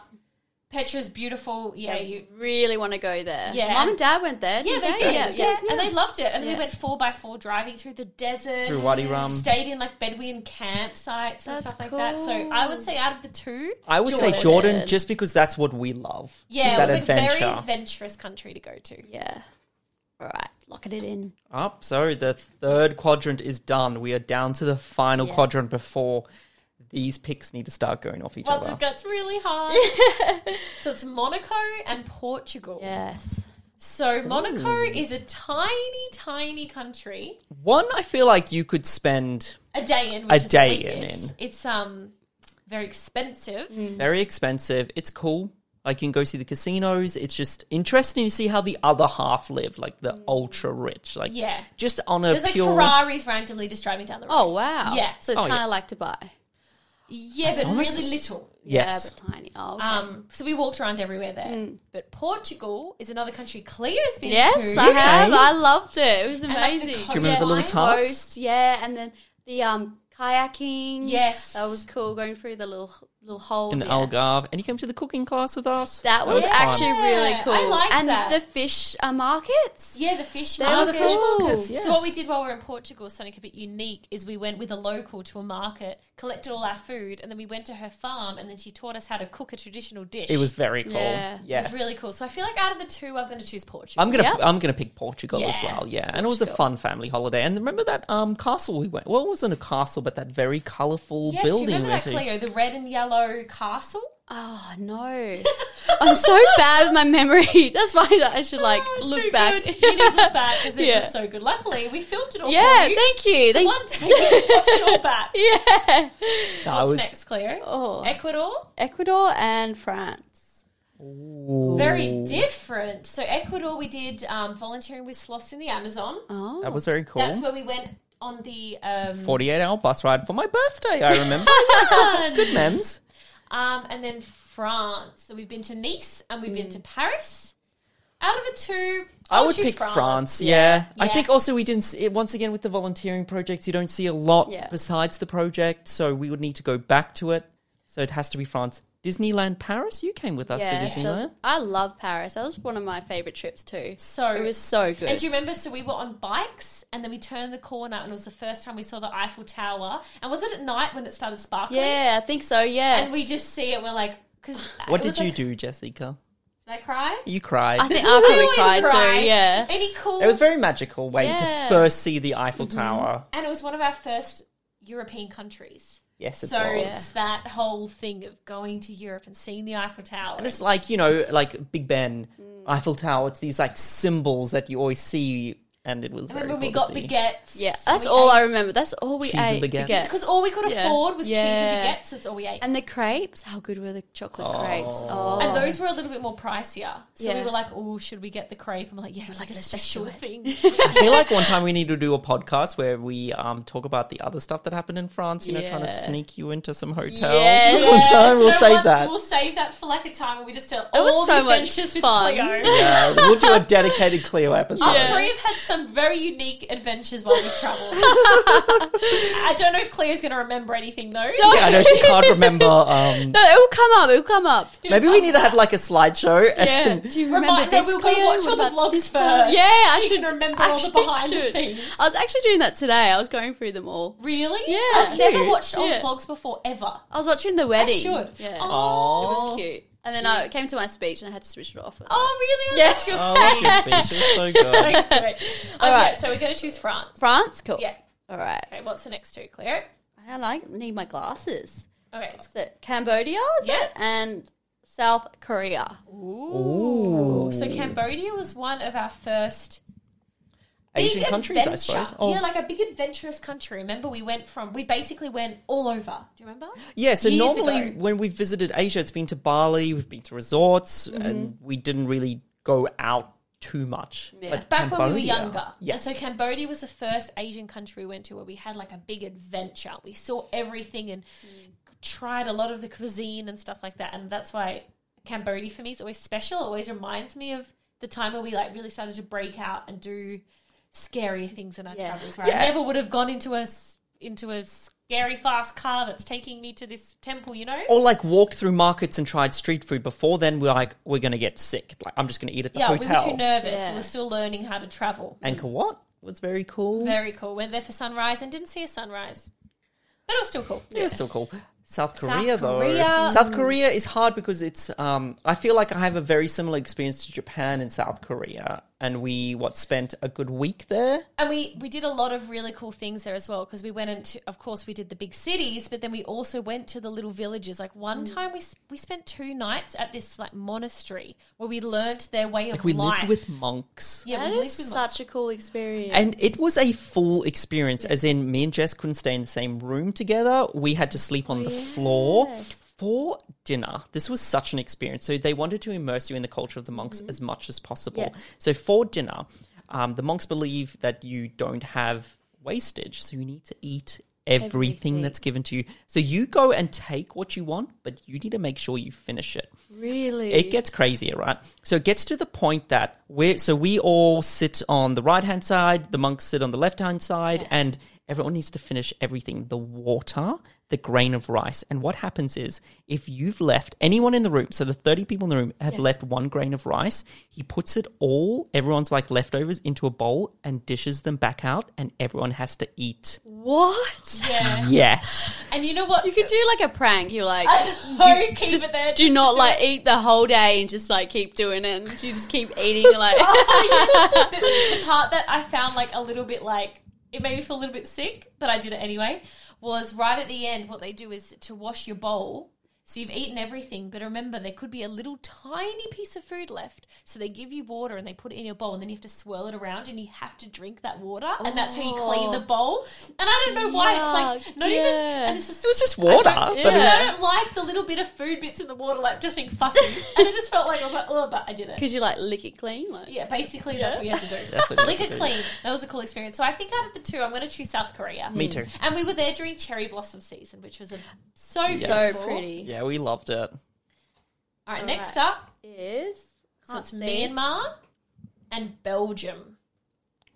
Speaker 2: Petra's beautiful. Yeah, you
Speaker 3: really want to go there.
Speaker 2: Yeah.
Speaker 3: Mom and dad went there.
Speaker 2: Yeah,
Speaker 3: Didn't
Speaker 2: they
Speaker 3: they?
Speaker 2: did. Yeah, and they loved it. And we
Speaker 3: Yeah.
Speaker 2: went four by four driving through the desert,
Speaker 1: through Wadi Rum.
Speaker 2: stayed in like Bedouin campsites and
Speaker 3: That's
Speaker 2: stuff like that. So
Speaker 3: cool.
Speaker 2: I would say out of the two,
Speaker 1: I would say Jordan, just because that's what we love.
Speaker 2: yeah,
Speaker 1: is
Speaker 2: it
Speaker 1: that
Speaker 2: was
Speaker 1: adventure.
Speaker 2: a very adventurous country to go to.
Speaker 3: Yeah. All right, locking it in.
Speaker 1: Up, so Oh, the third quadrant is done. We are down to the final
Speaker 3: Yeah.
Speaker 1: quadrant before these picks need to start going off each
Speaker 2: Once
Speaker 1: other.
Speaker 2: it gets really hard, so it's Monaco and Portugal.
Speaker 3: Yes.
Speaker 2: So Monaco is a tiny, tiny country.
Speaker 1: One, I feel like you could spend
Speaker 2: A day in, which
Speaker 1: A
Speaker 2: is what
Speaker 1: day
Speaker 2: we
Speaker 1: in,
Speaker 2: did.
Speaker 1: in.
Speaker 2: It's um very expensive.
Speaker 3: Mm.
Speaker 1: very expensive. It's cool. Like you can go see the casinos. It's just interesting to see how the other half live, like the ultra rich. Like
Speaker 2: Mm. Yeah.
Speaker 1: just on a
Speaker 2: There's like
Speaker 1: pure
Speaker 2: Ferraris randomly just driving down the road.
Speaker 3: Oh wow.
Speaker 2: Yeah.
Speaker 3: So it's
Speaker 1: Oh,
Speaker 3: kind of
Speaker 1: yeah.
Speaker 3: like Dubai.
Speaker 2: Yeah, but
Speaker 1: almost-
Speaker 2: really little.
Speaker 1: yes.
Speaker 3: Yeah, but tiny. Oh. okay.
Speaker 2: Um, so we walked around everywhere there. But Portugal is another country Cleo's been to.
Speaker 3: Mm. yes, I
Speaker 1: Okay.
Speaker 3: have. I loved it. It was
Speaker 2: And, like,
Speaker 3: amazing.
Speaker 2: the
Speaker 1: Do you remember the little
Speaker 2: coastline.
Speaker 1: tunnel? Tarts?
Speaker 3: Coast, yeah, and then the um kayaking.
Speaker 2: Yes.
Speaker 3: That was cool. Going through the little little holes.
Speaker 1: in the
Speaker 3: yeah.
Speaker 1: Algarve, and he came to the cooking class with us.
Speaker 3: That was
Speaker 1: fun.
Speaker 3: actually really
Speaker 2: Yeah,
Speaker 3: cool.
Speaker 2: I liked
Speaker 3: and
Speaker 2: that.
Speaker 3: the fish uh, markets.
Speaker 2: Yeah, the fish
Speaker 3: They
Speaker 1: Oh,
Speaker 2: market.
Speaker 3: were cool.
Speaker 2: So what we did while we were in Portugal, something a bit unique, is we went with a local to a market, collected all our food, and then we went to her farm, and then she taught us how to cook a traditional dish.
Speaker 1: It was very cool.
Speaker 3: Yeah.
Speaker 2: It
Speaker 1: Yes.
Speaker 2: was really cool. So I feel like out of the two, I'm going to choose Portugal.
Speaker 1: I'm gonna
Speaker 3: Yep.
Speaker 1: I'm gonna pick Portugal as
Speaker 2: Yeah.
Speaker 1: well, yeah. And it was a fun family holiday. And remember that um castle we went. Well, it wasn't a castle, but that very colourful
Speaker 2: yes, do you
Speaker 1: building we
Speaker 2: remember that
Speaker 1: went to.
Speaker 2: Cleo, the red and yellow castle?
Speaker 3: Oh no. I'm so bad with my memory. That's why I should like
Speaker 2: Oh,
Speaker 3: look
Speaker 2: too
Speaker 3: back.
Speaker 2: Good. You did look back because it
Speaker 3: Yeah.
Speaker 2: was so good. Luckily, we filmed it all.
Speaker 3: Yeah,
Speaker 2: for you.
Speaker 3: thank you.
Speaker 2: So
Speaker 3: Thank-
Speaker 2: one day we can watch it all back.
Speaker 3: yeah.
Speaker 1: No, I
Speaker 2: What's
Speaker 1: was
Speaker 2: next, Cleo?
Speaker 3: Oh.
Speaker 2: Ecuador.
Speaker 3: Ecuador and France.
Speaker 2: Very different. So Ecuador, we did um, volunteering with sloths in the Amazon.
Speaker 3: Oh.
Speaker 1: that was very
Speaker 2: That's
Speaker 1: cool.
Speaker 2: where we went on the um,
Speaker 1: Forty-eight hour bus ride for my birthday. I remember. Good mems.
Speaker 2: Um, and then France. So we've been to Nice and we've been to Paris. Out of the two,
Speaker 1: Mm. I
Speaker 2: I'll
Speaker 1: would pick
Speaker 2: choose
Speaker 1: France. Yeah. I
Speaker 2: Oh, Yeah.
Speaker 1: think also we didn't see, once again with the volunteering projects you don't see a lot
Speaker 3: Yeah.
Speaker 1: besides the project, so we would need to go back to it. So it has to be France. Disneyland Paris, you came with us
Speaker 3: Yeah,
Speaker 1: to
Speaker 3: so that
Speaker 1: Disneyland.
Speaker 3: was- I love Paris. That was one of my favorite trips too.
Speaker 2: So
Speaker 3: It was so good.
Speaker 2: And do you remember? So we were on bikes, and then we turned the corner, and it was the first time we saw the Eiffel Tower. And was it at night when it started sparkling?
Speaker 3: yeah, I think so. Yeah.
Speaker 2: And we just see it. We're like, because
Speaker 1: What did you do, Jessica?
Speaker 2: Did I cry?
Speaker 1: You cried.
Speaker 3: I think I probably
Speaker 2: always
Speaker 3: cried
Speaker 2: cry.
Speaker 3: too. Yeah.
Speaker 2: Any cool?
Speaker 1: it was very magical way
Speaker 3: Yeah.
Speaker 1: to first see the Eiffel Tower.
Speaker 2: and it was one of our first European countries.
Speaker 1: Yes, it
Speaker 2: So
Speaker 1: was.
Speaker 2: it's that whole thing of going to Europe and seeing the Eiffel Tower.
Speaker 1: It's like, you know, like Big Ben, Eiffel Tower, it's these like symbols that you always see and it was
Speaker 2: I
Speaker 1: very
Speaker 2: remember we
Speaker 1: cool
Speaker 2: got
Speaker 1: to see.
Speaker 2: baguettes.
Speaker 3: Yeah. That's all I remember. That's all we
Speaker 1: Cheese and
Speaker 3: ate.
Speaker 1: baguettes.
Speaker 2: Because all we could
Speaker 3: Yeah.
Speaker 2: afford was
Speaker 3: Yeah.
Speaker 2: cheese and baguettes. That's all we ate.
Speaker 3: And the crepes, how good were the chocolate crepes? Oh.
Speaker 2: And those were a little bit more pricier. So
Speaker 3: Yeah.
Speaker 2: we were like, oh, should we get the crepe? I'm like, yeah, it's like a
Speaker 3: let's just
Speaker 2: special
Speaker 3: do it.
Speaker 2: thing.
Speaker 1: I feel like one time we need to do a podcast where we um, talk about the other stuff that happened in France. You know, trying to
Speaker 3: Yeah.
Speaker 1: sneak you into some hotels.
Speaker 3: Yes.
Speaker 1: One time
Speaker 2: So
Speaker 1: we'll
Speaker 2: no
Speaker 1: save
Speaker 2: one-
Speaker 1: that.
Speaker 2: We'll save that for like a time when we just tell
Speaker 3: It was
Speaker 2: all
Speaker 3: so
Speaker 2: the
Speaker 3: much
Speaker 2: adventures with
Speaker 3: fun.
Speaker 2: Cleo.
Speaker 1: Yeah, we'll do a dedicated Cleo episode.
Speaker 2: Us three have had some very unique adventures while we've travelled. I don't know if Cleo's going to remember anything though.
Speaker 1: Yeah, I know she can't remember. Um,
Speaker 3: No, it will come up. It will come up.
Speaker 1: maybe we need to have like a slideshow.
Speaker 3: Yeah.
Speaker 1: And
Speaker 3: Do you remember
Speaker 2: Remind, no,
Speaker 3: this?
Speaker 2: we'll go
Speaker 3: Cleo?
Speaker 2: watch
Speaker 3: What
Speaker 2: all the
Speaker 3: about
Speaker 2: vlogs
Speaker 3: this
Speaker 2: first.
Speaker 3: time? Yeah,
Speaker 2: so
Speaker 3: I
Speaker 2: you
Speaker 3: should
Speaker 2: can remember all the
Speaker 3: actually
Speaker 2: behind
Speaker 3: should.
Speaker 2: the scenes.
Speaker 3: I was actually doing that today. I was going through them all.
Speaker 2: Really?
Speaker 3: Yeah.
Speaker 2: I've never
Speaker 1: Cute.
Speaker 2: watched old
Speaker 3: Yeah.
Speaker 2: vlogs before ever.
Speaker 3: I was watching the wedding.
Speaker 2: I should.
Speaker 3: Yeah.
Speaker 2: Oh,
Speaker 3: It
Speaker 1: Aw.
Speaker 3: was cute. And then I came to my speech and I had to switch it off.
Speaker 2: oh, really?
Speaker 3: Yeah.
Speaker 2: That's your
Speaker 1: Oh,
Speaker 2: sad.
Speaker 1: look at your speech, it's so good.
Speaker 2: Okay, great. Um, yeah,
Speaker 3: right.
Speaker 2: so we're going to choose France.
Speaker 3: France? Cool.
Speaker 2: Yeah.
Speaker 3: All right.
Speaker 2: Okay, what's the next two, Cleo?
Speaker 3: I like need my glasses.
Speaker 2: Okay. It's,
Speaker 3: Is it Cambodia? Is
Speaker 2: Yeah.
Speaker 3: it? And South Korea.
Speaker 2: ooh. So Cambodia was one of our first big
Speaker 1: Asian countries, I
Speaker 2: adventure.
Speaker 1: suppose. Oh,
Speaker 2: Yeah, like a big adventurous country. Remember, we went from we basically went all over. Do you remember?
Speaker 1: Yeah, so
Speaker 2: years
Speaker 1: normally
Speaker 2: ago.
Speaker 1: when we've visited Asia, it's been to Bali, we've been to resorts, and
Speaker 2: Mm-hmm.
Speaker 1: we didn't really go out too much.
Speaker 3: Yeah.
Speaker 1: But
Speaker 2: Back when we were
Speaker 1: Cambodia,
Speaker 2: younger.
Speaker 1: Yes.
Speaker 2: And so Cambodia was the first Asian country we went to where we had like a big adventure. We saw everything and tried a lot of the cuisine and stuff like that. And that's why Cambodia for me is always special. It always reminds me of the time where we like really started to break out and do scary things in our
Speaker 3: Yeah.
Speaker 2: travels. Where I never would have gone into a s- into a scary fast car that's taking me to this temple. You know.
Speaker 1: or like walked through markets and tried street food. Before then, we're like, we're gonna get sick. Like, I'm just gonna eat at the
Speaker 2: yeah,
Speaker 1: hotel.
Speaker 2: we were too nervous.
Speaker 3: Yeah.
Speaker 2: We were still learning how to travel.
Speaker 1: Angkor Wat was very cool.
Speaker 2: Very cool. Went there for sunrise and didn't see a sunrise. But it was still cool.
Speaker 1: It was still cool. South Korea, though.
Speaker 2: Korea.
Speaker 1: South Korea is hard because it's. Um, I feel like I have a very similar experience to Japan and South Korea, and we what spent a good week there.
Speaker 2: And we, we did a lot of really cool things there as well because we went into, of course, we did the big cities, but then we also went to the little villages. Like one time we s- we spent two nights at this like monastery where we learnt their way of
Speaker 1: Like we lived
Speaker 2: life.
Speaker 1: with monks.
Speaker 2: yeah,
Speaker 3: That
Speaker 2: we lived
Speaker 3: is
Speaker 2: with
Speaker 3: such a cool experience.
Speaker 1: And it was a full experience, as in, me and Jess couldn't stay in the same room together. We had to sleep on the
Speaker 3: Oh,
Speaker 1: floor for dinner. This was such an experience. So, they wanted to immerse you in the culture of the monks as much as possible.
Speaker 3: Mm-hmm. Yeah.
Speaker 1: So, for dinner, um, the monks believe that you don't have wastage. So, you need to eat everything,
Speaker 3: Everything.
Speaker 1: that's given to you. So, you go and take what you want, but you need to make sure you finish it.
Speaker 3: really?
Speaker 1: It gets crazier, right? So it gets to the point that we're so we all sit on the right hand side, the monks sit on the left hand side, and everyone needs to finish everything the water, the grain of rice. And what happens is if you've left anyone in the room, so the 30 people in the room have left one grain of rice, he puts it all, everyone's like leftovers, into a bowl and dishes them back out, and everyone has to eat.
Speaker 3: what?
Speaker 2: Yeah.
Speaker 1: Yes.
Speaker 2: and you know what?
Speaker 3: You could do like a prank. You're like,
Speaker 2: you keep
Speaker 3: just
Speaker 2: it there.
Speaker 3: do
Speaker 2: just
Speaker 3: not
Speaker 2: to
Speaker 3: like
Speaker 2: it.
Speaker 3: eat the whole day and just like keep doing it. And you just keep eating like
Speaker 1: Oh,
Speaker 2: the part that I found like a little bit like it made me feel a little bit sick, but I did it anyway. Was right at the end. What they do is to wash your bowl. So you've eaten everything, but remember there could be a little tiny piece of food left. So they give you water and they put it in your bowl, and then you have to swirl it around, and you have to drink that water, and that's how you clean the bowl. And I don't know why it's like
Speaker 3: Oh. Yuck,
Speaker 2: not even.
Speaker 3: yeah.
Speaker 2: And this is
Speaker 1: It was just water, but
Speaker 2: but
Speaker 1: it was
Speaker 2: I don't like the little bit of food bits in the water, like just being fussy. and it just felt like I was like, oh, but I did it.
Speaker 3: Because you like lick it clean. Like,
Speaker 2: Yeah, basically that's what you had to do.
Speaker 1: That's what you
Speaker 2: Lick
Speaker 1: had
Speaker 2: it
Speaker 1: to do.
Speaker 2: clean. That was a cool experience. So I think out of the two, I'm going to choose South Korea.
Speaker 1: me too.
Speaker 2: And we were there during cherry blossom season, which was a, so
Speaker 1: Yes.
Speaker 3: So
Speaker 2: beautiful.
Speaker 3: pretty.
Speaker 1: Yeah, we loved it.
Speaker 2: All right,
Speaker 3: All
Speaker 2: next
Speaker 3: right.
Speaker 2: up,
Speaker 3: Is
Speaker 2: so it's Myanmar and Belgium.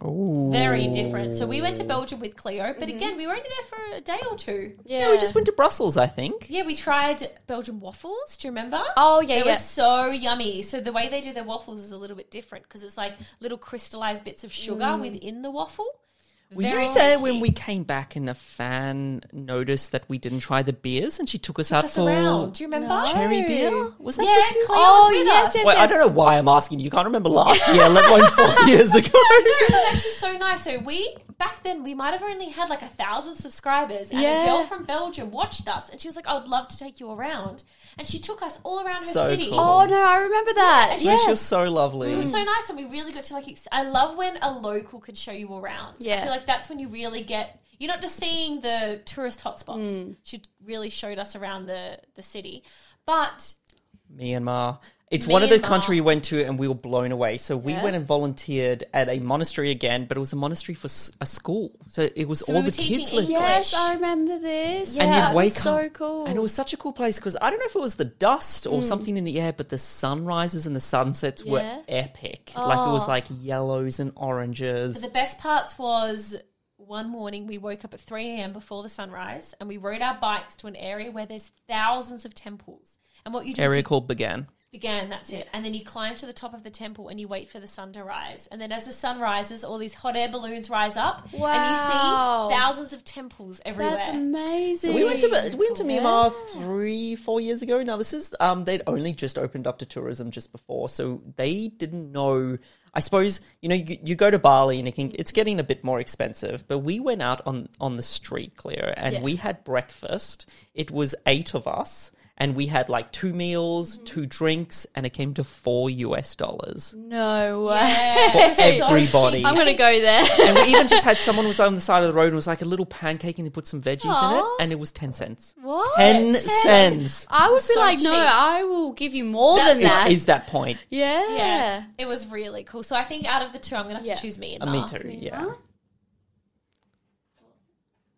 Speaker 1: Ooh.
Speaker 2: Very different. So we went to Belgium with Cleo,
Speaker 3: Mm-hmm.
Speaker 2: but again, we were only there for a day or two.
Speaker 3: Yeah.
Speaker 1: Yeah, we just went to Brussels, I think.
Speaker 2: Yeah, we tried Belgian waffles. Do you remember?
Speaker 3: Oh yeah,
Speaker 2: They
Speaker 3: yeah.
Speaker 2: were so yummy. So the way they do their waffles is a little bit different because it's like little crystallized bits of sugar
Speaker 3: Mm.
Speaker 2: within the waffle.
Speaker 1: Were
Speaker 2: Very
Speaker 1: you there
Speaker 2: tasty.
Speaker 1: when we came back and a fan noticed that we didn't try the beers and she took us out
Speaker 2: us
Speaker 1: for
Speaker 2: around? Do you remember?
Speaker 1: cherry beer? Was that
Speaker 2: Yeah,
Speaker 1: with you?
Speaker 2: Cleo
Speaker 3: Oh,
Speaker 2: was with
Speaker 3: yes,
Speaker 2: us.
Speaker 3: yes.
Speaker 1: Wait, I don't know why I'm asking. You can't remember last year, let alone four years ago.
Speaker 2: It was actually so nice. So we back then we might have only had like a thousand subscribers, and
Speaker 3: Yeah.
Speaker 2: a girl from Belgium watched us, and she was like, "I would love to take you around," and she took us all around her
Speaker 1: So
Speaker 2: city.
Speaker 1: cool.
Speaker 3: Oh no, I remember that.
Speaker 2: Yeah,
Speaker 3: Yeah,
Speaker 1: Which was so lovely.
Speaker 2: It was
Speaker 3: Oh.
Speaker 2: so nice, and we really got to like. Ex- I love when a local can show you around. I
Speaker 3: Yeah.
Speaker 2: feel like that's when you really get. You're not just seeing the tourist hotspots.
Speaker 3: Hmm.
Speaker 2: She really showed us around the the city, but Mm.
Speaker 1: Myanmar. It's one of the
Speaker 2: Myanmar.
Speaker 1: country we went to and we were blown away. So we
Speaker 3: Yeah.
Speaker 1: went and volunteered at a monastery again, but it was a monastery for s- a school. So it was all
Speaker 2: we were
Speaker 1: the kids
Speaker 2: teaching
Speaker 1: lived
Speaker 2: English.
Speaker 1: there.
Speaker 3: yes, I remember this.
Speaker 1: And
Speaker 3: Yeah,
Speaker 1: you'd
Speaker 3: it
Speaker 1: wake
Speaker 3: was so
Speaker 1: up,
Speaker 3: cool. Mm.
Speaker 1: and it was such a cool place because I don't know if it was the dust or something in the air, but the sunrises and the sunsets
Speaker 3: Yeah. Oh.
Speaker 1: were epic. Like it was like yellows and oranges.
Speaker 2: But the best parts was one morning we woke up at 3 a.m. before the sunrise and we rode our bikes to an area where there's thousands of temples. And what you do
Speaker 1: Area
Speaker 2: is you
Speaker 1: called Began.
Speaker 2: began, that's it. And then you climb to the top of the temple and you wait for the sun to rise. And then as the sun rises, all these hot air balloons rise up.
Speaker 3: Wow.
Speaker 2: And you see thousands of temples everywhere.
Speaker 3: That's amazing.
Speaker 1: So we went to we went to Myanmar three four years ago. Now this is um they'd only just opened up to tourism just before, so they didn't know. I suppose you know you, you go to Bali and it can, it's getting a bit more expensive, but we went out on on the street, Cleo, and
Speaker 3: Yeah.
Speaker 1: we had breakfast. It was eight of us, and we had like two meals,
Speaker 3: Mm-hmm.
Speaker 1: two drinks, and it came to four US dollars.
Speaker 3: No way.
Speaker 2: Yeah.
Speaker 1: For
Speaker 2: It was so
Speaker 1: everybody.
Speaker 2: cheap.
Speaker 3: I'm gonna go there.
Speaker 1: And we even just had someone was on the side of the road and was like a little pancake and they put some veggies in it,
Speaker 3: Aw.
Speaker 1: and it was ten cents.
Speaker 3: what?
Speaker 1: Ten cents.
Speaker 3: I would be
Speaker 2: So
Speaker 3: like,
Speaker 2: cheap.
Speaker 3: no, I will give you more
Speaker 2: That's
Speaker 3: than that.
Speaker 1: It is that point.
Speaker 3: yeah.
Speaker 2: Yeah. It was really cool. So I think out of the two, I'm going to have
Speaker 3: Yeah.
Speaker 2: to choose Myanmar.
Speaker 1: Uh, me too. Yeah.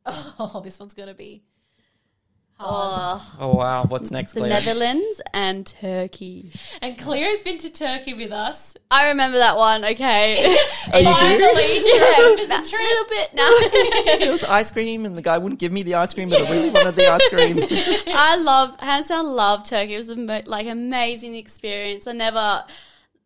Speaker 2: Oh, this one's going to be hard.
Speaker 3: Oh,
Speaker 1: Oh wow. What's next,
Speaker 3: the
Speaker 1: Claire?
Speaker 3: Netherlands and Turkey.
Speaker 2: And Claire's been to Turkey with us.
Speaker 3: I remember that one. Okay,
Speaker 1: oh, you do.
Speaker 2: Finally, she remembers the
Speaker 3: a
Speaker 2: trip.
Speaker 3: little bit now.
Speaker 1: It was ice cream, and the guy wouldn't give me the ice cream, but I really wanted the ice cream.
Speaker 3: I love hands down love Turkey. It was a, mo- like amazing experience. I never,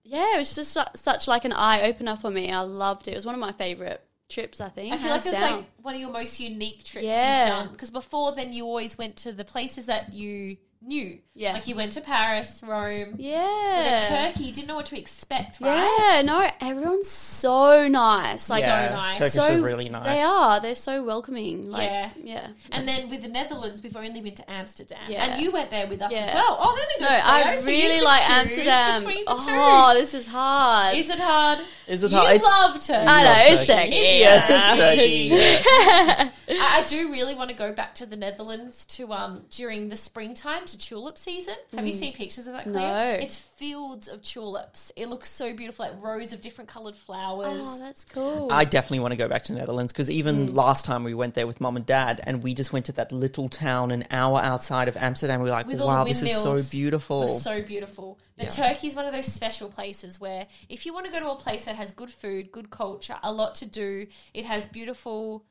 Speaker 3: yeah, it was just su- such like an eye opener for me. I loved it. It was one of my favorite trips. I think.
Speaker 2: I feel like
Speaker 3: hands
Speaker 2: it's
Speaker 3: Uh-huh, down.
Speaker 2: like one of your most unique trips
Speaker 3: Yeah.
Speaker 2: you've done because before then you always went to the places that you knew.
Speaker 3: Yeah.
Speaker 2: like you went to Paris, Rome,
Speaker 3: yeah,
Speaker 2: but Turkey. You didn't know what to expect, right?
Speaker 3: yeah. No, everyone's so nice. Like
Speaker 2: Yeah. nice.
Speaker 1: Turkish
Speaker 3: so
Speaker 1: is really nice.
Speaker 3: They are. They're so welcoming. Like,
Speaker 2: Yeah.
Speaker 3: yeah,
Speaker 2: And then with the Netherlands, we've only been to Amsterdam,
Speaker 3: Yeah.
Speaker 2: and you went there with us as
Speaker 3: Yeah.
Speaker 2: well. Oh, there we
Speaker 3: No,
Speaker 2: go. Cleo.
Speaker 3: I
Speaker 2: So you
Speaker 3: really
Speaker 2: can
Speaker 3: like
Speaker 2: choose
Speaker 3: Amsterdam.
Speaker 2: Between the
Speaker 3: Oh, this is hard.
Speaker 2: two, is it hard?
Speaker 1: Is it
Speaker 2: you
Speaker 1: hard? It's-
Speaker 2: love Turkey.
Speaker 3: I know it's
Speaker 1: Turkey.
Speaker 3: Turkey.
Speaker 1: Yeah, it's turkey. Yeah.
Speaker 2: I, I do really want to go back to the Netherlands to um during the springtime to tulip season. Have you seen pictures of that? Claire?
Speaker 3: Mm. No.
Speaker 2: it's fields of tulips. It looks so beautiful, like rows of different coloured flowers.
Speaker 3: Oh, that's cool.
Speaker 1: I definitely want to go back to Netherlands because even last time we went there with mum and dad, and we just went to that little town an hour outside of Amsterdam. We were like,
Speaker 2: With all the
Speaker 1: wow, this is so
Speaker 2: windmills.
Speaker 1: beautiful.
Speaker 2: was so beautiful. But Turkey's one of those special places where if you want to go to a place that has good food, good culture, a lot to do, it has beautiful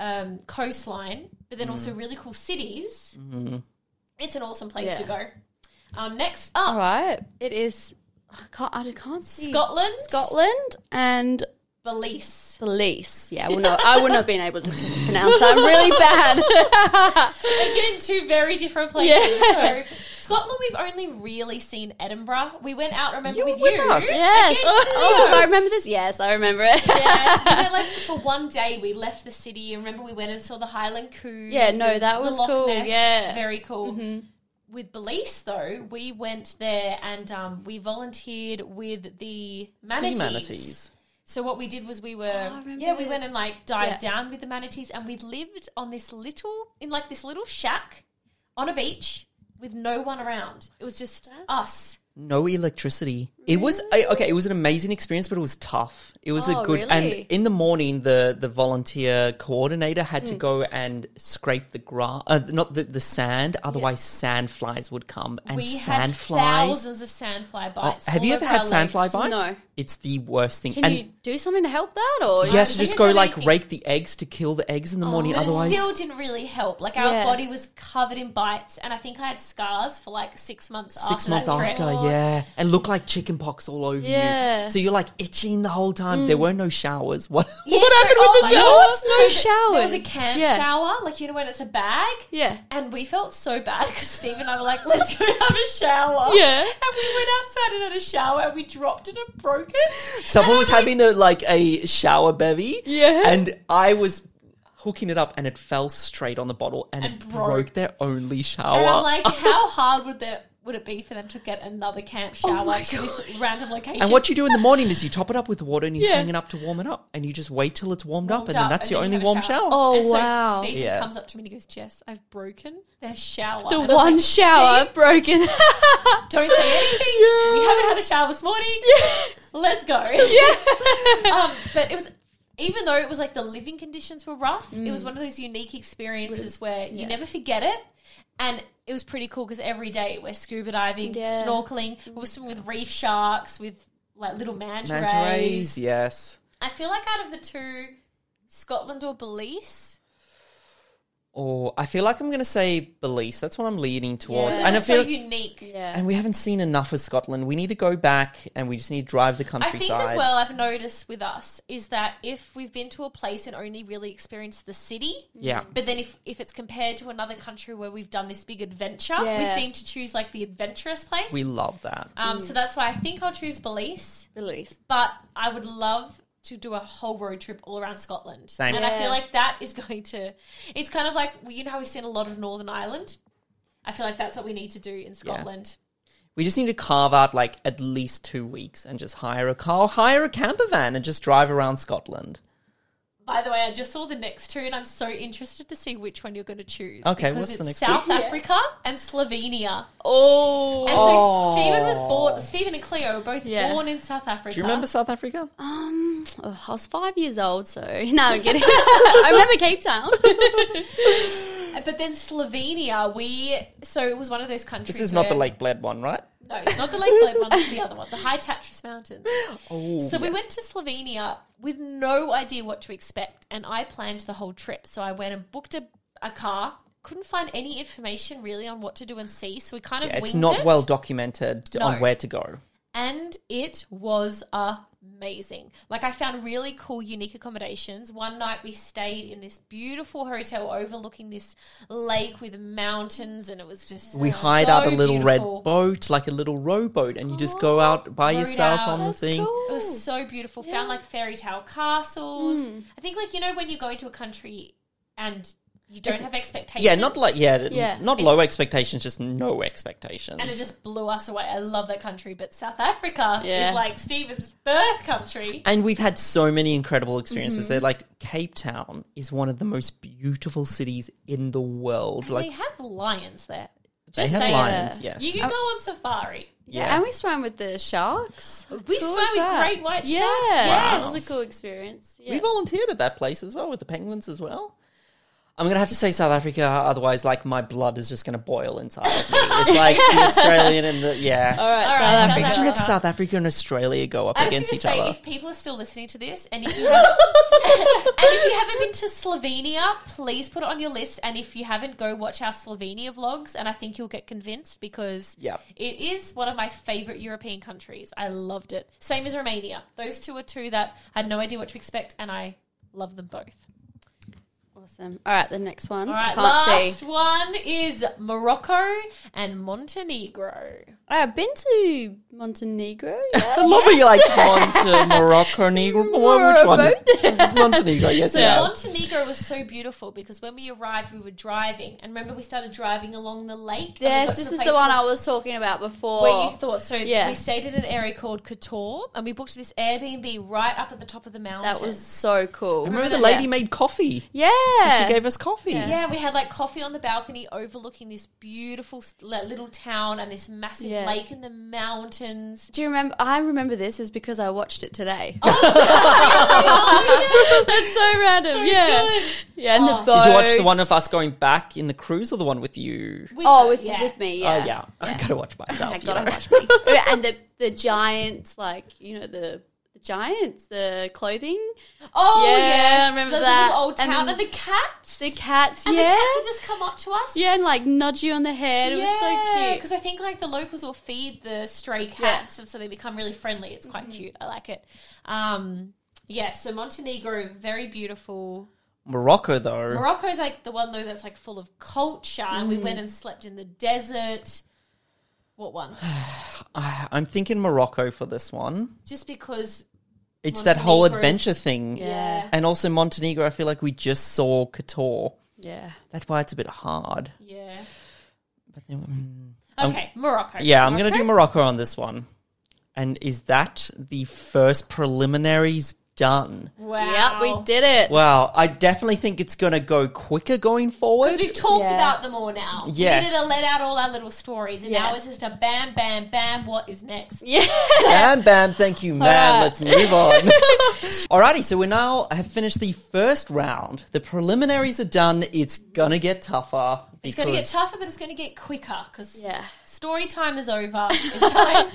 Speaker 2: um, coastline, but then
Speaker 1: Mm.
Speaker 2: also really cool cities.
Speaker 1: Mm-hmm.
Speaker 2: It's an awesome place
Speaker 3: Yeah.
Speaker 2: to go. Um, next up,
Speaker 3: All right. It is. I can't. I can't see
Speaker 2: Scotland,
Speaker 3: Oh, Scotland and
Speaker 2: Belize.
Speaker 3: Belize. Yeah, I wouldn't, have, I wouldn't have been able to pronounce that. I'm really bad.
Speaker 2: Again, two very different places. So, Scotland, we've only really seen Edinburgh. We went out, remember,
Speaker 1: You
Speaker 2: with,
Speaker 1: were with
Speaker 2: you.
Speaker 1: us.
Speaker 3: Yes. Oh, do I remember this? Yes, I remember it.
Speaker 2: Yes, we went like for one day. We left the city, and remember we went and saw the Highland Coos.
Speaker 3: Yeah, no,
Speaker 2: and
Speaker 3: that
Speaker 2: the
Speaker 3: was
Speaker 2: Loch
Speaker 3: cool,
Speaker 2: Ness.
Speaker 3: yeah.
Speaker 2: very cool. with Belize, though, we went there and um, we volunteered with the manatees.
Speaker 1: Sea manatees.
Speaker 2: So what we did was we were
Speaker 3: Oh, I remember
Speaker 2: yeah we went
Speaker 3: this.
Speaker 2: and like dived
Speaker 3: Yeah.
Speaker 2: down with the manatees and we lived on this little in like this little shack on a beach with no one around. It was just us.
Speaker 1: No electricity. It was I, okay. It was an amazing experience, but it was tough. It was
Speaker 3: Oh,
Speaker 1: a good and
Speaker 3: really?
Speaker 1: in the morning the the volunteer coordinator had
Speaker 2: Hmm.
Speaker 1: to go and scrape the grass, uh, not the, the sand. Otherwise, sand flies would come and
Speaker 2: we
Speaker 1: sand
Speaker 2: had
Speaker 1: flies.
Speaker 2: thousands of sandfly
Speaker 1: Oh,
Speaker 2: bites.
Speaker 1: have you
Speaker 2: all
Speaker 1: ever
Speaker 2: over
Speaker 1: had
Speaker 2: our
Speaker 1: sandfly
Speaker 2: legs.
Speaker 1: bites?
Speaker 3: No.
Speaker 1: It's the worst thing.
Speaker 3: Can
Speaker 1: and
Speaker 3: you do something to help that, or
Speaker 1: you have to
Speaker 2: I
Speaker 1: just
Speaker 2: haven't
Speaker 1: go
Speaker 2: done
Speaker 1: like
Speaker 2: anything. Oh,
Speaker 1: rake the eggs to kill the eggs in the morning.
Speaker 2: But
Speaker 1: Otherwise,
Speaker 2: it still didn't really help. Like our
Speaker 3: Yeah.
Speaker 2: body was covered in bites, and I think I had scars for like six months.
Speaker 1: six
Speaker 2: after
Speaker 1: months
Speaker 2: that trip.
Speaker 1: after, yeah, and look like chicken pox all over
Speaker 3: Yeah.
Speaker 1: you. So you're like itching the whole time.
Speaker 2: Mm.
Speaker 1: There were no showers. What?
Speaker 2: Yeah,
Speaker 1: what
Speaker 2: so-
Speaker 1: happened
Speaker 2: oh
Speaker 1: with
Speaker 2: my
Speaker 1: the
Speaker 2: God.
Speaker 1: showers?
Speaker 3: No
Speaker 2: So th- There was
Speaker 3: showers.
Speaker 2: a camp
Speaker 3: Yeah.
Speaker 2: shower, like you know when it's a bag.
Speaker 3: Yeah.
Speaker 2: And we felt so bad because Steve and I were like, "Let's go have a shower."
Speaker 3: Yeah.
Speaker 2: And we went outside and had a shower, and we dropped it and broke it.
Speaker 1: Someone was having a like a shower bevy.
Speaker 3: Yeah.
Speaker 1: And I was hooking it up and it fell straight on the bottle and,
Speaker 2: And
Speaker 1: it
Speaker 2: broke.
Speaker 1: broke. their only shower.
Speaker 2: And I'm like, "How hard would that would it be for them to get another camp shower
Speaker 1: Oh my
Speaker 2: to this random location?"
Speaker 1: and what you do in the morning is you top it up with water and you
Speaker 3: Yeah.
Speaker 1: hang it up to warm it up and you just wait till it's warmed, up
Speaker 2: Warmed
Speaker 1: and then
Speaker 2: up
Speaker 1: that's
Speaker 2: and
Speaker 1: your
Speaker 2: then you
Speaker 1: only
Speaker 2: have a
Speaker 1: warm shower.
Speaker 2: shower.
Speaker 3: Oh,
Speaker 2: And so
Speaker 3: wow.
Speaker 2: Steve
Speaker 1: Yeah.
Speaker 2: comes up to me and he goes, "Jess, I've broken their shower."
Speaker 3: the
Speaker 2: And I was
Speaker 3: one
Speaker 2: like,
Speaker 3: shower
Speaker 2: "Steve,
Speaker 3: I've broken?
Speaker 2: Don't say anything.
Speaker 1: Yeah.
Speaker 2: We haven't had a shower this morning. Let's go. um, but it was, even though it was like the living conditions were rough, it
Speaker 1: Mm.
Speaker 2: was one of those unique experiences where you never forget it. And it was pretty cool because every day we're scuba diving,
Speaker 3: Yeah.
Speaker 2: snorkeling, we were swimming with reef sharks, with like little manta, rays.
Speaker 1: yes.
Speaker 2: I feel like out of the two, Scotland or Belize,
Speaker 1: Or Oh, I feel like I'm going to say Belize. That's what I'm leaning towards.
Speaker 3: Yeah.
Speaker 1: And I
Speaker 2: it's so
Speaker 1: feel
Speaker 2: unique.
Speaker 3: yeah.
Speaker 1: and we haven't seen enough of Scotland. We need to go back and we just need to drive the
Speaker 2: I
Speaker 1: countryside.
Speaker 2: think as well, I've noticed with us is that if we've been to a place and only really experienced the city,
Speaker 1: Yeah.
Speaker 2: but then if, if it's compared to another country where we've done this big adventure, we
Speaker 3: Yeah. Mm.
Speaker 2: seem to choose like the adventurous place.
Speaker 1: We love that.
Speaker 2: um, So that's why I think I'll choose Belize,
Speaker 3: Release.
Speaker 2: but I would love to do a whole road trip all around Scotland.
Speaker 1: Same.
Speaker 2: And I
Speaker 3: Yeah.
Speaker 2: feel like that is going to, it's kind of like, you know how we've seen a lot of Northern Ireland? I feel like that's what we need to do in Scotland.
Speaker 1: We just need to carve out like at least two weeks and just hire a car, hire a camper van, and just drive around Scotland.
Speaker 2: By the way, I just saw the next two, and I'm so interested to see which one you're going to choose.
Speaker 1: Okay,
Speaker 2: because
Speaker 1: what's
Speaker 2: it's
Speaker 1: the next
Speaker 2: South
Speaker 3: two? Yeah.
Speaker 2: Africa and Slovenia.
Speaker 3: Oh.
Speaker 2: And so Stephen was born. Stephen and Cleo were both
Speaker 3: Yeah.
Speaker 2: born in South Africa.
Speaker 1: Do you remember South Africa?
Speaker 3: Um, oh, I was five years old, so no, I'm kidding. I remember Cape Town.
Speaker 2: But then Slovenia, we so it was one of those countries.
Speaker 1: This is not the
Speaker 2: where-
Speaker 1: Lake Bled one, right?
Speaker 2: No, it's not the Lake Bled one. It's the other one, the High Tatras Mountains.
Speaker 1: Oh,
Speaker 2: So we went to Slovenia with no idea what to expect, and I planned the whole trip. So I went and booked a, a car. Couldn't find any information really on what to do and see, so we kind of
Speaker 1: Yeah, it's
Speaker 2: winged
Speaker 1: not
Speaker 2: it.
Speaker 1: well documented
Speaker 2: No.
Speaker 1: on where to go.
Speaker 2: and it was amazing. Like I found really cool, unique accommodations. One night we stayed in this beautiful hotel overlooking this lake with mountains, and it was just
Speaker 1: We
Speaker 2: so
Speaker 1: hired out a little
Speaker 2: beautiful. Oh,
Speaker 1: red boat, like a little rowboat, and you just go out by
Speaker 2: rowed
Speaker 1: yourself
Speaker 2: out.
Speaker 1: on the
Speaker 3: That's
Speaker 1: thing.
Speaker 3: cool.
Speaker 2: It was so beautiful. Found like fairy tale castles.
Speaker 1: Mm.
Speaker 2: I think like you know when you go into a country and you don't have expectations.
Speaker 1: Yeah, not like yeah,
Speaker 3: Yeah.
Speaker 1: not low expectations, just no expectations.
Speaker 2: And it just blew us away. I love that country, but South Africa
Speaker 3: Yeah.
Speaker 2: is like Stephen's birth country.
Speaker 1: And we've had so many incredible
Speaker 2: Mm-hmm.
Speaker 1: experiences there. Like Cape Town is one of the most beautiful cities in the world.
Speaker 2: And
Speaker 1: Like
Speaker 2: they have lions there.
Speaker 1: they
Speaker 2: Just
Speaker 1: have
Speaker 2: saying.
Speaker 1: lions, yes.
Speaker 2: You can go on safari.
Speaker 3: Yeah,
Speaker 1: Yes.
Speaker 3: and we swam with the sharks.
Speaker 2: We swam with great white
Speaker 3: yeah.
Speaker 2: sharks.
Speaker 3: Yeah,
Speaker 1: Wow.
Speaker 3: it was a cool experience. Yeah.
Speaker 1: We volunteered at that place as well with the penguins as well. I'm gonna have to say South Africa, otherwise, like my blood is just gonna boil inside of me. It's like the Australian and the yeah.
Speaker 3: All right,
Speaker 2: All right,
Speaker 3: South
Speaker 2: South
Speaker 3: Africa.
Speaker 1: Imagine if
Speaker 2: Africa.
Speaker 1: South Africa and Australia go up
Speaker 2: I was going
Speaker 1: against
Speaker 2: to
Speaker 1: each
Speaker 2: say,
Speaker 1: other.
Speaker 2: if people are still listening to this, and if you haven't, and if you haven't been to Slovenia, please put it on your list. And if you haven't, go watch our Slovenia vlogs, and I think you'll get convinced because
Speaker 1: Yep.
Speaker 2: it is one of my favorite European countries. I loved it. Same as Romania. Those two are two that I had no idea what to expect, and I love them both.
Speaker 3: Awesome. All right, the next one.
Speaker 2: All right,
Speaker 3: Can't
Speaker 2: last
Speaker 3: see.
Speaker 2: one is Morocco and Montenegro.
Speaker 3: I've been to Montenegro. Yeah.
Speaker 1: I love it. You're like Monte Morocco, Negro. Well, Which one? is- Montenegro. Yes,
Speaker 2: So
Speaker 1: yeah.
Speaker 2: Montenegro was so beautiful because when we arrived, we were driving, and remember we started driving along the lake. and we got
Speaker 3: Yes,
Speaker 2: to
Speaker 3: this
Speaker 2: a
Speaker 3: is
Speaker 2: place
Speaker 3: the one
Speaker 2: called-
Speaker 3: I was talking about before.
Speaker 2: where you thought. So
Speaker 3: Yeah.
Speaker 2: we stayed at an area called Couture, and we booked this Airbnb right up at the top of the mountain.
Speaker 3: that was so cool.
Speaker 1: Remember the
Speaker 3: Yeah.
Speaker 1: lady made coffee.
Speaker 3: Yeah.
Speaker 1: She gave us coffee.
Speaker 2: Yeah, we had like coffee on the balcony overlooking this beautiful s- li- little town and this massive
Speaker 3: Yeah.
Speaker 2: lake in the mountains.
Speaker 3: Do you remember? I remember this is because I watched it today. Oh, That's so random. yeah. Yeah, and the
Speaker 2: Oh.
Speaker 3: boat.
Speaker 1: Did you watch the one of us going back in the cruise or the one with you?
Speaker 2: With
Speaker 3: Oh,
Speaker 2: the-
Speaker 3: with,
Speaker 2: yeah.
Speaker 3: with me,
Speaker 1: Oh,
Speaker 3: yeah.
Speaker 1: yeah. I gotta watch myself.
Speaker 3: I
Speaker 1: you
Speaker 3: gotta
Speaker 1: know.
Speaker 3: watch me. and the, the giants, like, you know, the, the giants, the clothing,
Speaker 2: Oh,
Speaker 3: Yeah, I
Speaker 2: yes,
Speaker 3: remember
Speaker 2: the
Speaker 3: that.
Speaker 2: little old
Speaker 3: And
Speaker 2: town and,
Speaker 3: then-
Speaker 2: the cats.
Speaker 3: the cats,
Speaker 2: and
Speaker 3: yeah.
Speaker 2: the cats would just come up to us.
Speaker 3: yeah, and like nudge you on the head. It was so cute.
Speaker 2: Because I think like the locals will feed the stray cats, and so they become really friendly. It's
Speaker 3: Mm-hmm.
Speaker 2: quite cute. I like it. Um, yeah, so Montenegro, very beautiful.
Speaker 1: Morocco, though.
Speaker 2: Morocco's like the one though that's like full of culture, and
Speaker 3: Mm.
Speaker 2: we went and slept in the desert. What one?
Speaker 1: I- I'm thinking Morocco for this one.
Speaker 2: Just because?
Speaker 1: It's that whole
Speaker 2: Montenegro's-
Speaker 1: adventure thing.
Speaker 2: Yeah,
Speaker 1: And also Montenegro, I feel like we just saw Qatar.
Speaker 3: Yeah.
Speaker 1: That's why it's a bit hard.
Speaker 2: yeah.
Speaker 1: But then, mm. Um,
Speaker 2: Okay, Morocco.
Speaker 1: yeah, I'm going to do Morocco on this one. And is that the first preliminaries done?
Speaker 2: Wow.
Speaker 3: Yep, we did it.
Speaker 1: Wow, I definitely think it's going to go quicker going forward.
Speaker 2: Because we've talked
Speaker 3: Yeah.
Speaker 2: about them all now.
Speaker 1: Yes.
Speaker 2: We needed to let out all our little stories, and
Speaker 3: Yeah.
Speaker 2: now it's just a bam, bam, bam. What is next?
Speaker 3: Yeah.
Speaker 1: Bam, bam, thank you, man.
Speaker 3: right.
Speaker 1: Let's move on. Alrighty, so we now have finished the first round. The preliminaries are done. It's gonna get tougher.
Speaker 2: It's going to get
Speaker 1: because-
Speaker 2: tougher, but it's going to get quicker because
Speaker 3: Yeah.
Speaker 2: story time is over. It's time.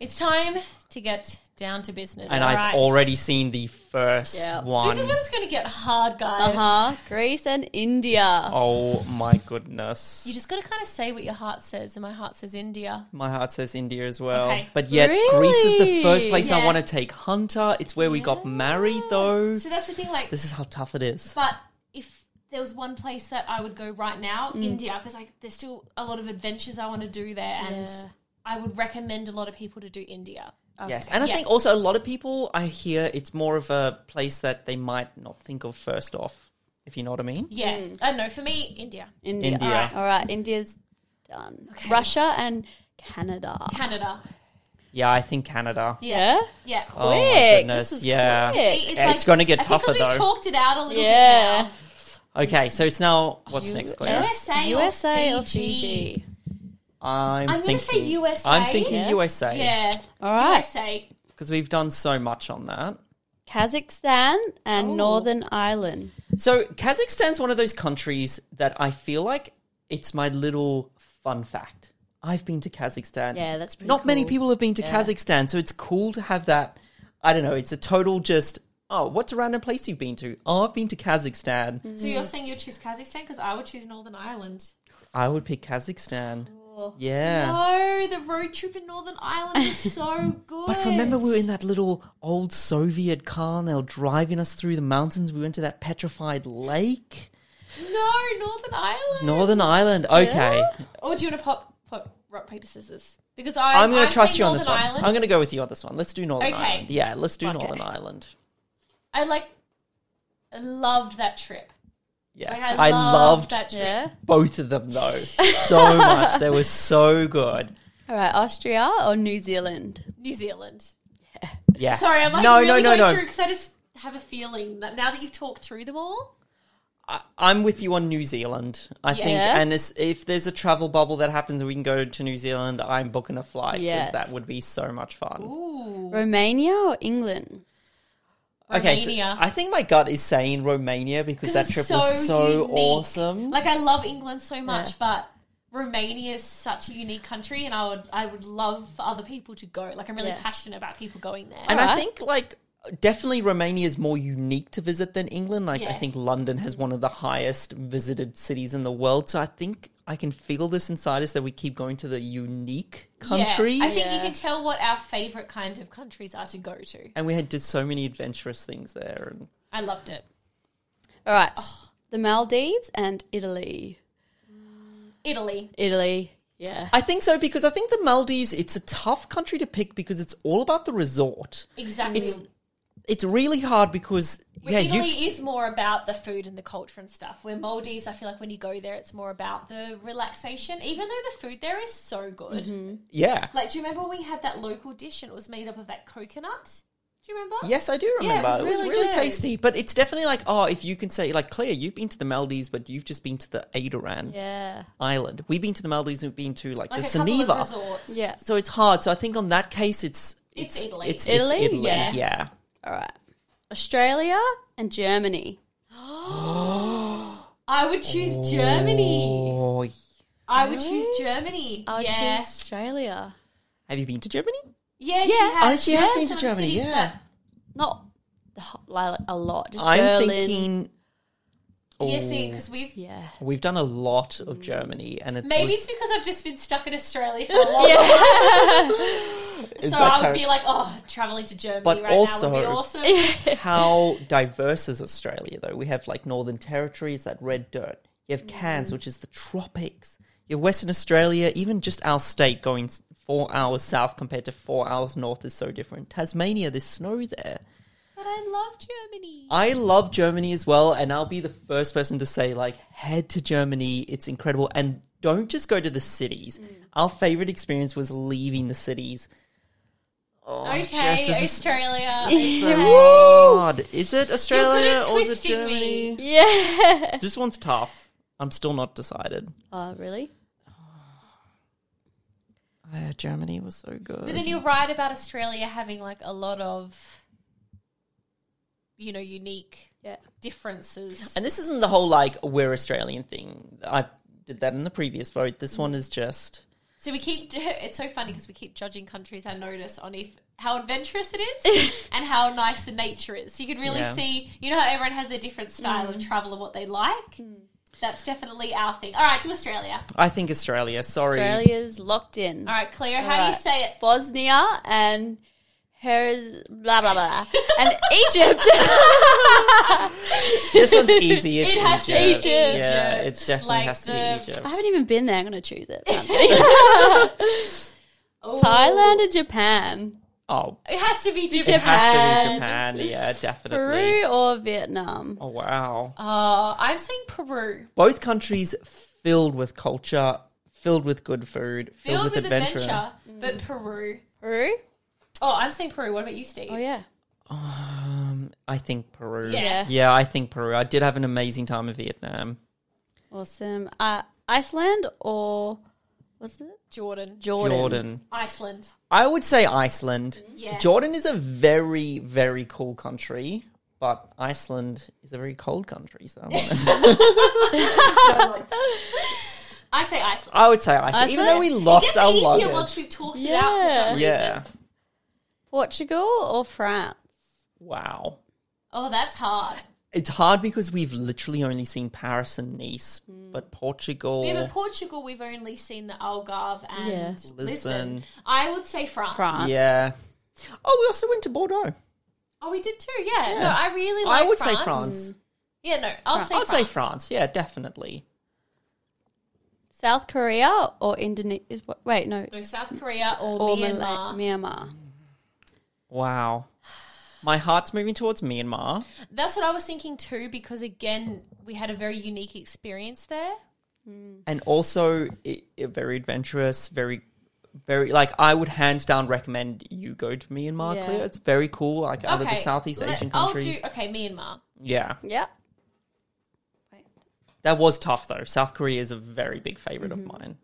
Speaker 2: it's time to get down to business.
Speaker 1: And
Speaker 2: all
Speaker 1: I've
Speaker 2: right?
Speaker 1: already seen the first
Speaker 3: Yeah.
Speaker 1: one.
Speaker 2: This is when it's going to get hard, guys.
Speaker 3: Uh huh. Greece and India.
Speaker 1: Oh my goodness.
Speaker 2: You just got to kind of say what your heart says, and my heart says India.
Speaker 1: My heart says India as well.
Speaker 2: Okay.
Speaker 1: But yet, Greece is the first
Speaker 3: Really?
Speaker 1: place I
Speaker 2: Yeah.
Speaker 1: want to take Hunter. It's where we got married,
Speaker 3: Mm.
Speaker 1: though.
Speaker 2: So that's the thing, like,
Speaker 1: This is how tough it is.
Speaker 2: but if there was one place that I would go right now,
Speaker 3: Mm.
Speaker 2: India, because like there's still a lot of adventures I want to do there, and
Speaker 3: Yeah.
Speaker 2: I would recommend a lot of people to do India.
Speaker 3: Oh,
Speaker 1: Yes. And I
Speaker 2: Yeah.
Speaker 1: think also a lot of people, I hear it's more of a place that they might not think of first off, if you know what I mean.
Speaker 2: Yeah,
Speaker 3: Mm.
Speaker 2: I don't know. For me, India,
Speaker 3: India.
Speaker 1: India.
Speaker 3: All right, all right, India's done. Russia and Canada.
Speaker 2: Canada.
Speaker 1: Yeah, I think Canada.
Speaker 3: yeah.
Speaker 2: Yeah,
Speaker 1: Oh my
Speaker 3: Quick,
Speaker 1: goodness,
Speaker 3: this is
Speaker 1: yeah.
Speaker 3: quick.
Speaker 2: See,
Speaker 1: Yeah, it's gonna get
Speaker 2: I think 'cause
Speaker 1: tougher,
Speaker 2: we've
Speaker 1: though.
Speaker 2: Talked it out a little
Speaker 3: Yeah.
Speaker 2: bit.
Speaker 1: Okay, so it's now what's next, Claire?
Speaker 2: USA or
Speaker 3: USA or
Speaker 2: Fiji?
Speaker 3: Fiji.
Speaker 1: I'm,
Speaker 2: I'm gonna
Speaker 1: thinking
Speaker 2: say USA.
Speaker 1: I'm thinking
Speaker 3: Yeah.
Speaker 2: Now.
Speaker 1: USA.
Speaker 2: Yeah,
Speaker 3: All right.
Speaker 2: USA.
Speaker 1: Because we've done so much on that.
Speaker 3: Kazakhstan and
Speaker 2: Oh.
Speaker 3: Northern Ireland.
Speaker 1: So Kazakhstan's one of those countries that I feel like it's my little fun fact. I've been to Kazakhstan.
Speaker 3: Yeah, that's pretty
Speaker 1: Not many
Speaker 3: cool.
Speaker 1: people have been to Kazakhstan, so it's cool to have that. I don't know. It's a total just. Oh, what's a random place you've been to? Oh, I've been to Kazakhstan.
Speaker 3: Mm.
Speaker 2: So you're saying you'll choose Kazakhstan because I would choose Northern Ireland.
Speaker 1: I would pick Kazakhstan.
Speaker 3: Oh,
Speaker 1: Yeah.
Speaker 2: No, the road trip to Northern Ireland was so good.
Speaker 1: But remember, we were in that little old Soviet car and they were driving us through the mountains. We went to that petrified lake.
Speaker 2: no Northern Ireland.
Speaker 1: Northern Ireland. Okay.
Speaker 2: Or do you want to pop, pop rock paper scissors? Because I,
Speaker 1: I'm going
Speaker 2: I
Speaker 1: to trust
Speaker 2: say
Speaker 1: you on
Speaker 2: Northern
Speaker 1: this one.
Speaker 2: Ireland.
Speaker 1: I'm going to go with you on this one. Let's do Northern
Speaker 2: Okay.
Speaker 1: Ireland. Yeah, let's do
Speaker 2: Okay.
Speaker 1: Northern Ireland.
Speaker 2: I like. I loved that trip.
Speaker 1: Yes.
Speaker 2: Like,
Speaker 1: I, loved
Speaker 2: that trip.
Speaker 3: Yeah.
Speaker 1: both of them though so much. They were so good.
Speaker 3: All right, Austria or New Zealand.
Speaker 2: New Zealand.
Speaker 1: Yeah.
Speaker 2: Sorry, I'm like
Speaker 1: no, no,
Speaker 2: really going
Speaker 1: no,
Speaker 2: through
Speaker 1: no.
Speaker 2: because I just have a feeling that now that you've talked through them all,
Speaker 1: I, I'm with you on New Zealand. I think,
Speaker 3: Yeah.
Speaker 1: and it's, if there's a travel bubble that happens and we can go to New Zealand, I'm booking a flight because
Speaker 3: Yeah.
Speaker 1: that would be so much fun.
Speaker 2: ooh,
Speaker 3: Romania or England.
Speaker 1: Okay, so
Speaker 2: Romania.
Speaker 1: I think my gut is saying Romania because
Speaker 2: 'Cause
Speaker 1: that
Speaker 2: it's
Speaker 1: trip was so
Speaker 2: unique.
Speaker 1: awesome.
Speaker 2: Like I love England so much,
Speaker 3: Yeah.
Speaker 2: but Romania is such a unique country, and I would I would love for other people to go. Like I'm really
Speaker 3: Yeah.
Speaker 2: passionate about people going there.
Speaker 1: and I
Speaker 3: Alright.
Speaker 1: think like definitely Romania is more unique to visit than England. Like I
Speaker 2: Yeah.
Speaker 1: think London has one of the highest visited cities in the world, so I think I can feel this inside us that we keep going to the unique countries.
Speaker 2: Yeah. I think you
Speaker 3: Yeah.
Speaker 2: can tell what our favorite kind of countries are to go to.
Speaker 1: and we had did so many adventurous things there. And
Speaker 2: I loved it.
Speaker 3: All right. The the Maldives, and Italy.
Speaker 2: Italy.
Speaker 3: Italy, yeah.
Speaker 1: I think so because I think the Maldives, it's a tough country to pick because it's all about the resort.
Speaker 2: Exactly.
Speaker 1: It's- It's really hard because,
Speaker 2: But
Speaker 1: yeah,
Speaker 2: Italy
Speaker 1: you.
Speaker 2: is more about the food and the culture and stuff. Where Maldives, I feel like when you go there, it's more about the relaxation. Even though the food there is so good.
Speaker 3: Mm-hmm.
Speaker 1: Yeah.
Speaker 2: Like, do you remember when we had that local dish and it was made up of that coconut? Do you remember?
Speaker 1: Yes, I do
Speaker 2: Yeah, it
Speaker 1: remember.
Speaker 2: was
Speaker 1: it was really,
Speaker 2: really good.
Speaker 1: tasty, but it's definitely like, oh, if you can say, like, Claire, you've been to the Maldives, but you've just been to the Adaran
Speaker 3: yeah.
Speaker 1: Island. We've been to the Maldives and we've been to like,
Speaker 2: Like
Speaker 1: the
Speaker 2: a couple of
Speaker 1: Suniva.
Speaker 2: resorts.
Speaker 3: Yeah.
Speaker 1: So it's hard. So I think on that case, it's
Speaker 2: It's Italy.
Speaker 1: It's,
Speaker 3: Italy?
Speaker 1: It's Italy.
Speaker 3: Yeah.
Speaker 1: Yeah.
Speaker 3: All right. Australia and Germany.
Speaker 2: I would choose Germany.
Speaker 1: Oh,
Speaker 2: I would choose Germany.
Speaker 3: I would
Speaker 2: yeah.
Speaker 3: choose Oh, Australia.
Speaker 1: have you been to Germany?
Speaker 2: Yeah, she
Speaker 3: Yeah.
Speaker 2: has.
Speaker 1: Oh, she has been to
Speaker 2: some
Speaker 1: Germany,
Speaker 2: cities,
Speaker 1: yeah.
Speaker 2: but-
Speaker 3: Not the ho- like a lot. Just
Speaker 1: I'm
Speaker 3: Berlin.
Speaker 1: thinking. Oh,
Speaker 2: Yeah, see, because we've.
Speaker 3: Yeah.
Speaker 1: we've done a lot of Germany, and it
Speaker 2: Maybe it's
Speaker 1: was,
Speaker 2: because I've just been stuck in Australia for a long
Speaker 3: Yeah.
Speaker 1: is
Speaker 2: So
Speaker 1: that
Speaker 2: I would
Speaker 1: kind
Speaker 2: be
Speaker 1: of-
Speaker 2: like, oh, traveling to Germany
Speaker 1: But
Speaker 2: right now would be
Speaker 1: also-
Speaker 2: awesome.
Speaker 1: how diverse is Australia, though? We have like Northern Territories, that red dirt. You have Cairns, which is the tropics. You have Western Australia, even just our state going s- four hours south compared to four hours north is so different. Tasmania, there's snow there.
Speaker 2: But I love Germany.
Speaker 1: I love Germany as well, and I'll be the first person to say, like, head to Germany. It's incredible. And don't just go to the cities. Our favorite experience was leaving the cities. Oh,
Speaker 2: Okay,
Speaker 1: just- this is
Speaker 2: Australia.
Speaker 1: so
Speaker 2: okay.
Speaker 1: hard. Is it
Speaker 2: You're
Speaker 1: Australia
Speaker 2: good at
Speaker 1: or is it
Speaker 2: twisting
Speaker 1: Germany?
Speaker 2: me.
Speaker 3: yeah.
Speaker 1: This one's tough. I'm still not decided.
Speaker 3: Oh, really?
Speaker 1: Uh, Germany was so good.
Speaker 2: But then you're right about Australia having like a lot of, you know, unique
Speaker 3: Yeah.
Speaker 2: differences.
Speaker 1: And this isn't the whole like we're Australian thing. I did that in the previous vote. This one is just
Speaker 2: so we keep. It's so funny because we keep judging countries. I notice on if how adventurous it is and how nice the nature is. So you can really
Speaker 1: Yeah.
Speaker 2: see. You know how everyone has their different style of travel and what they like. That's definitely our thing. All right, to Australia.
Speaker 1: I think Australia. Sorry.
Speaker 3: Australia's locked in.
Speaker 2: All right, Claire. How do you
Speaker 3: Alright.
Speaker 2: say it?
Speaker 3: Bosnia and Heriz blah blah blah and Egypt.
Speaker 1: This one's easy. It's
Speaker 2: It has to be
Speaker 1: Egypt.
Speaker 2: Egypt.
Speaker 1: Yeah, it definitely
Speaker 2: Like
Speaker 1: has to
Speaker 2: the-
Speaker 1: be Egypt.
Speaker 3: I haven't even been there. I'm gonna choose it.
Speaker 2: Oh.
Speaker 3: Thailand and Japan,
Speaker 1: Oh,
Speaker 2: It has to be
Speaker 1: it
Speaker 2: Japan.
Speaker 1: has to be Japan. Yeah, definitely.
Speaker 3: Peru or Vietnam.
Speaker 1: Oh wow.
Speaker 2: Oh, I'm saying Peru.
Speaker 1: Both countries filled with culture, filled with good food, filled,
Speaker 2: Filled with,
Speaker 1: with,
Speaker 2: adventure, but Peru.
Speaker 3: Peru.
Speaker 2: Oh, I'm saying Peru. What about you, Steve?
Speaker 3: Oh yeah.
Speaker 1: Um, I think Peru.
Speaker 2: Yeah.
Speaker 3: Yeah.
Speaker 1: Yeah, I think Peru. I did have an amazing time in Vietnam.
Speaker 3: Awesome. Uh, Iceland or what's it?
Speaker 2: Jordan.
Speaker 3: Jordan.
Speaker 1: Jordan.
Speaker 2: Iceland.
Speaker 1: I would say Iceland.
Speaker 2: Yeah.
Speaker 1: Jordan is a very, very cool country, but Iceland is a very cold country. So I wanna-
Speaker 2: I say Iceland.
Speaker 1: I would say Iceland, even though we
Speaker 2: It's
Speaker 1: lost our
Speaker 2: easier
Speaker 1: luggage.
Speaker 2: once we've talked it
Speaker 3: Yeah.
Speaker 2: out for some reason.
Speaker 1: yeah.
Speaker 3: Portugal or France.
Speaker 1: Wow.
Speaker 2: Oh, that's hard.
Speaker 1: It's hard because we've literally only seen Paris and Nice,
Speaker 2: Hmm.
Speaker 1: but Portugal.
Speaker 2: Yeah, but Portugal, we've only seen the Algarve and
Speaker 3: Yeah.
Speaker 2: Lisbon.
Speaker 1: Lisbon.
Speaker 2: I would say France.
Speaker 3: France.
Speaker 1: yeah. Oh, we also went to Bordeaux.
Speaker 2: Oh, we did too. Yeah. No, I really like
Speaker 1: I would
Speaker 2: France.
Speaker 1: say France.
Speaker 2: Yeah, no, I would say
Speaker 1: I'd
Speaker 2: France.
Speaker 1: say France. Yeah, definitely.
Speaker 3: South Korea or Indonesia. Wait, no.
Speaker 2: No, South Korea or,
Speaker 3: Or
Speaker 2: Myanmar.
Speaker 3: Mala- Myanmar.
Speaker 1: Wow. My heart's moving towards Myanmar.
Speaker 2: That's what I was thinking too, because again, we had a very unique experience there.
Speaker 1: and also it, it very adventurous, very, very like I would hands down recommend you go to Myanmar.
Speaker 3: Yeah.
Speaker 1: Clear, it's very cool. Like out of the Southeast
Speaker 2: let-
Speaker 1: Asian
Speaker 2: I'll
Speaker 1: countries,
Speaker 2: do- okay, Myanmar.
Speaker 1: yeah,
Speaker 3: Yep.
Speaker 1: that was tough though. South Korea is a very big favorite
Speaker 2: Mm-hmm.
Speaker 1: of mine.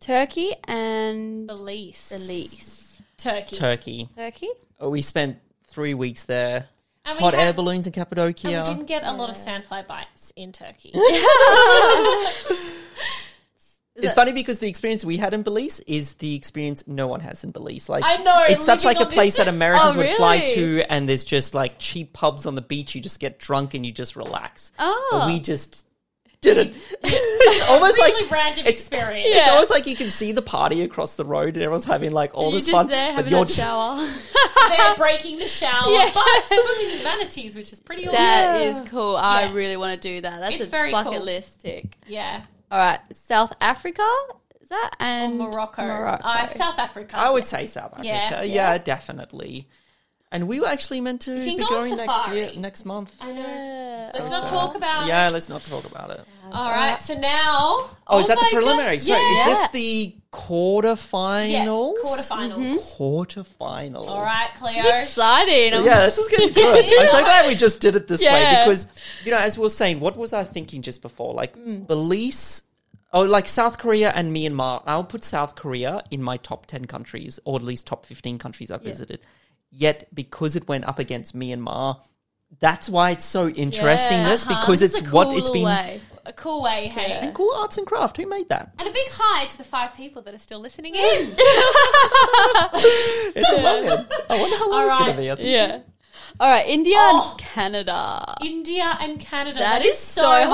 Speaker 3: Turkey and
Speaker 2: Belize.
Speaker 3: Belize.
Speaker 2: Turkey.
Speaker 1: Turkey,
Speaker 3: Turkey.
Speaker 1: oh, we spent three weeks there.
Speaker 2: And we
Speaker 1: Hot
Speaker 2: had-
Speaker 1: air balloons in
Speaker 2: And
Speaker 1: Cappadocia.
Speaker 2: we didn't get a lot of sandfly bites in Turkey.
Speaker 1: It's funny because the experience we had in Belize is the experience no one has in Belize. Like
Speaker 2: I know,
Speaker 1: it's such like
Speaker 2: living
Speaker 1: a
Speaker 2: on this-
Speaker 1: place that Americans
Speaker 3: Oh,
Speaker 1: would fly
Speaker 3: really?
Speaker 1: to, and there's just like cheap pubs on the beach. You just get drunk and you just relax.
Speaker 3: Oh.
Speaker 1: but we just didn't. It's almost like
Speaker 2: really random
Speaker 1: it's-
Speaker 2: experience.
Speaker 1: It's
Speaker 3: Yeah.
Speaker 1: almost like you can see the party across the road and everyone's having like all
Speaker 3: You're
Speaker 1: this
Speaker 3: just
Speaker 1: fun,
Speaker 3: there
Speaker 1: but
Speaker 3: having
Speaker 1: you're
Speaker 3: a
Speaker 1: just
Speaker 3: shower.
Speaker 2: They're breaking the shower,
Speaker 3: Yeah.
Speaker 2: but swimming in vanities, which is pretty awesome.
Speaker 3: That is cool. I
Speaker 2: Yeah.
Speaker 3: really want to do that. That's
Speaker 2: It's
Speaker 3: a
Speaker 2: very
Speaker 3: bucket
Speaker 2: cool.
Speaker 3: list tick.
Speaker 2: Yeah.
Speaker 3: All right, South Africa is that and
Speaker 2: Morocco.
Speaker 3: Morocco.
Speaker 2: Uh, South Africa.
Speaker 1: I would say South Africa.
Speaker 2: Yeah.
Speaker 1: Yeah,
Speaker 3: Yeah.
Speaker 1: definitely. And we were actually meant to
Speaker 2: can
Speaker 1: be
Speaker 2: go on
Speaker 1: going next
Speaker 2: safari.
Speaker 1: year, next month.
Speaker 2: I know.
Speaker 3: Yeah.
Speaker 2: Let's not talk about
Speaker 1: Yeah, let's not talk about it.
Speaker 2: All right, so now.
Speaker 1: Oh, is that the
Speaker 2: my
Speaker 1: preliminary?
Speaker 2: gosh,
Speaker 1: Sorry,
Speaker 2: yeah.
Speaker 1: is
Speaker 3: Yeah.
Speaker 1: this the quarterfinals?
Speaker 2: Yeah, quarterfinals.
Speaker 3: Mm-hmm.
Speaker 1: Quarterfinals.
Speaker 2: All right, Cleo.
Speaker 3: It's exciting. Oh I'm-
Speaker 1: Yeah, this is getting good. I'm so glad we just did it this way
Speaker 3: Yeah.
Speaker 1: because, you know, as we were saying, what was I thinking just before? Like,
Speaker 3: Hmm.
Speaker 1: Belize, oh, like South Korea and Myanmar. I'll put South Korea in my top 10 countries or at least top 15 countries I've visited. Yet, because it went up against Myanmar, that's why it's so interesting.
Speaker 3: Yeah,
Speaker 1: This
Speaker 3: uh-huh.
Speaker 1: because
Speaker 3: This
Speaker 1: it's
Speaker 3: is a
Speaker 1: what
Speaker 3: cool
Speaker 1: it's been.
Speaker 3: way.
Speaker 2: A cool way, hey.
Speaker 3: Yeah.
Speaker 1: And cool arts and craft. Who made that?
Speaker 2: And a big hi to the five people that are still listening
Speaker 3: Mm.
Speaker 2: in.
Speaker 1: It's a million. I wonder how long
Speaker 2: All
Speaker 1: it's going
Speaker 2: right.
Speaker 1: to be. I think.
Speaker 3: Yeah. All right, India
Speaker 2: Oh.
Speaker 3: and Canada.
Speaker 2: India and Canada.
Speaker 3: That
Speaker 2: that is,
Speaker 3: is
Speaker 2: so
Speaker 3: so
Speaker 2: hard.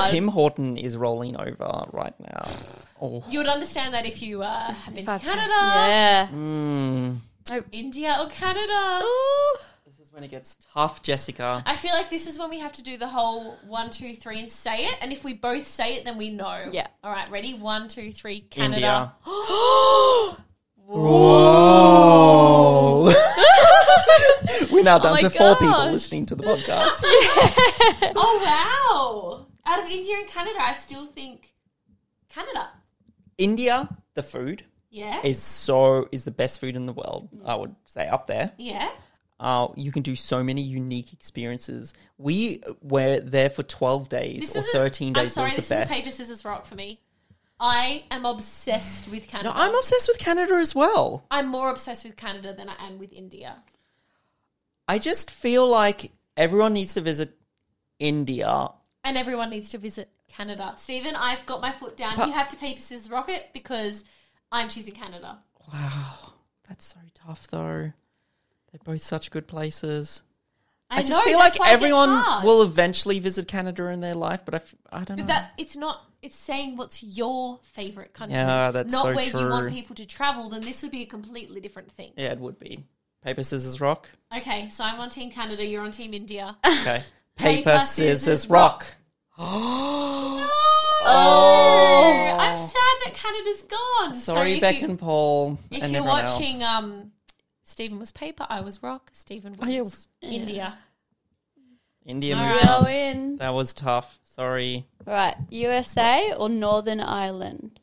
Speaker 3: hard.
Speaker 1: Tim Horton is rolling over right now. Oh,
Speaker 2: You would understand that if you uh, have been to
Speaker 3: Fat-
Speaker 2: Canada,
Speaker 3: Yeah.
Speaker 1: Mm. Hmm.
Speaker 2: India or Canada.
Speaker 1: this is when it gets tough, Jessica.
Speaker 2: I feel like this is when we have to do the whole one, two, three, and say it. And if we both say it, then we know.
Speaker 3: Yeah.
Speaker 2: All right, ready? One, two, three, Canada. Oh,
Speaker 1: India. Whoa. We're now down
Speaker 3: my
Speaker 1: to four
Speaker 3: gosh.
Speaker 1: people listening to the podcast.
Speaker 2: Oh, wow. Out of India and Canada, I still think Canada.
Speaker 1: India, the food
Speaker 2: Yeah.
Speaker 1: is so is the best food in the world. I would say up there.
Speaker 2: yeah.
Speaker 1: Uh, you can do so many unique experiences. We were there for twelve days or
Speaker 2: a-
Speaker 1: thirteen
Speaker 2: I'm
Speaker 1: days
Speaker 2: sorry,
Speaker 1: was
Speaker 2: this
Speaker 1: the
Speaker 2: is
Speaker 1: best.
Speaker 2: a page of scissors rock for me. I am obsessed with Canada.
Speaker 1: no, I'm obsessed with Canada as well.
Speaker 2: I'm more obsessed with Canada than I am with India.
Speaker 1: I just feel like everyone needs to visit India.
Speaker 2: And everyone needs to visit Canada. Stephen, I've got my foot down.
Speaker 1: But-
Speaker 2: you have to paper scissors rocket because I'm choosing Canada.
Speaker 1: Wow, Oh, that's so tough though. They're both such good places.
Speaker 2: I,
Speaker 1: I, just
Speaker 2: know,
Speaker 1: feel
Speaker 2: that's
Speaker 1: like
Speaker 2: why it gets
Speaker 1: everyone
Speaker 2: hard.
Speaker 1: will eventually visit Canada in their life, but I, f- I don't know.
Speaker 2: But that it's not. It's saying what's your favorite country.
Speaker 1: Yeah, that's
Speaker 2: not
Speaker 1: so
Speaker 2: where you want
Speaker 1: true.
Speaker 2: people to travel. Then this would be a completely different thing.
Speaker 1: yeah, it would be paper, scissors, rock.
Speaker 2: Okay, so I'm on Team Canada. You're on Team India.
Speaker 1: Okay,
Speaker 2: Paper,
Speaker 1: paper,
Speaker 2: scissors,
Speaker 1: scissors, rock.
Speaker 2: oh, I'm sad that Canada's gone. So
Speaker 1: Sorry,
Speaker 2: if
Speaker 1: Beck
Speaker 2: you-
Speaker 1: and Paul.
Speaker 2: If
Speaker 1: and
Speaker 2: you're
Speaker 1: everyone
Speaker 2: watching,
Speaker 1: else.
Speaker 2: um, Stephen was paper. I was rock. Stephen was
Speaker 1: Oh, yeah.
Speaker 2: India.
Speaker 1: India
Speaker 2: uh, all
Speaker 1: moves
Speaker 2: right.
Speaker 1: on.
Speaker 3: Go in.
Speaker 1: That was tough. Sorry.
Speaker 3: All right, USA or Northern Ireland.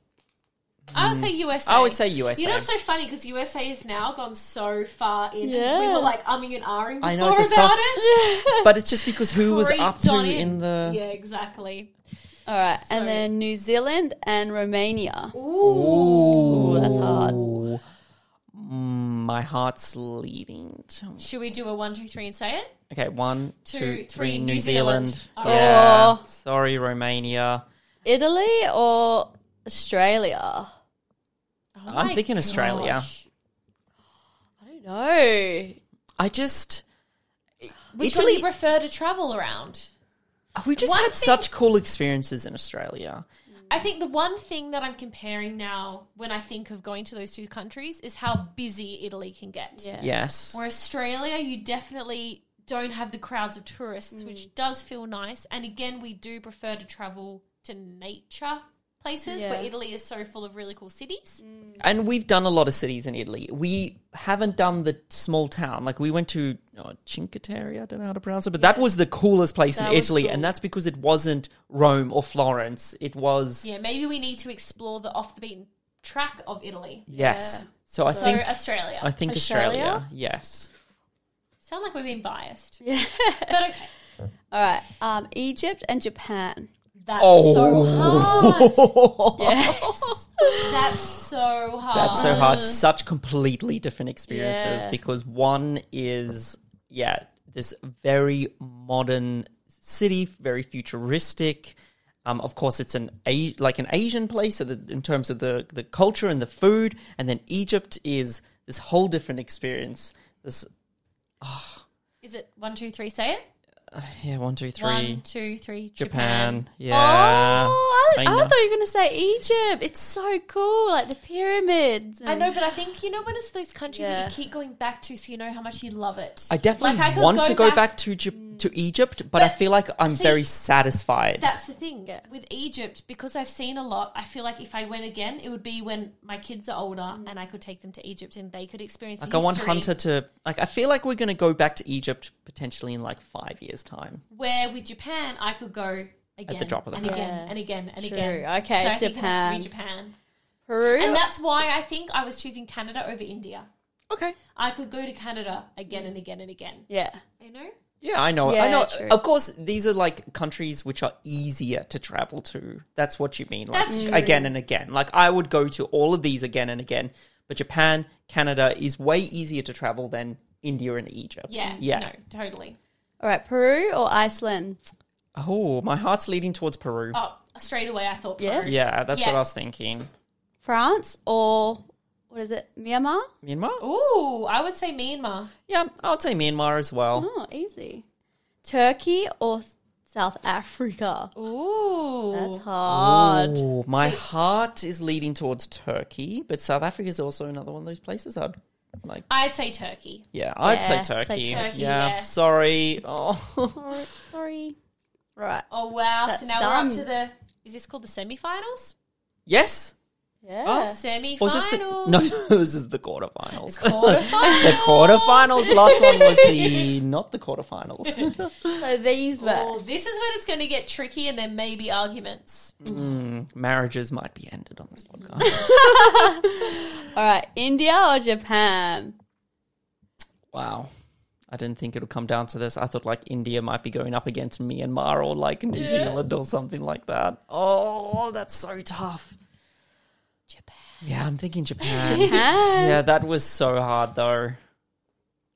Speaker 2: I would say USA.
Speaker 1: Mm. I would say USA.
Speaker 2: You know it's so funny because USA has now gone so far in.
Speaker 3: Yeah.
Speaker 2: We were like umming and ahhing before
Speaker 1: I know,
Speaker 2: about
Speaker 1: at the start-
Speaker 2: it.
Speaker 1: but it's just because who was up
Speaker 2: Creeped
Speaker 1: to
Speaker 2: on
Speaker 1: in. the.
Speaker 2: yeah exactly.
Speaker 3: All right,
Speaker 2: So-
Speaker 3: and then New Zealand and Romania.
Speaker 1: Ooh,
Speaker 3: that's hard.
Speaker 1: Mm, My heart's leading.
Speaker 2: Should we do a one, two, three, and say it?
Speaker 1: Okay, one,
Speaker 2: Two,
Speaker 1: two, three.
Speaker 2: three,
Speaker 1: New,
Speaker 2: New
Speaker 1: Zealand.
Speaker 2: Zealand.
Speaker 1: Yeah.
Speaker 3: Oh.
Speaker 1: Sorry, Romania.
Speaker 3: Italy or Australia?
Speaker 2: Oh
Speaker 1: I'm
Speaker 2: my
Speaker 1: thinking Australia.
Speaker 2: gosh.
Speaker 3: I don't know.
Speaker 1: I just.
Speaker 2: Which
Speaker 1: Italy.
Speaker 2: one do you prefer to travel around?
Speaker 1: we just
Speaker 2: One
Speaker 1: had
Speaker 2: thing-
Speaker 1: such cool experiences in Australia.
Speaker 2: I think the one thing that I'm comparing now when I think of going to those two countries is how busy Italy can get.
Speaker 3: Yeah.
Speaker 1: Yes.
Speaker 2: Where Australia, you definitely don't have the crowds of tourists, which does feel nice. And again, we do prefer to travel to nature places
Speaker 3: Yeah.
Speaker 2: where Italy is so full of really cool cities.
Speaker 1: And we've done a lot of cities in Italy. We haven't done the small town. Like we went to oh, Cinque Terre, I don't know how to pronounce it, but that was the coolest place
Speaker 3: That
Speaker 1: in
Speaker 3: was
Speaker 1: Italy.
Speaker 3: cool.
Speaker 1: And that's because it wasn't Rome or Florence. It was.
Speaker 2: Yeah, maybe we need to explore the off the beaten track of Italy.
Speaker 1: Yes. So I
Speaker 2: So
Speaker 1: think
Speaker 2: Australia.
Speaker 1: I think
Speaker 3: Australia?
Speaker 1: Australia. Yes.
Speaker 2: Sound like we're being biased.
Speaker 3: Yeah.
Speaker 2: But okay.
Speaker 3: All right, um, Egypt and Japan.
Speaker 2: That's
Speaker 1: Oh.
Speaker 2: so hard.
Speaker 3: Oh. Yes.
Speaker 2: That's so hard.
Speaker 1: That's so
Speaker 2: Ah.
Speaker 1: hard. Such completely different experiences
Speaker 3: Yeah.
Speaker 1: because one is yeah, this very modern city, very futuristic. Um, of course, it's an a- like an Asian place, so the, in terms of the the culture and the food, and then Egypt is this whole different experience. This
Speaker 2: Is it one, two, three, say it?
Speaker 1: Yeah, one, two, three.
Speaker 2: One, two, three.
Speaker 1: Japan.
Speaker 2: Japan.
Speaker 1: Yeah.
Speaker 3: Oh, I, I
Speaker 1: Kinda.
Speaker 3: thought you were going to say Egypt. It's so cool, like the pyramids.
Speaker 2: I know, but I think you know when it's those countries
Speaker 3: Yeah.
Speaker 2: that you keep going back to, so you know how much you love it.
Speaker 1: I definitely
Speaker 2: Like, I could
Speaker 1: want
Speaker 2: go
Speaker 1: to go
Speaker 2: back- Mm.
Speaker 1: back, to J- to Egypt, but, I
Speaker 2: But,
Speaker 1: feel like I'm
Speaker 2: see,
Speaker 1: very satisfied.
Speaker 2: That's the thing with Egypt because I've seen a lot. I feel like if I went again, it would be when my kids are older and I could take them to Egypt and they could experience.
Speaker 1: Mm. like
Speaker 2: the
Speaker 1: I want
Speaker 2: history
Speaker 1: Hunter to like. I feel like we're gonna go back to Egypt potentially in like five years' time.
Speaker 2: Where with Japan, I could go again
Speaker 1: drop of a
Speaker 2: and
Speaker 1: hat.
Speaker 2: again
Speaker 3: Yeah.
Speaker 2: and again and
Speaker 3: True.
Speaker 2: again.
Speaker 3: Okay,
Speaker 2: so I think it has
Speaker 3: Japan.
Speaker 2: to be Japan,
Speaker 3: Peru.
Speaker 2: and that's why I think I was choosing Canada over India.
Speaker 1: Okay.
Speaker 2: I could go to Canada again and again and again.
Speaker 3: yeah.
Speaker 2: You know.
Speaker 1: Yeah, I know. I
Speaker 3: Yeah,
Speaker 1: know.
Speaker 3: true.
Speaker 1: Of course, these are like countries which are easier to travel to. That's what you mean. Like
Speaker 2: That's true.
Speaker 1: again and again. Like I would go to all of these again and again. But Japan, Canada is way easier to travel than India and Egypt.
Speaker 2: Yeah.
Speaker 1: Yeah.
Speaker 2: No, totally.
Speaker 3: All right, Peru or Iceland?
Speaker 1: Oh, my heart's leading towards Peru.
Speaker 2: Oh, straight away I thought
Speaker 3: Yeah.
Speaker 2: Peru.
Speaker 1: Yeah, that's
Speaker 2: Yeah.
Speaker 1: what I was thinking.
Speaker 3: France or what is it? Myanmar?
Speaker 1: Myanmar?
Speaker 2: Ooh, I would say Myanmar.
Speaker 1: Yeah, I'll say Myanmar as well.
Speaker 3: Oh, easy. Turkey or South Africa?
Speaker 2: Ooh.
Speaker 3: That's hard.
Speaker 1: Ooh, my heart is leading towards Turkey, but South Africa is also another one of those places I'd like.
Speaker 2: I'd say Turkey.
Speaker 1: Yeah, I'd
Speaker 3: Yeah,
Speaker 1: say
Speaker 3: say
Speaker 1: Turkey.
Speaker 2: Turkey,
Speaker 1: yeah.
Speaker 2: yeah.
Speaker 1: sorry. Oh.
Speaker 3: Sorry. sorry. Right.
Speaker 2: Oh wow!
Speaker 3: That's
Speaker 2: so now
Speaker 3: done.
Speaker 2: we're up to the. Is this called the semifinals?
Speaker 1: yes.
Speaker 3: Yeah.
Speaker 1: Oh.
Speaker 2: Semifinals.
Speaker 1: Or is this the no? This is the quarterfinals.
Speaker 2: Quarterfinals.
Speaker 1: the quarterfinals. Last one was the not the quarterfinals.
Speaker 3: So these
Speaker 2: Oh,
Speaker 3: were.
Speaker 2: this is when it's going to get tricky, and there may be arguments.
Speaker 1: Marriages might be ended on this podcast.
Speaker 3: All right, India or Japan?
Speaker 1: wow. I didn't think it would come down to this. I thought like India might be going up against Myanmar or like New Zealand or something like that. Oh, that's so tough.
Speaker 2: Japan.
Speaker 1: Yeah, I'm thinking Japan.
Speaker 3: Japan.
Speaker 1: Yeah, that was so hard though.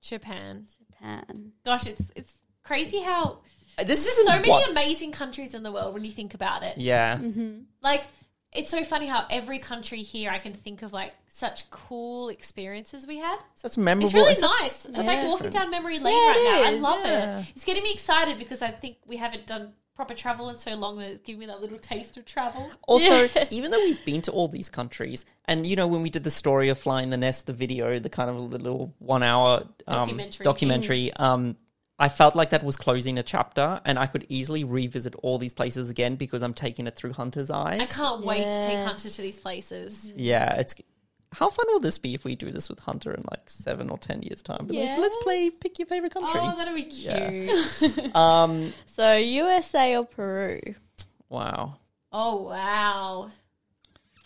Speaker 2: Japan.
Speaker 3: Japan.
Speaker 2: Gosh, it's it's crazy how
Speaker 1: This
Speaker 2: there's
Speaker 1: is
Speaker 2: so many
Speaker 1: what-
Speaker 2: amazing countries in the world when you think about it.
Speaker 1: Yeah.
Speaker 2: Like it's so funny how every country here I can think of like such cool experiences we had.
Speaker 1: So that's memorable.
Speaker 2: It's really
Speaker 1: It's like-
Speaker 2: nice. It's like walking
Speaker 1: different.
Speaker 2: down memory lane
Speaker 3: Yeah,
Speaker 2: right
Speaker 3: it
Speaker 2: now. I
Speaker 3: is.
Speaker 2: love
Speaker 1: Yeah.
Speaker 2: it. It's getting me excited because I think we haven't done proper travel in so long that it's giving me that little taste of travel.
Speaker 1: Also, even though we've been to all these countries, and you know, when we did the story of Flying the Nest, the video, the kind of little one hour um,
Speaker 2: Documentary.
Speaker 1: documentary, um, I felt like that was closing a chapter, and I could easily revisit all these places again because I'm taking it through Hunter's eyes.
Speaker 2: I can't wait to take
Speaker 3: Yes.
Speaker 2: Hunter to these places.
Speaker 1: Yeah, it's. How fun will this be if we do this with Hunter in like seven or ten years' time? Be like, let's play pick your favorite country.
Speaker 2: Oh, that'll be cute.
Speaker 1: um,
Speaker 3: So USA or Peru?
Speaker 1: wow,
Speaker 2: Oh wow.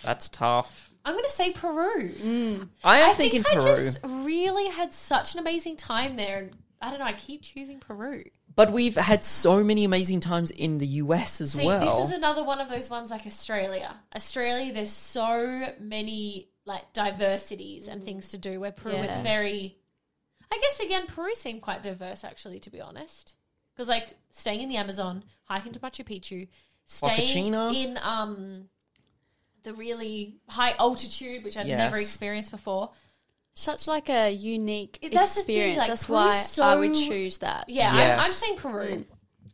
Speaker 1: that's tough.
Speaker 2: I'm gonna say Peru.
Speaker 1: I am
Speaker 2: I
Speaker 1: thinking
Speaker 2: think I
Speaker 1: Peru.
Speaker 2: just really had such an amazing time there and I don't know, I keep choosing Peru.
Speaker 1: But we've had so many amazing times in the US as
Speaker 2: See,
Speaker 1: well.
Speaker 2: this is another one of those ones like Australia. Australia, there's so many like diversities and things to do. Where Peru,
Speaker 3: Yeah.
Speaker 2: it's very. I guess again, Peru seemed quite diverse actually, to be honest. Because like staying in the Amazon, hiking to Machu Picchu, staying
Speaker 1: Huacachina.
Speaker 2: in um the really high altitude, which I've
Speaker 1: Yes.
Speaker 2: never experienced before.
Speaker 3: Such like a unique
Speaker 2: It- that's the thing,
Speaker 3: experience.
Speaker 2: like,
Speaker 3: that's
Speaker 2: Peru's
Speaker 3: why I
Speaker 2: so-
Speaker 3: would choose that.
Speaker 2: Yeah, I'm, I'm
Speaker 1: Yes.
Speaker 2: saying Peru.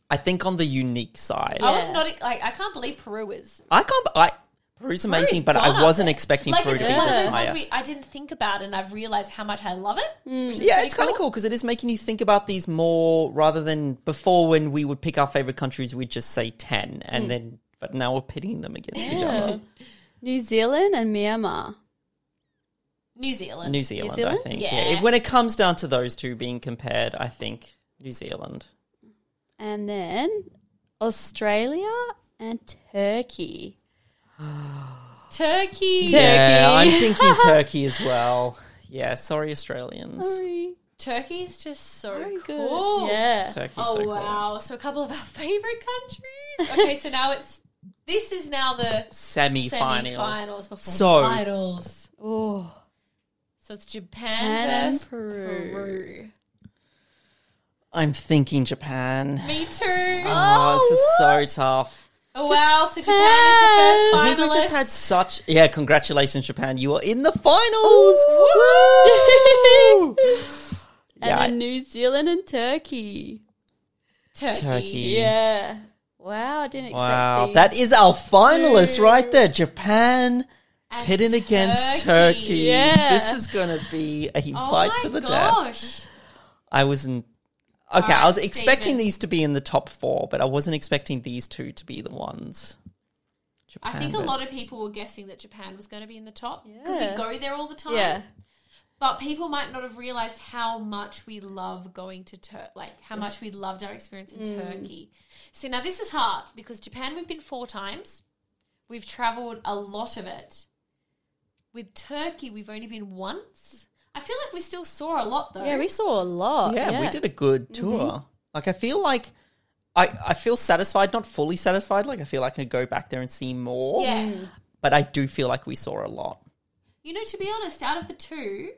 Speaker 1: I think on the unique side.
Speaker 2: I was
Speaker 3: Yeah.
Speaker 2: not e, like I can't believe Peru is
Speaker 1: I can't I Peru's amazing,
Speaker 2: Peru's
Speaker 1: but
Speaker 2: gone up
Speaker 1: I wasn't
Speaker 2: there.
Speaker 1: expecting
Speaker 2: like
Speaker 1: Peru
Speaker 2: it's
Speaker 1: to be
Speaker 2: one of
Speaker 1: this
Speaker 2: those
Speaker 1: high. Mm.
Speaker 2: ones we, I didn't think about, and I've realized how much I love it. which is
Speaker 1: yeah,
Speaker 2: pretty
Speaker 1: it's kind of cool because it is making you think about these more rather than before when we would pick our favorite countries, we'd just say 10 and
Speaker 2: Hmm.
Speaker 1: then but now we're pitting them against each other.
Speaker 3: New Zealand and Myanmar.
Speaker 2: New Zealand.
Speaker 1: New Zealand,
Speaker 3: Zealand?
Speaker 1: I think. Yeah.
Speaker 2: Yeah.
Speaker 1: If- when it comes down to those two being compared, I think New Zealand.
Speaker 3: And then Australia and Turkey.
Speaker 2: Turkey.
Speaker 1: Yeah, I'm
Speaker 3: Turkey.
Speaker 1: thinking Turkey as well. Yeah, sorry Australians.
Speaker 2: Oh,
Speaker 3: Sorry.
Speaker 2: Turkey's just so
Speaker 3: Very good.
Speaker 2: cool.
Speaker 3: Yeah.
Speaker 1: Turkey's
Speaker 2: Oh
Speaker 1: so cool.
Speaker 2: wow. So a couple of our favorite countries. Okay, so now it's this is now the
Speaker 1: Semi-finals.
Speaker 2: semi-finals before
Speaker 1: So-
Speaker 2: the finals.
Speaker 3: Oh.
Speaker 2: So it's
Speaker 3: And
Speaker 2: Japan
Speaker 3: then
Speaker 2: versus
Speaker 3: Peru.
Speaker 2: Peru.
Speaker 1: I'm thinking Japan.
Speaker 2: Me too. Oh,
Speaker 1: Oh, this is so tough.
Speaker 2: wow. So Japan
Speaker 1: I
Speaker 2: is the first
Speaker 1: think we
Speaker 2: finalist.
Speaker 1: just had such. Yeah, congratulations, Japan. You are in the finals. Woo!
Speaker 3: And
Speaker 1: yeah,
Speaker 3: then New Zealand and Turkey.
Speaker 2: Turkey.
Speaker 1: Turkey.
Speaker 3: Yeah. Wow, I didn't expect
Speaker 1: Wow,
Speaker 3: these.
Speaker 1: that is our finalist right there. Japan
Speaker 2: And
Speaker 1: pitting against Turkey.
Speaker 3: yeah.
Speaker 1: This is going to be a
Speaker 2: Oh
Speaker 1: fight
Speaker 2: my
Speaker 1: to the death.
Speaker 2: gosh.
Speaker 1: I wasn't. Okay, I
Speaker 2: Alright,
Speaker 1: was expecting
Speaker 2: Steven.
Speaker 1: these to be in the top four, but I wasn't expecting these two to be the ones.
Speaker 2: I think a
Speaker 1: versus-
Speaker 2: lot of people were guessing that Japan was going to be in the top because
Speaker 3: Yeah.
Speaker 2: we go there all the time.
Speaker 3: Yeah.
Speaker 2: But people might not have realized how much we love going to Turkey, like how much we loved our experience in
Speaker 3: Mm.
Speaker 2: Turkey. See, now this is hard because Japan we've been four times, we've traveled a lot of it. With Turkey, we've only been once. I feel like we still saw a lot though.
Speaker 3: Yeah, we saw a lot.
Speaker 1: yeah, we did a good tour. Like I feel like I I feel satisfied, not fully satisfied. Like I feel like I could go back there and see more.
Speaker 2: Yeah.
Speaker 1: But I do feel like we saw a lot.
Speaker 2: You know, to be honest, out of the two,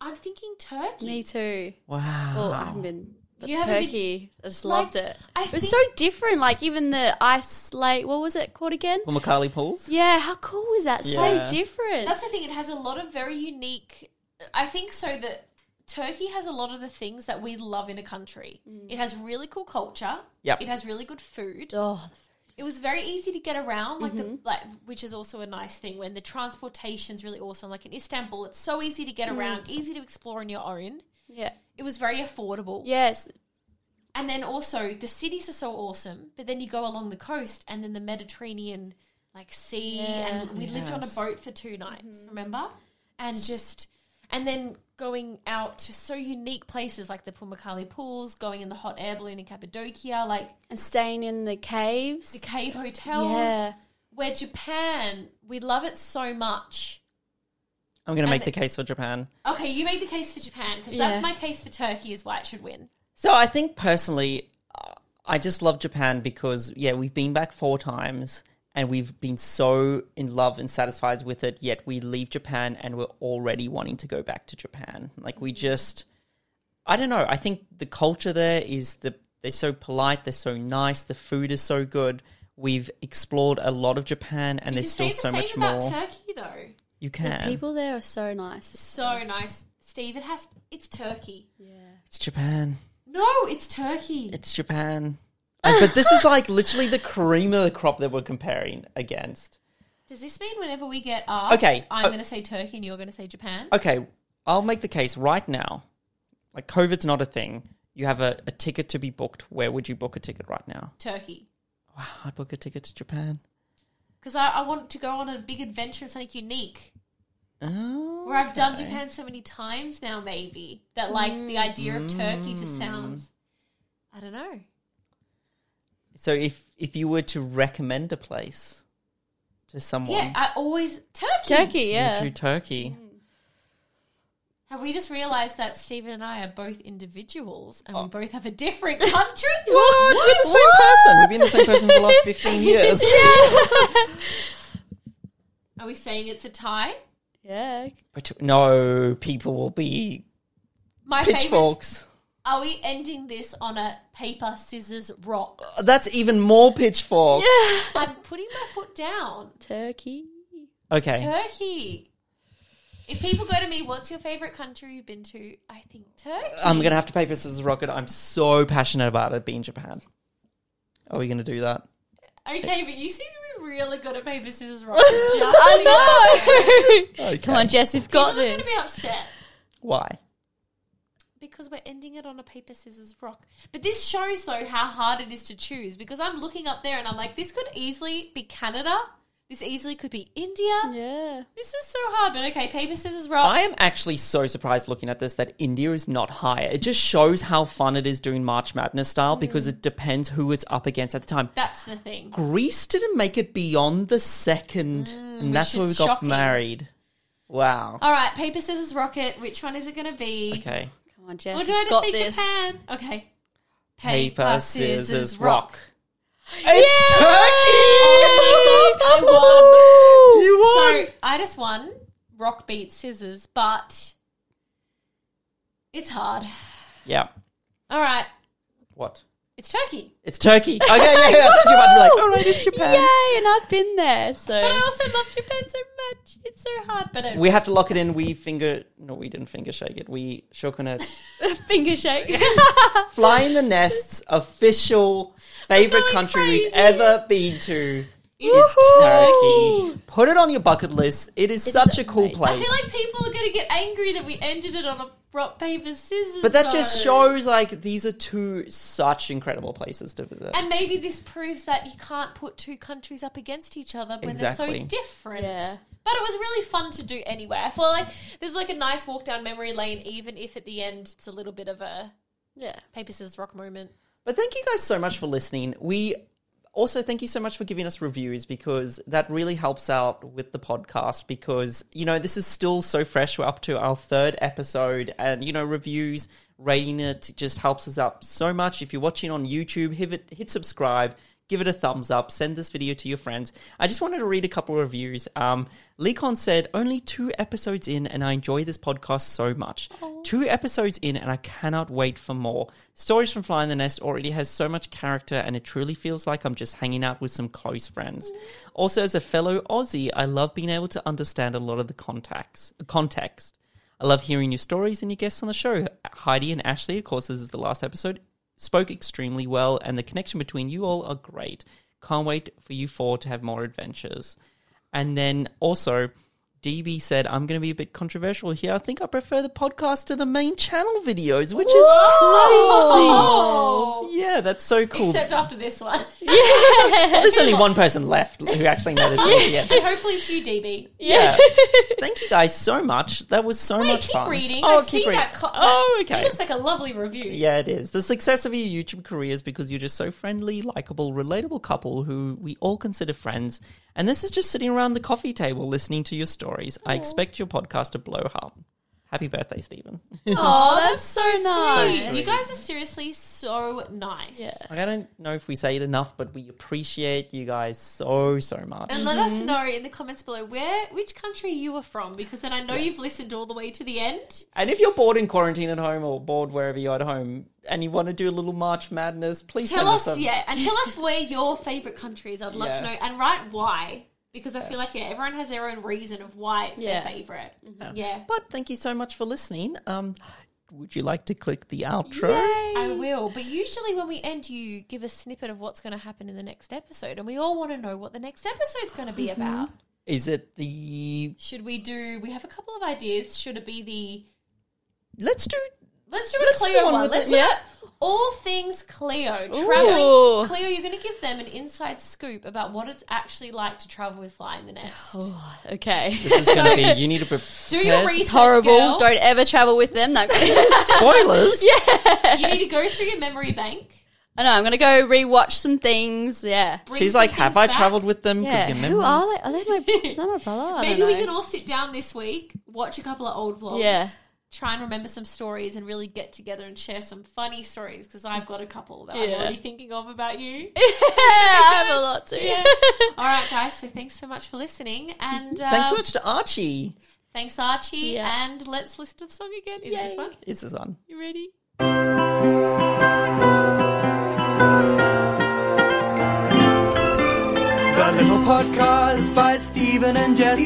Speaker 2: I'm thinking Turkey.
Speaker 3: Me too.
Speaker 1: Wow.
Speaker 3: Well, I haven't been. But
Speaker 2: You haven't been-
Speaker 3: Turkey, I just
Speaker 2: Like,
Speaker 3: loved it.
Speaker 2: I
Speaker 3: it was
Speaker 2: think-
Speaker 3: so different. Like even the ice lake. What was it called again?
Speaker 1: Well, Macaulay Pools.
Speaker 3: Yeah. How cool was that?
Speaker 1: Yeah.
Speaker 3: So different.
Speaker 2: That's the thing, it has a lot of very unique. I think so that Turkey has a lot of the things that we love in a country.
Speaker 3: Mm.
Speaker 2: It has really cool culture.
Speaker 1: Yep.
Speaker 2: It has really good food.
Speaker 3: oh,
Speaker 2: It was very easy to get around, like the
Speaker 3: Mm-hmm.
Speaker 2: like, which is also a nice thing when the transportation's really awesome. Like in Istanbul, it's so easy to get
Speaker 3: Mm.
Speaker 2: around, easy to explore on your own.
Speaker 3: yeah.
Speaker 2: It was very affordable.
Speaker 3: Yes.
Speaker 2: And then also the cities are so awesome, but then you go along the coast and then the Mediterranean like sea
Speaker 3: Yeah. Mm-hmm.
Speaker 2: and we lived on a
Speaker 1: Yes.
Speaker 2: boat for two nights, remember? And just and then going out to so unique places like the Pumukali pools, going in the hot air balloon in Cappadocia, like
Speaker 3: And staying in the caves.
Speaker 2: the cave hotels.
Speaker 3: Yeah.
Speaker 2: Where Japan, we love it so much.
Speaker 1: I'm going to
Speaker 2: And
Speaker 1: make the
Speaker 2: the-
Speaker 1: case for Japan.
Speaker 2: Okay, you made the case for Japan because
Speaker 3: Yeah.
Speaker 2: that's my case for Turkey is why it should win.
Speaker 1: So I think personally, uh, I just love Japan because yeah, we've been back four times and we've been so in love and satisfied with it. Yet we leave Japan and we're already wanting to go back to Japan. Like we just, I don't know. I think the culture there is the they're so polite, they're so nice, the food is so good. We've explored a lot of Japan, and
Speaker 2: You
Speaker 1: there's still
Speaker 2: can say
Speaker 1: so
Speaker 2: the
Speaker 1: much
Speaker 2: same
Speaker 1: more.
Speaker 2: about Turkey though.
Speaker 1: you
Speaker 3: The
Speaker 1: can.
Speaker 3: people there are so nice.
Speaker 2: So nice, Steve. It has. It's Turkey.
Speaker 1: it's Japan.
Speaker 2: No, it's Turkey.
Speaker 1: It's Japan. And- but this is like literally the cream of the crop that we're comparing against.
Speaker 2: Does this mean whenever we get asked,
Speaker 1: Okay,
Speaker 2: I'm
Speaker 1: uh,
Speaker 2: going to say Turkey and you're going to say Japan?
Speaker 1: Okay, I'll make the case right now. Like, COVID's not a thing. You have a, a ticket to be booked. Where would you book a ticket right now?
Speaker 2: Turkey.
Speaker 1: Wow, I'd book a ticket to Japan.
Speaker 2: Because I, I want to go on a big adventure and something unique.
Speaker 1: Oh,
Speaker 2: Where I've done
Speaker 1: okay.
Speaker 2: Japan so many times now, maybe that like the idea of Turkey
Speaker 1: Mm.
Speaker 2: just sounds. I don't know.
Speaker 1: So, if if you were to recommend a place to someone,
Speaker 2: Yeah, I always Turkey.
Speaker 3: Turkey,
Speaker 1: you
Speaker 3: yeah.
Speaker 1: would do Turkey.
Speaker 2: Have we just realised that Stephen and I are both individuals
Speaker 1: Oh.
Speaker 2: and we both have a different country?
Speaker 1: What? We're the same person. We've been the same person for the last fifteen years.
Speaker 2: Are we saying it's a tie?
Speaker 3: Yeah.
Speaker 1: But no, people will be
Speaker 2: My favorite
Speaker 1: pitchforks.
Speaker 2: Are we ending this on a paper, scissors, rock?
Speaker 1: That's even more
Speaker 3: Oh.
Speaker 1: pitchforks.
Speaker 2: I'm putting my foot down.
Speaker 3: Turkey.
Speaker 1: Okay.
Speaker 2: Turkey. If people go to me, what's your favorite country you've been to? I think Turkey.
Speaker 1: I'm gonna have to paper scissors rocket. I'm so passionate about it being Japan. Are we gonna do that?
Speaker 2: Okay, but you seem to be really good at paper, scissors, rock. I
Speaker 3: No!
Speaker 1: Okay.
Speaker 3: Come on, Jess, you've got
Speaker 2: People are going to
Speaker 3: this.
Speaker 2: be upset
Speaker 1: Why?
Speaker 2: because we're ending it on a paper, scissors, rock. But this shows, though, how hard it is to choose because I'm looking up there and I'm like, this could easily be Canada. This easily could be India.
Speaker 3: Yeah.
Speaker 2: This is so hard, but okay, paper, scissors, rock.
Speaker 1: I am actually so surprised looking at this that India is not higher. It just shows how fun it is doing March Madness style because it depends who it's up against at the time.
Speaker 2: That's the thing.
Speaker 1: Greece didn't make it beyond the second, and that's
Speaker 2: Mm, which
Speaker 1: where we
Speaker 2: is
Speaker 1: got
Speaker 2: shocking.
Speaker 1: married. Wow.
Speaker 2: All right, paper, scissors, rocket. Which one is it going to be?
Speaker 1: Okay.
Speaker 3: Come on, Jess.
Speaker 2: Or
Speaker 3: We'll
Speaker 2: do I
Speaker 3: you've
Speaker 2: just
Speaker 3: got
Speaker 2: say
Speaker 3: this.
Speaker 2: Japan? Okay.
Speaker 1: Paper, scissors, rock.
Speaker 3: Yeah!
Speaker 1: Turkey! You
Speaker 2: So I just won. Rock beats scissors, but it's hard.
Speaker 1: yeah.
Speaker 2: All right.
Speaker 1: What?
Speaker 2: It's Turkey.
Speaker 1: It's Turkey. Okay, yeah, yeah. You're about to be like, all right, it's Japan.
Speaker 3: Yay, and I've been there. So
Speaker 2: But I also love Japan so much. It's so hard, but it,
Speaker 1: We have to lock it in. We finger, no, we didn't finger shake it. We shook on it.
Speaker 3: finger shake.
Speaker 1: Fly in the Nest's official favorite
Speaker 2: going
Speaker 1: country we've
Speaker 2: crazy.
Speaker 1: ever been to is
Speaker 3: Woohoo!
Speaker 1: Turkey. Put it on your bucket list. It is such a cool
Speaker 3: amazing.
Speaker 1: place.
Speaker 2: I feel like people are going to get angry that we ended it on a rock paper scissors.
Speaker 1: but that just
Speaker 2: though.
Speaker 1: shows like these are two such incredible places to visit.
Speaker 2: And maybe this proves that you can't put two countries up against each other when they're
Speaker 1: Exactly.
Speaker 2: so different.
Speaker 3: Yeah.
Speaker 2: But it was really fun to do anyway. I feel like there's like a nice walk down memory lane, even if at the end it's a little bit of a
Speaker 3: yeah.
Speaker 2: paper scissors rock moment.
Speaker 1: But thank you guys so much for listening. We also thank you so much for giving us reviews because that really helps out with the podcast because, you know, this is still so fresh. We're up to our third episode and, you know, reviews, rating it just helps us out so much. If you're watching on YouTube, hit, it- hit subscribe. Give it a thumbs up. Send this video to your friends. I just wanted to read a couple of reviews. Um, Lecon said, "Only two episodes in, and I enjoy this podcast so much. Two episodes in, and I cannot wait for more. Stories from Fly in the Nest already has so much character, and it truly feels like I'm just hanging out with some close friends. Also, as a fellow Aussie, I love being able to understand a lot of the contacts context. I love hearing your stories and your guests on the show. Heidi and Ashley, of course, this is the last episode, spoke extremely well, and the connection between you all are great. Can't wait for you four to have more adventures. And then also, DB said, I'm going to be a bit controversial here. I think I prefer the podcast to the main channel videos, which is crazy. Yeah, that's so Oh. cool.
Speaker 2: Oh. Except after this one.
Speaker 1: There's only one person left who actually made it to the end.
Speaker 2: and hopefully it's you, DB.
Speaker 1: Yeah. Thank you guys so much. That was so
Speaker 2: Wait,
Speaker 1: much
Speaker 2: keep
Speaker 1: fun.
Speaker 2: reading.
Speaker 1: Oh,
Speaker 2: I
Speaker 1: keep
Speaker 2: see
Speaker 1: reading.
Speaker 2: that. Co-
Speaker 1: oh,
Speaker 2: that-
Speaker 1: okay.
Speaker 2: It looks like a lovely review.
Speaker 1: Yeah, it is. The success of your YouTube career is because you're just so friendly, likable, relatable couple who we all consider friends. And this is just sitting around the coffee table listening to your stories. I expect your podcast to blow up. Happy birthday, Stephen.
Speaker 3: Oh, that's so nice.
Speaker 1: sweet.
Speaker 2: You guys are seriously so nice.
Speaker 3: Yeah.
Speaker 1: Like, I don't know if we say it enough, but we appreciate you guys so, so much.
Speaker 2: And let us know in the comments below where which country you are from because then I know you've listened all the way to the end.
Speaker 1: And if you're bored in quarantine at home or bored wherever you're at home and you want to do a little March Madness, please
Speaker 2: Tell
Speaker 1: send
Speaker 2: us,
Speaker 1: some-
Speaker 2: yeah, and tell us where your favorite country is. I'd love to
Speaker 1: Yeah.
Speaker 2: know and write why because I feel like yeah, everyone has their own reason of why it's
Speaker 3: Yeah.
Speaker 2: their favorite. Yeah.
Speaker 1: But thank you so much for listening. Um, would you like to click the outro?
Speaker 2: I will, but usually when we end, you give a snippet of what's going to happen in the next episode, and we all want to know what the next episode's going to
Speaker 1: Mm-hmm.
Speaker 2: be about.
Speaker 1: Is it the
Speaker 2: Should we do? We have a couple of ideas. Should it be the
Speaker 1: let's do
Speaker 2: Let's do a
Speaker 1: Let's
Speaker 2: Cleo
Speaker 1: do one
Speaker 2: one.
Speaker 1: with
Speaker 2: Let's
Speaker 1: it,
Speaker 2: do
Speaker 1: yeah.
Speaker 2: a- all things Cleo.
Speaker 3: Ooh.
Speaker 2: Traveling. Cleo, you're going to give them an inside scoop about what it's actually like to travel with Fly in the Nest.
Speaker 1: Oh.
Speaker 3: Okay.
Speaker 1: this is going to be you need to
Speaker 2: Do
Speaker 1: prepare
Speaker 2: your
Speaker 3: It's
Speaker 2: research,
Speaker 3: horrible.
Speaker 2: girl.
Speaker 3: Don't ever travel with them. No.
Speaker 1: spoilers yeah
Speaker 2: You need to go through your memory bank.
Speaker 3: I know. I'm gonna go rewatch some things. Yeah.
Speaker 2: bring
Speaker 1: she's
Speaker 2: some
Speaker 1: like have
Speaker 2: things
Speaker 1: i
Speaker 2: back.
Speaker 1: traveled with them because
Speaker 3: Yeah.
Speaker 1: your
Speaker 3: Who
Speaker 1: memories
Speaker 3: are they? Are they my? Is that my brother? I
Speaker 2: Maybe
Speaker 3: don't
Speaker 2: we
Speaker 3: know.
Speaker 2: can all sit down this week, watch a couple of old vlogs.
Speaker 3: Yeah.
Speaker 2: Try and remember some stories and really get together and share some funny stories because I've got a couple that
Speaker 3: Yeah.
Speaker 2: I'm already thinking of about you.
Speaker 3: I have a lot to.
Speaker 2: Yeah. All right, guys. So thanks so much for listening, and uh,
Speaker 1: thanks so much to archie
Speaker 2: Thanks, Archie.
Speaker 3: Yeah.
Speaker 2: And let's listen to the song again. Is this
Speaker 3: Yay.
Speaker 2: one?
Speaker 1: is this one
Speaker 2: You ready?
Speaker 5: The little podcast by Stephen and Jess.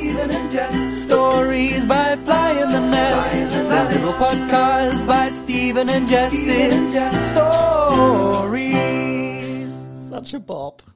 Speaker 5: Stories by Fly in the Nest. The little podcast by Stephen and Jess. It's Stories.
Speaker 1: such a bop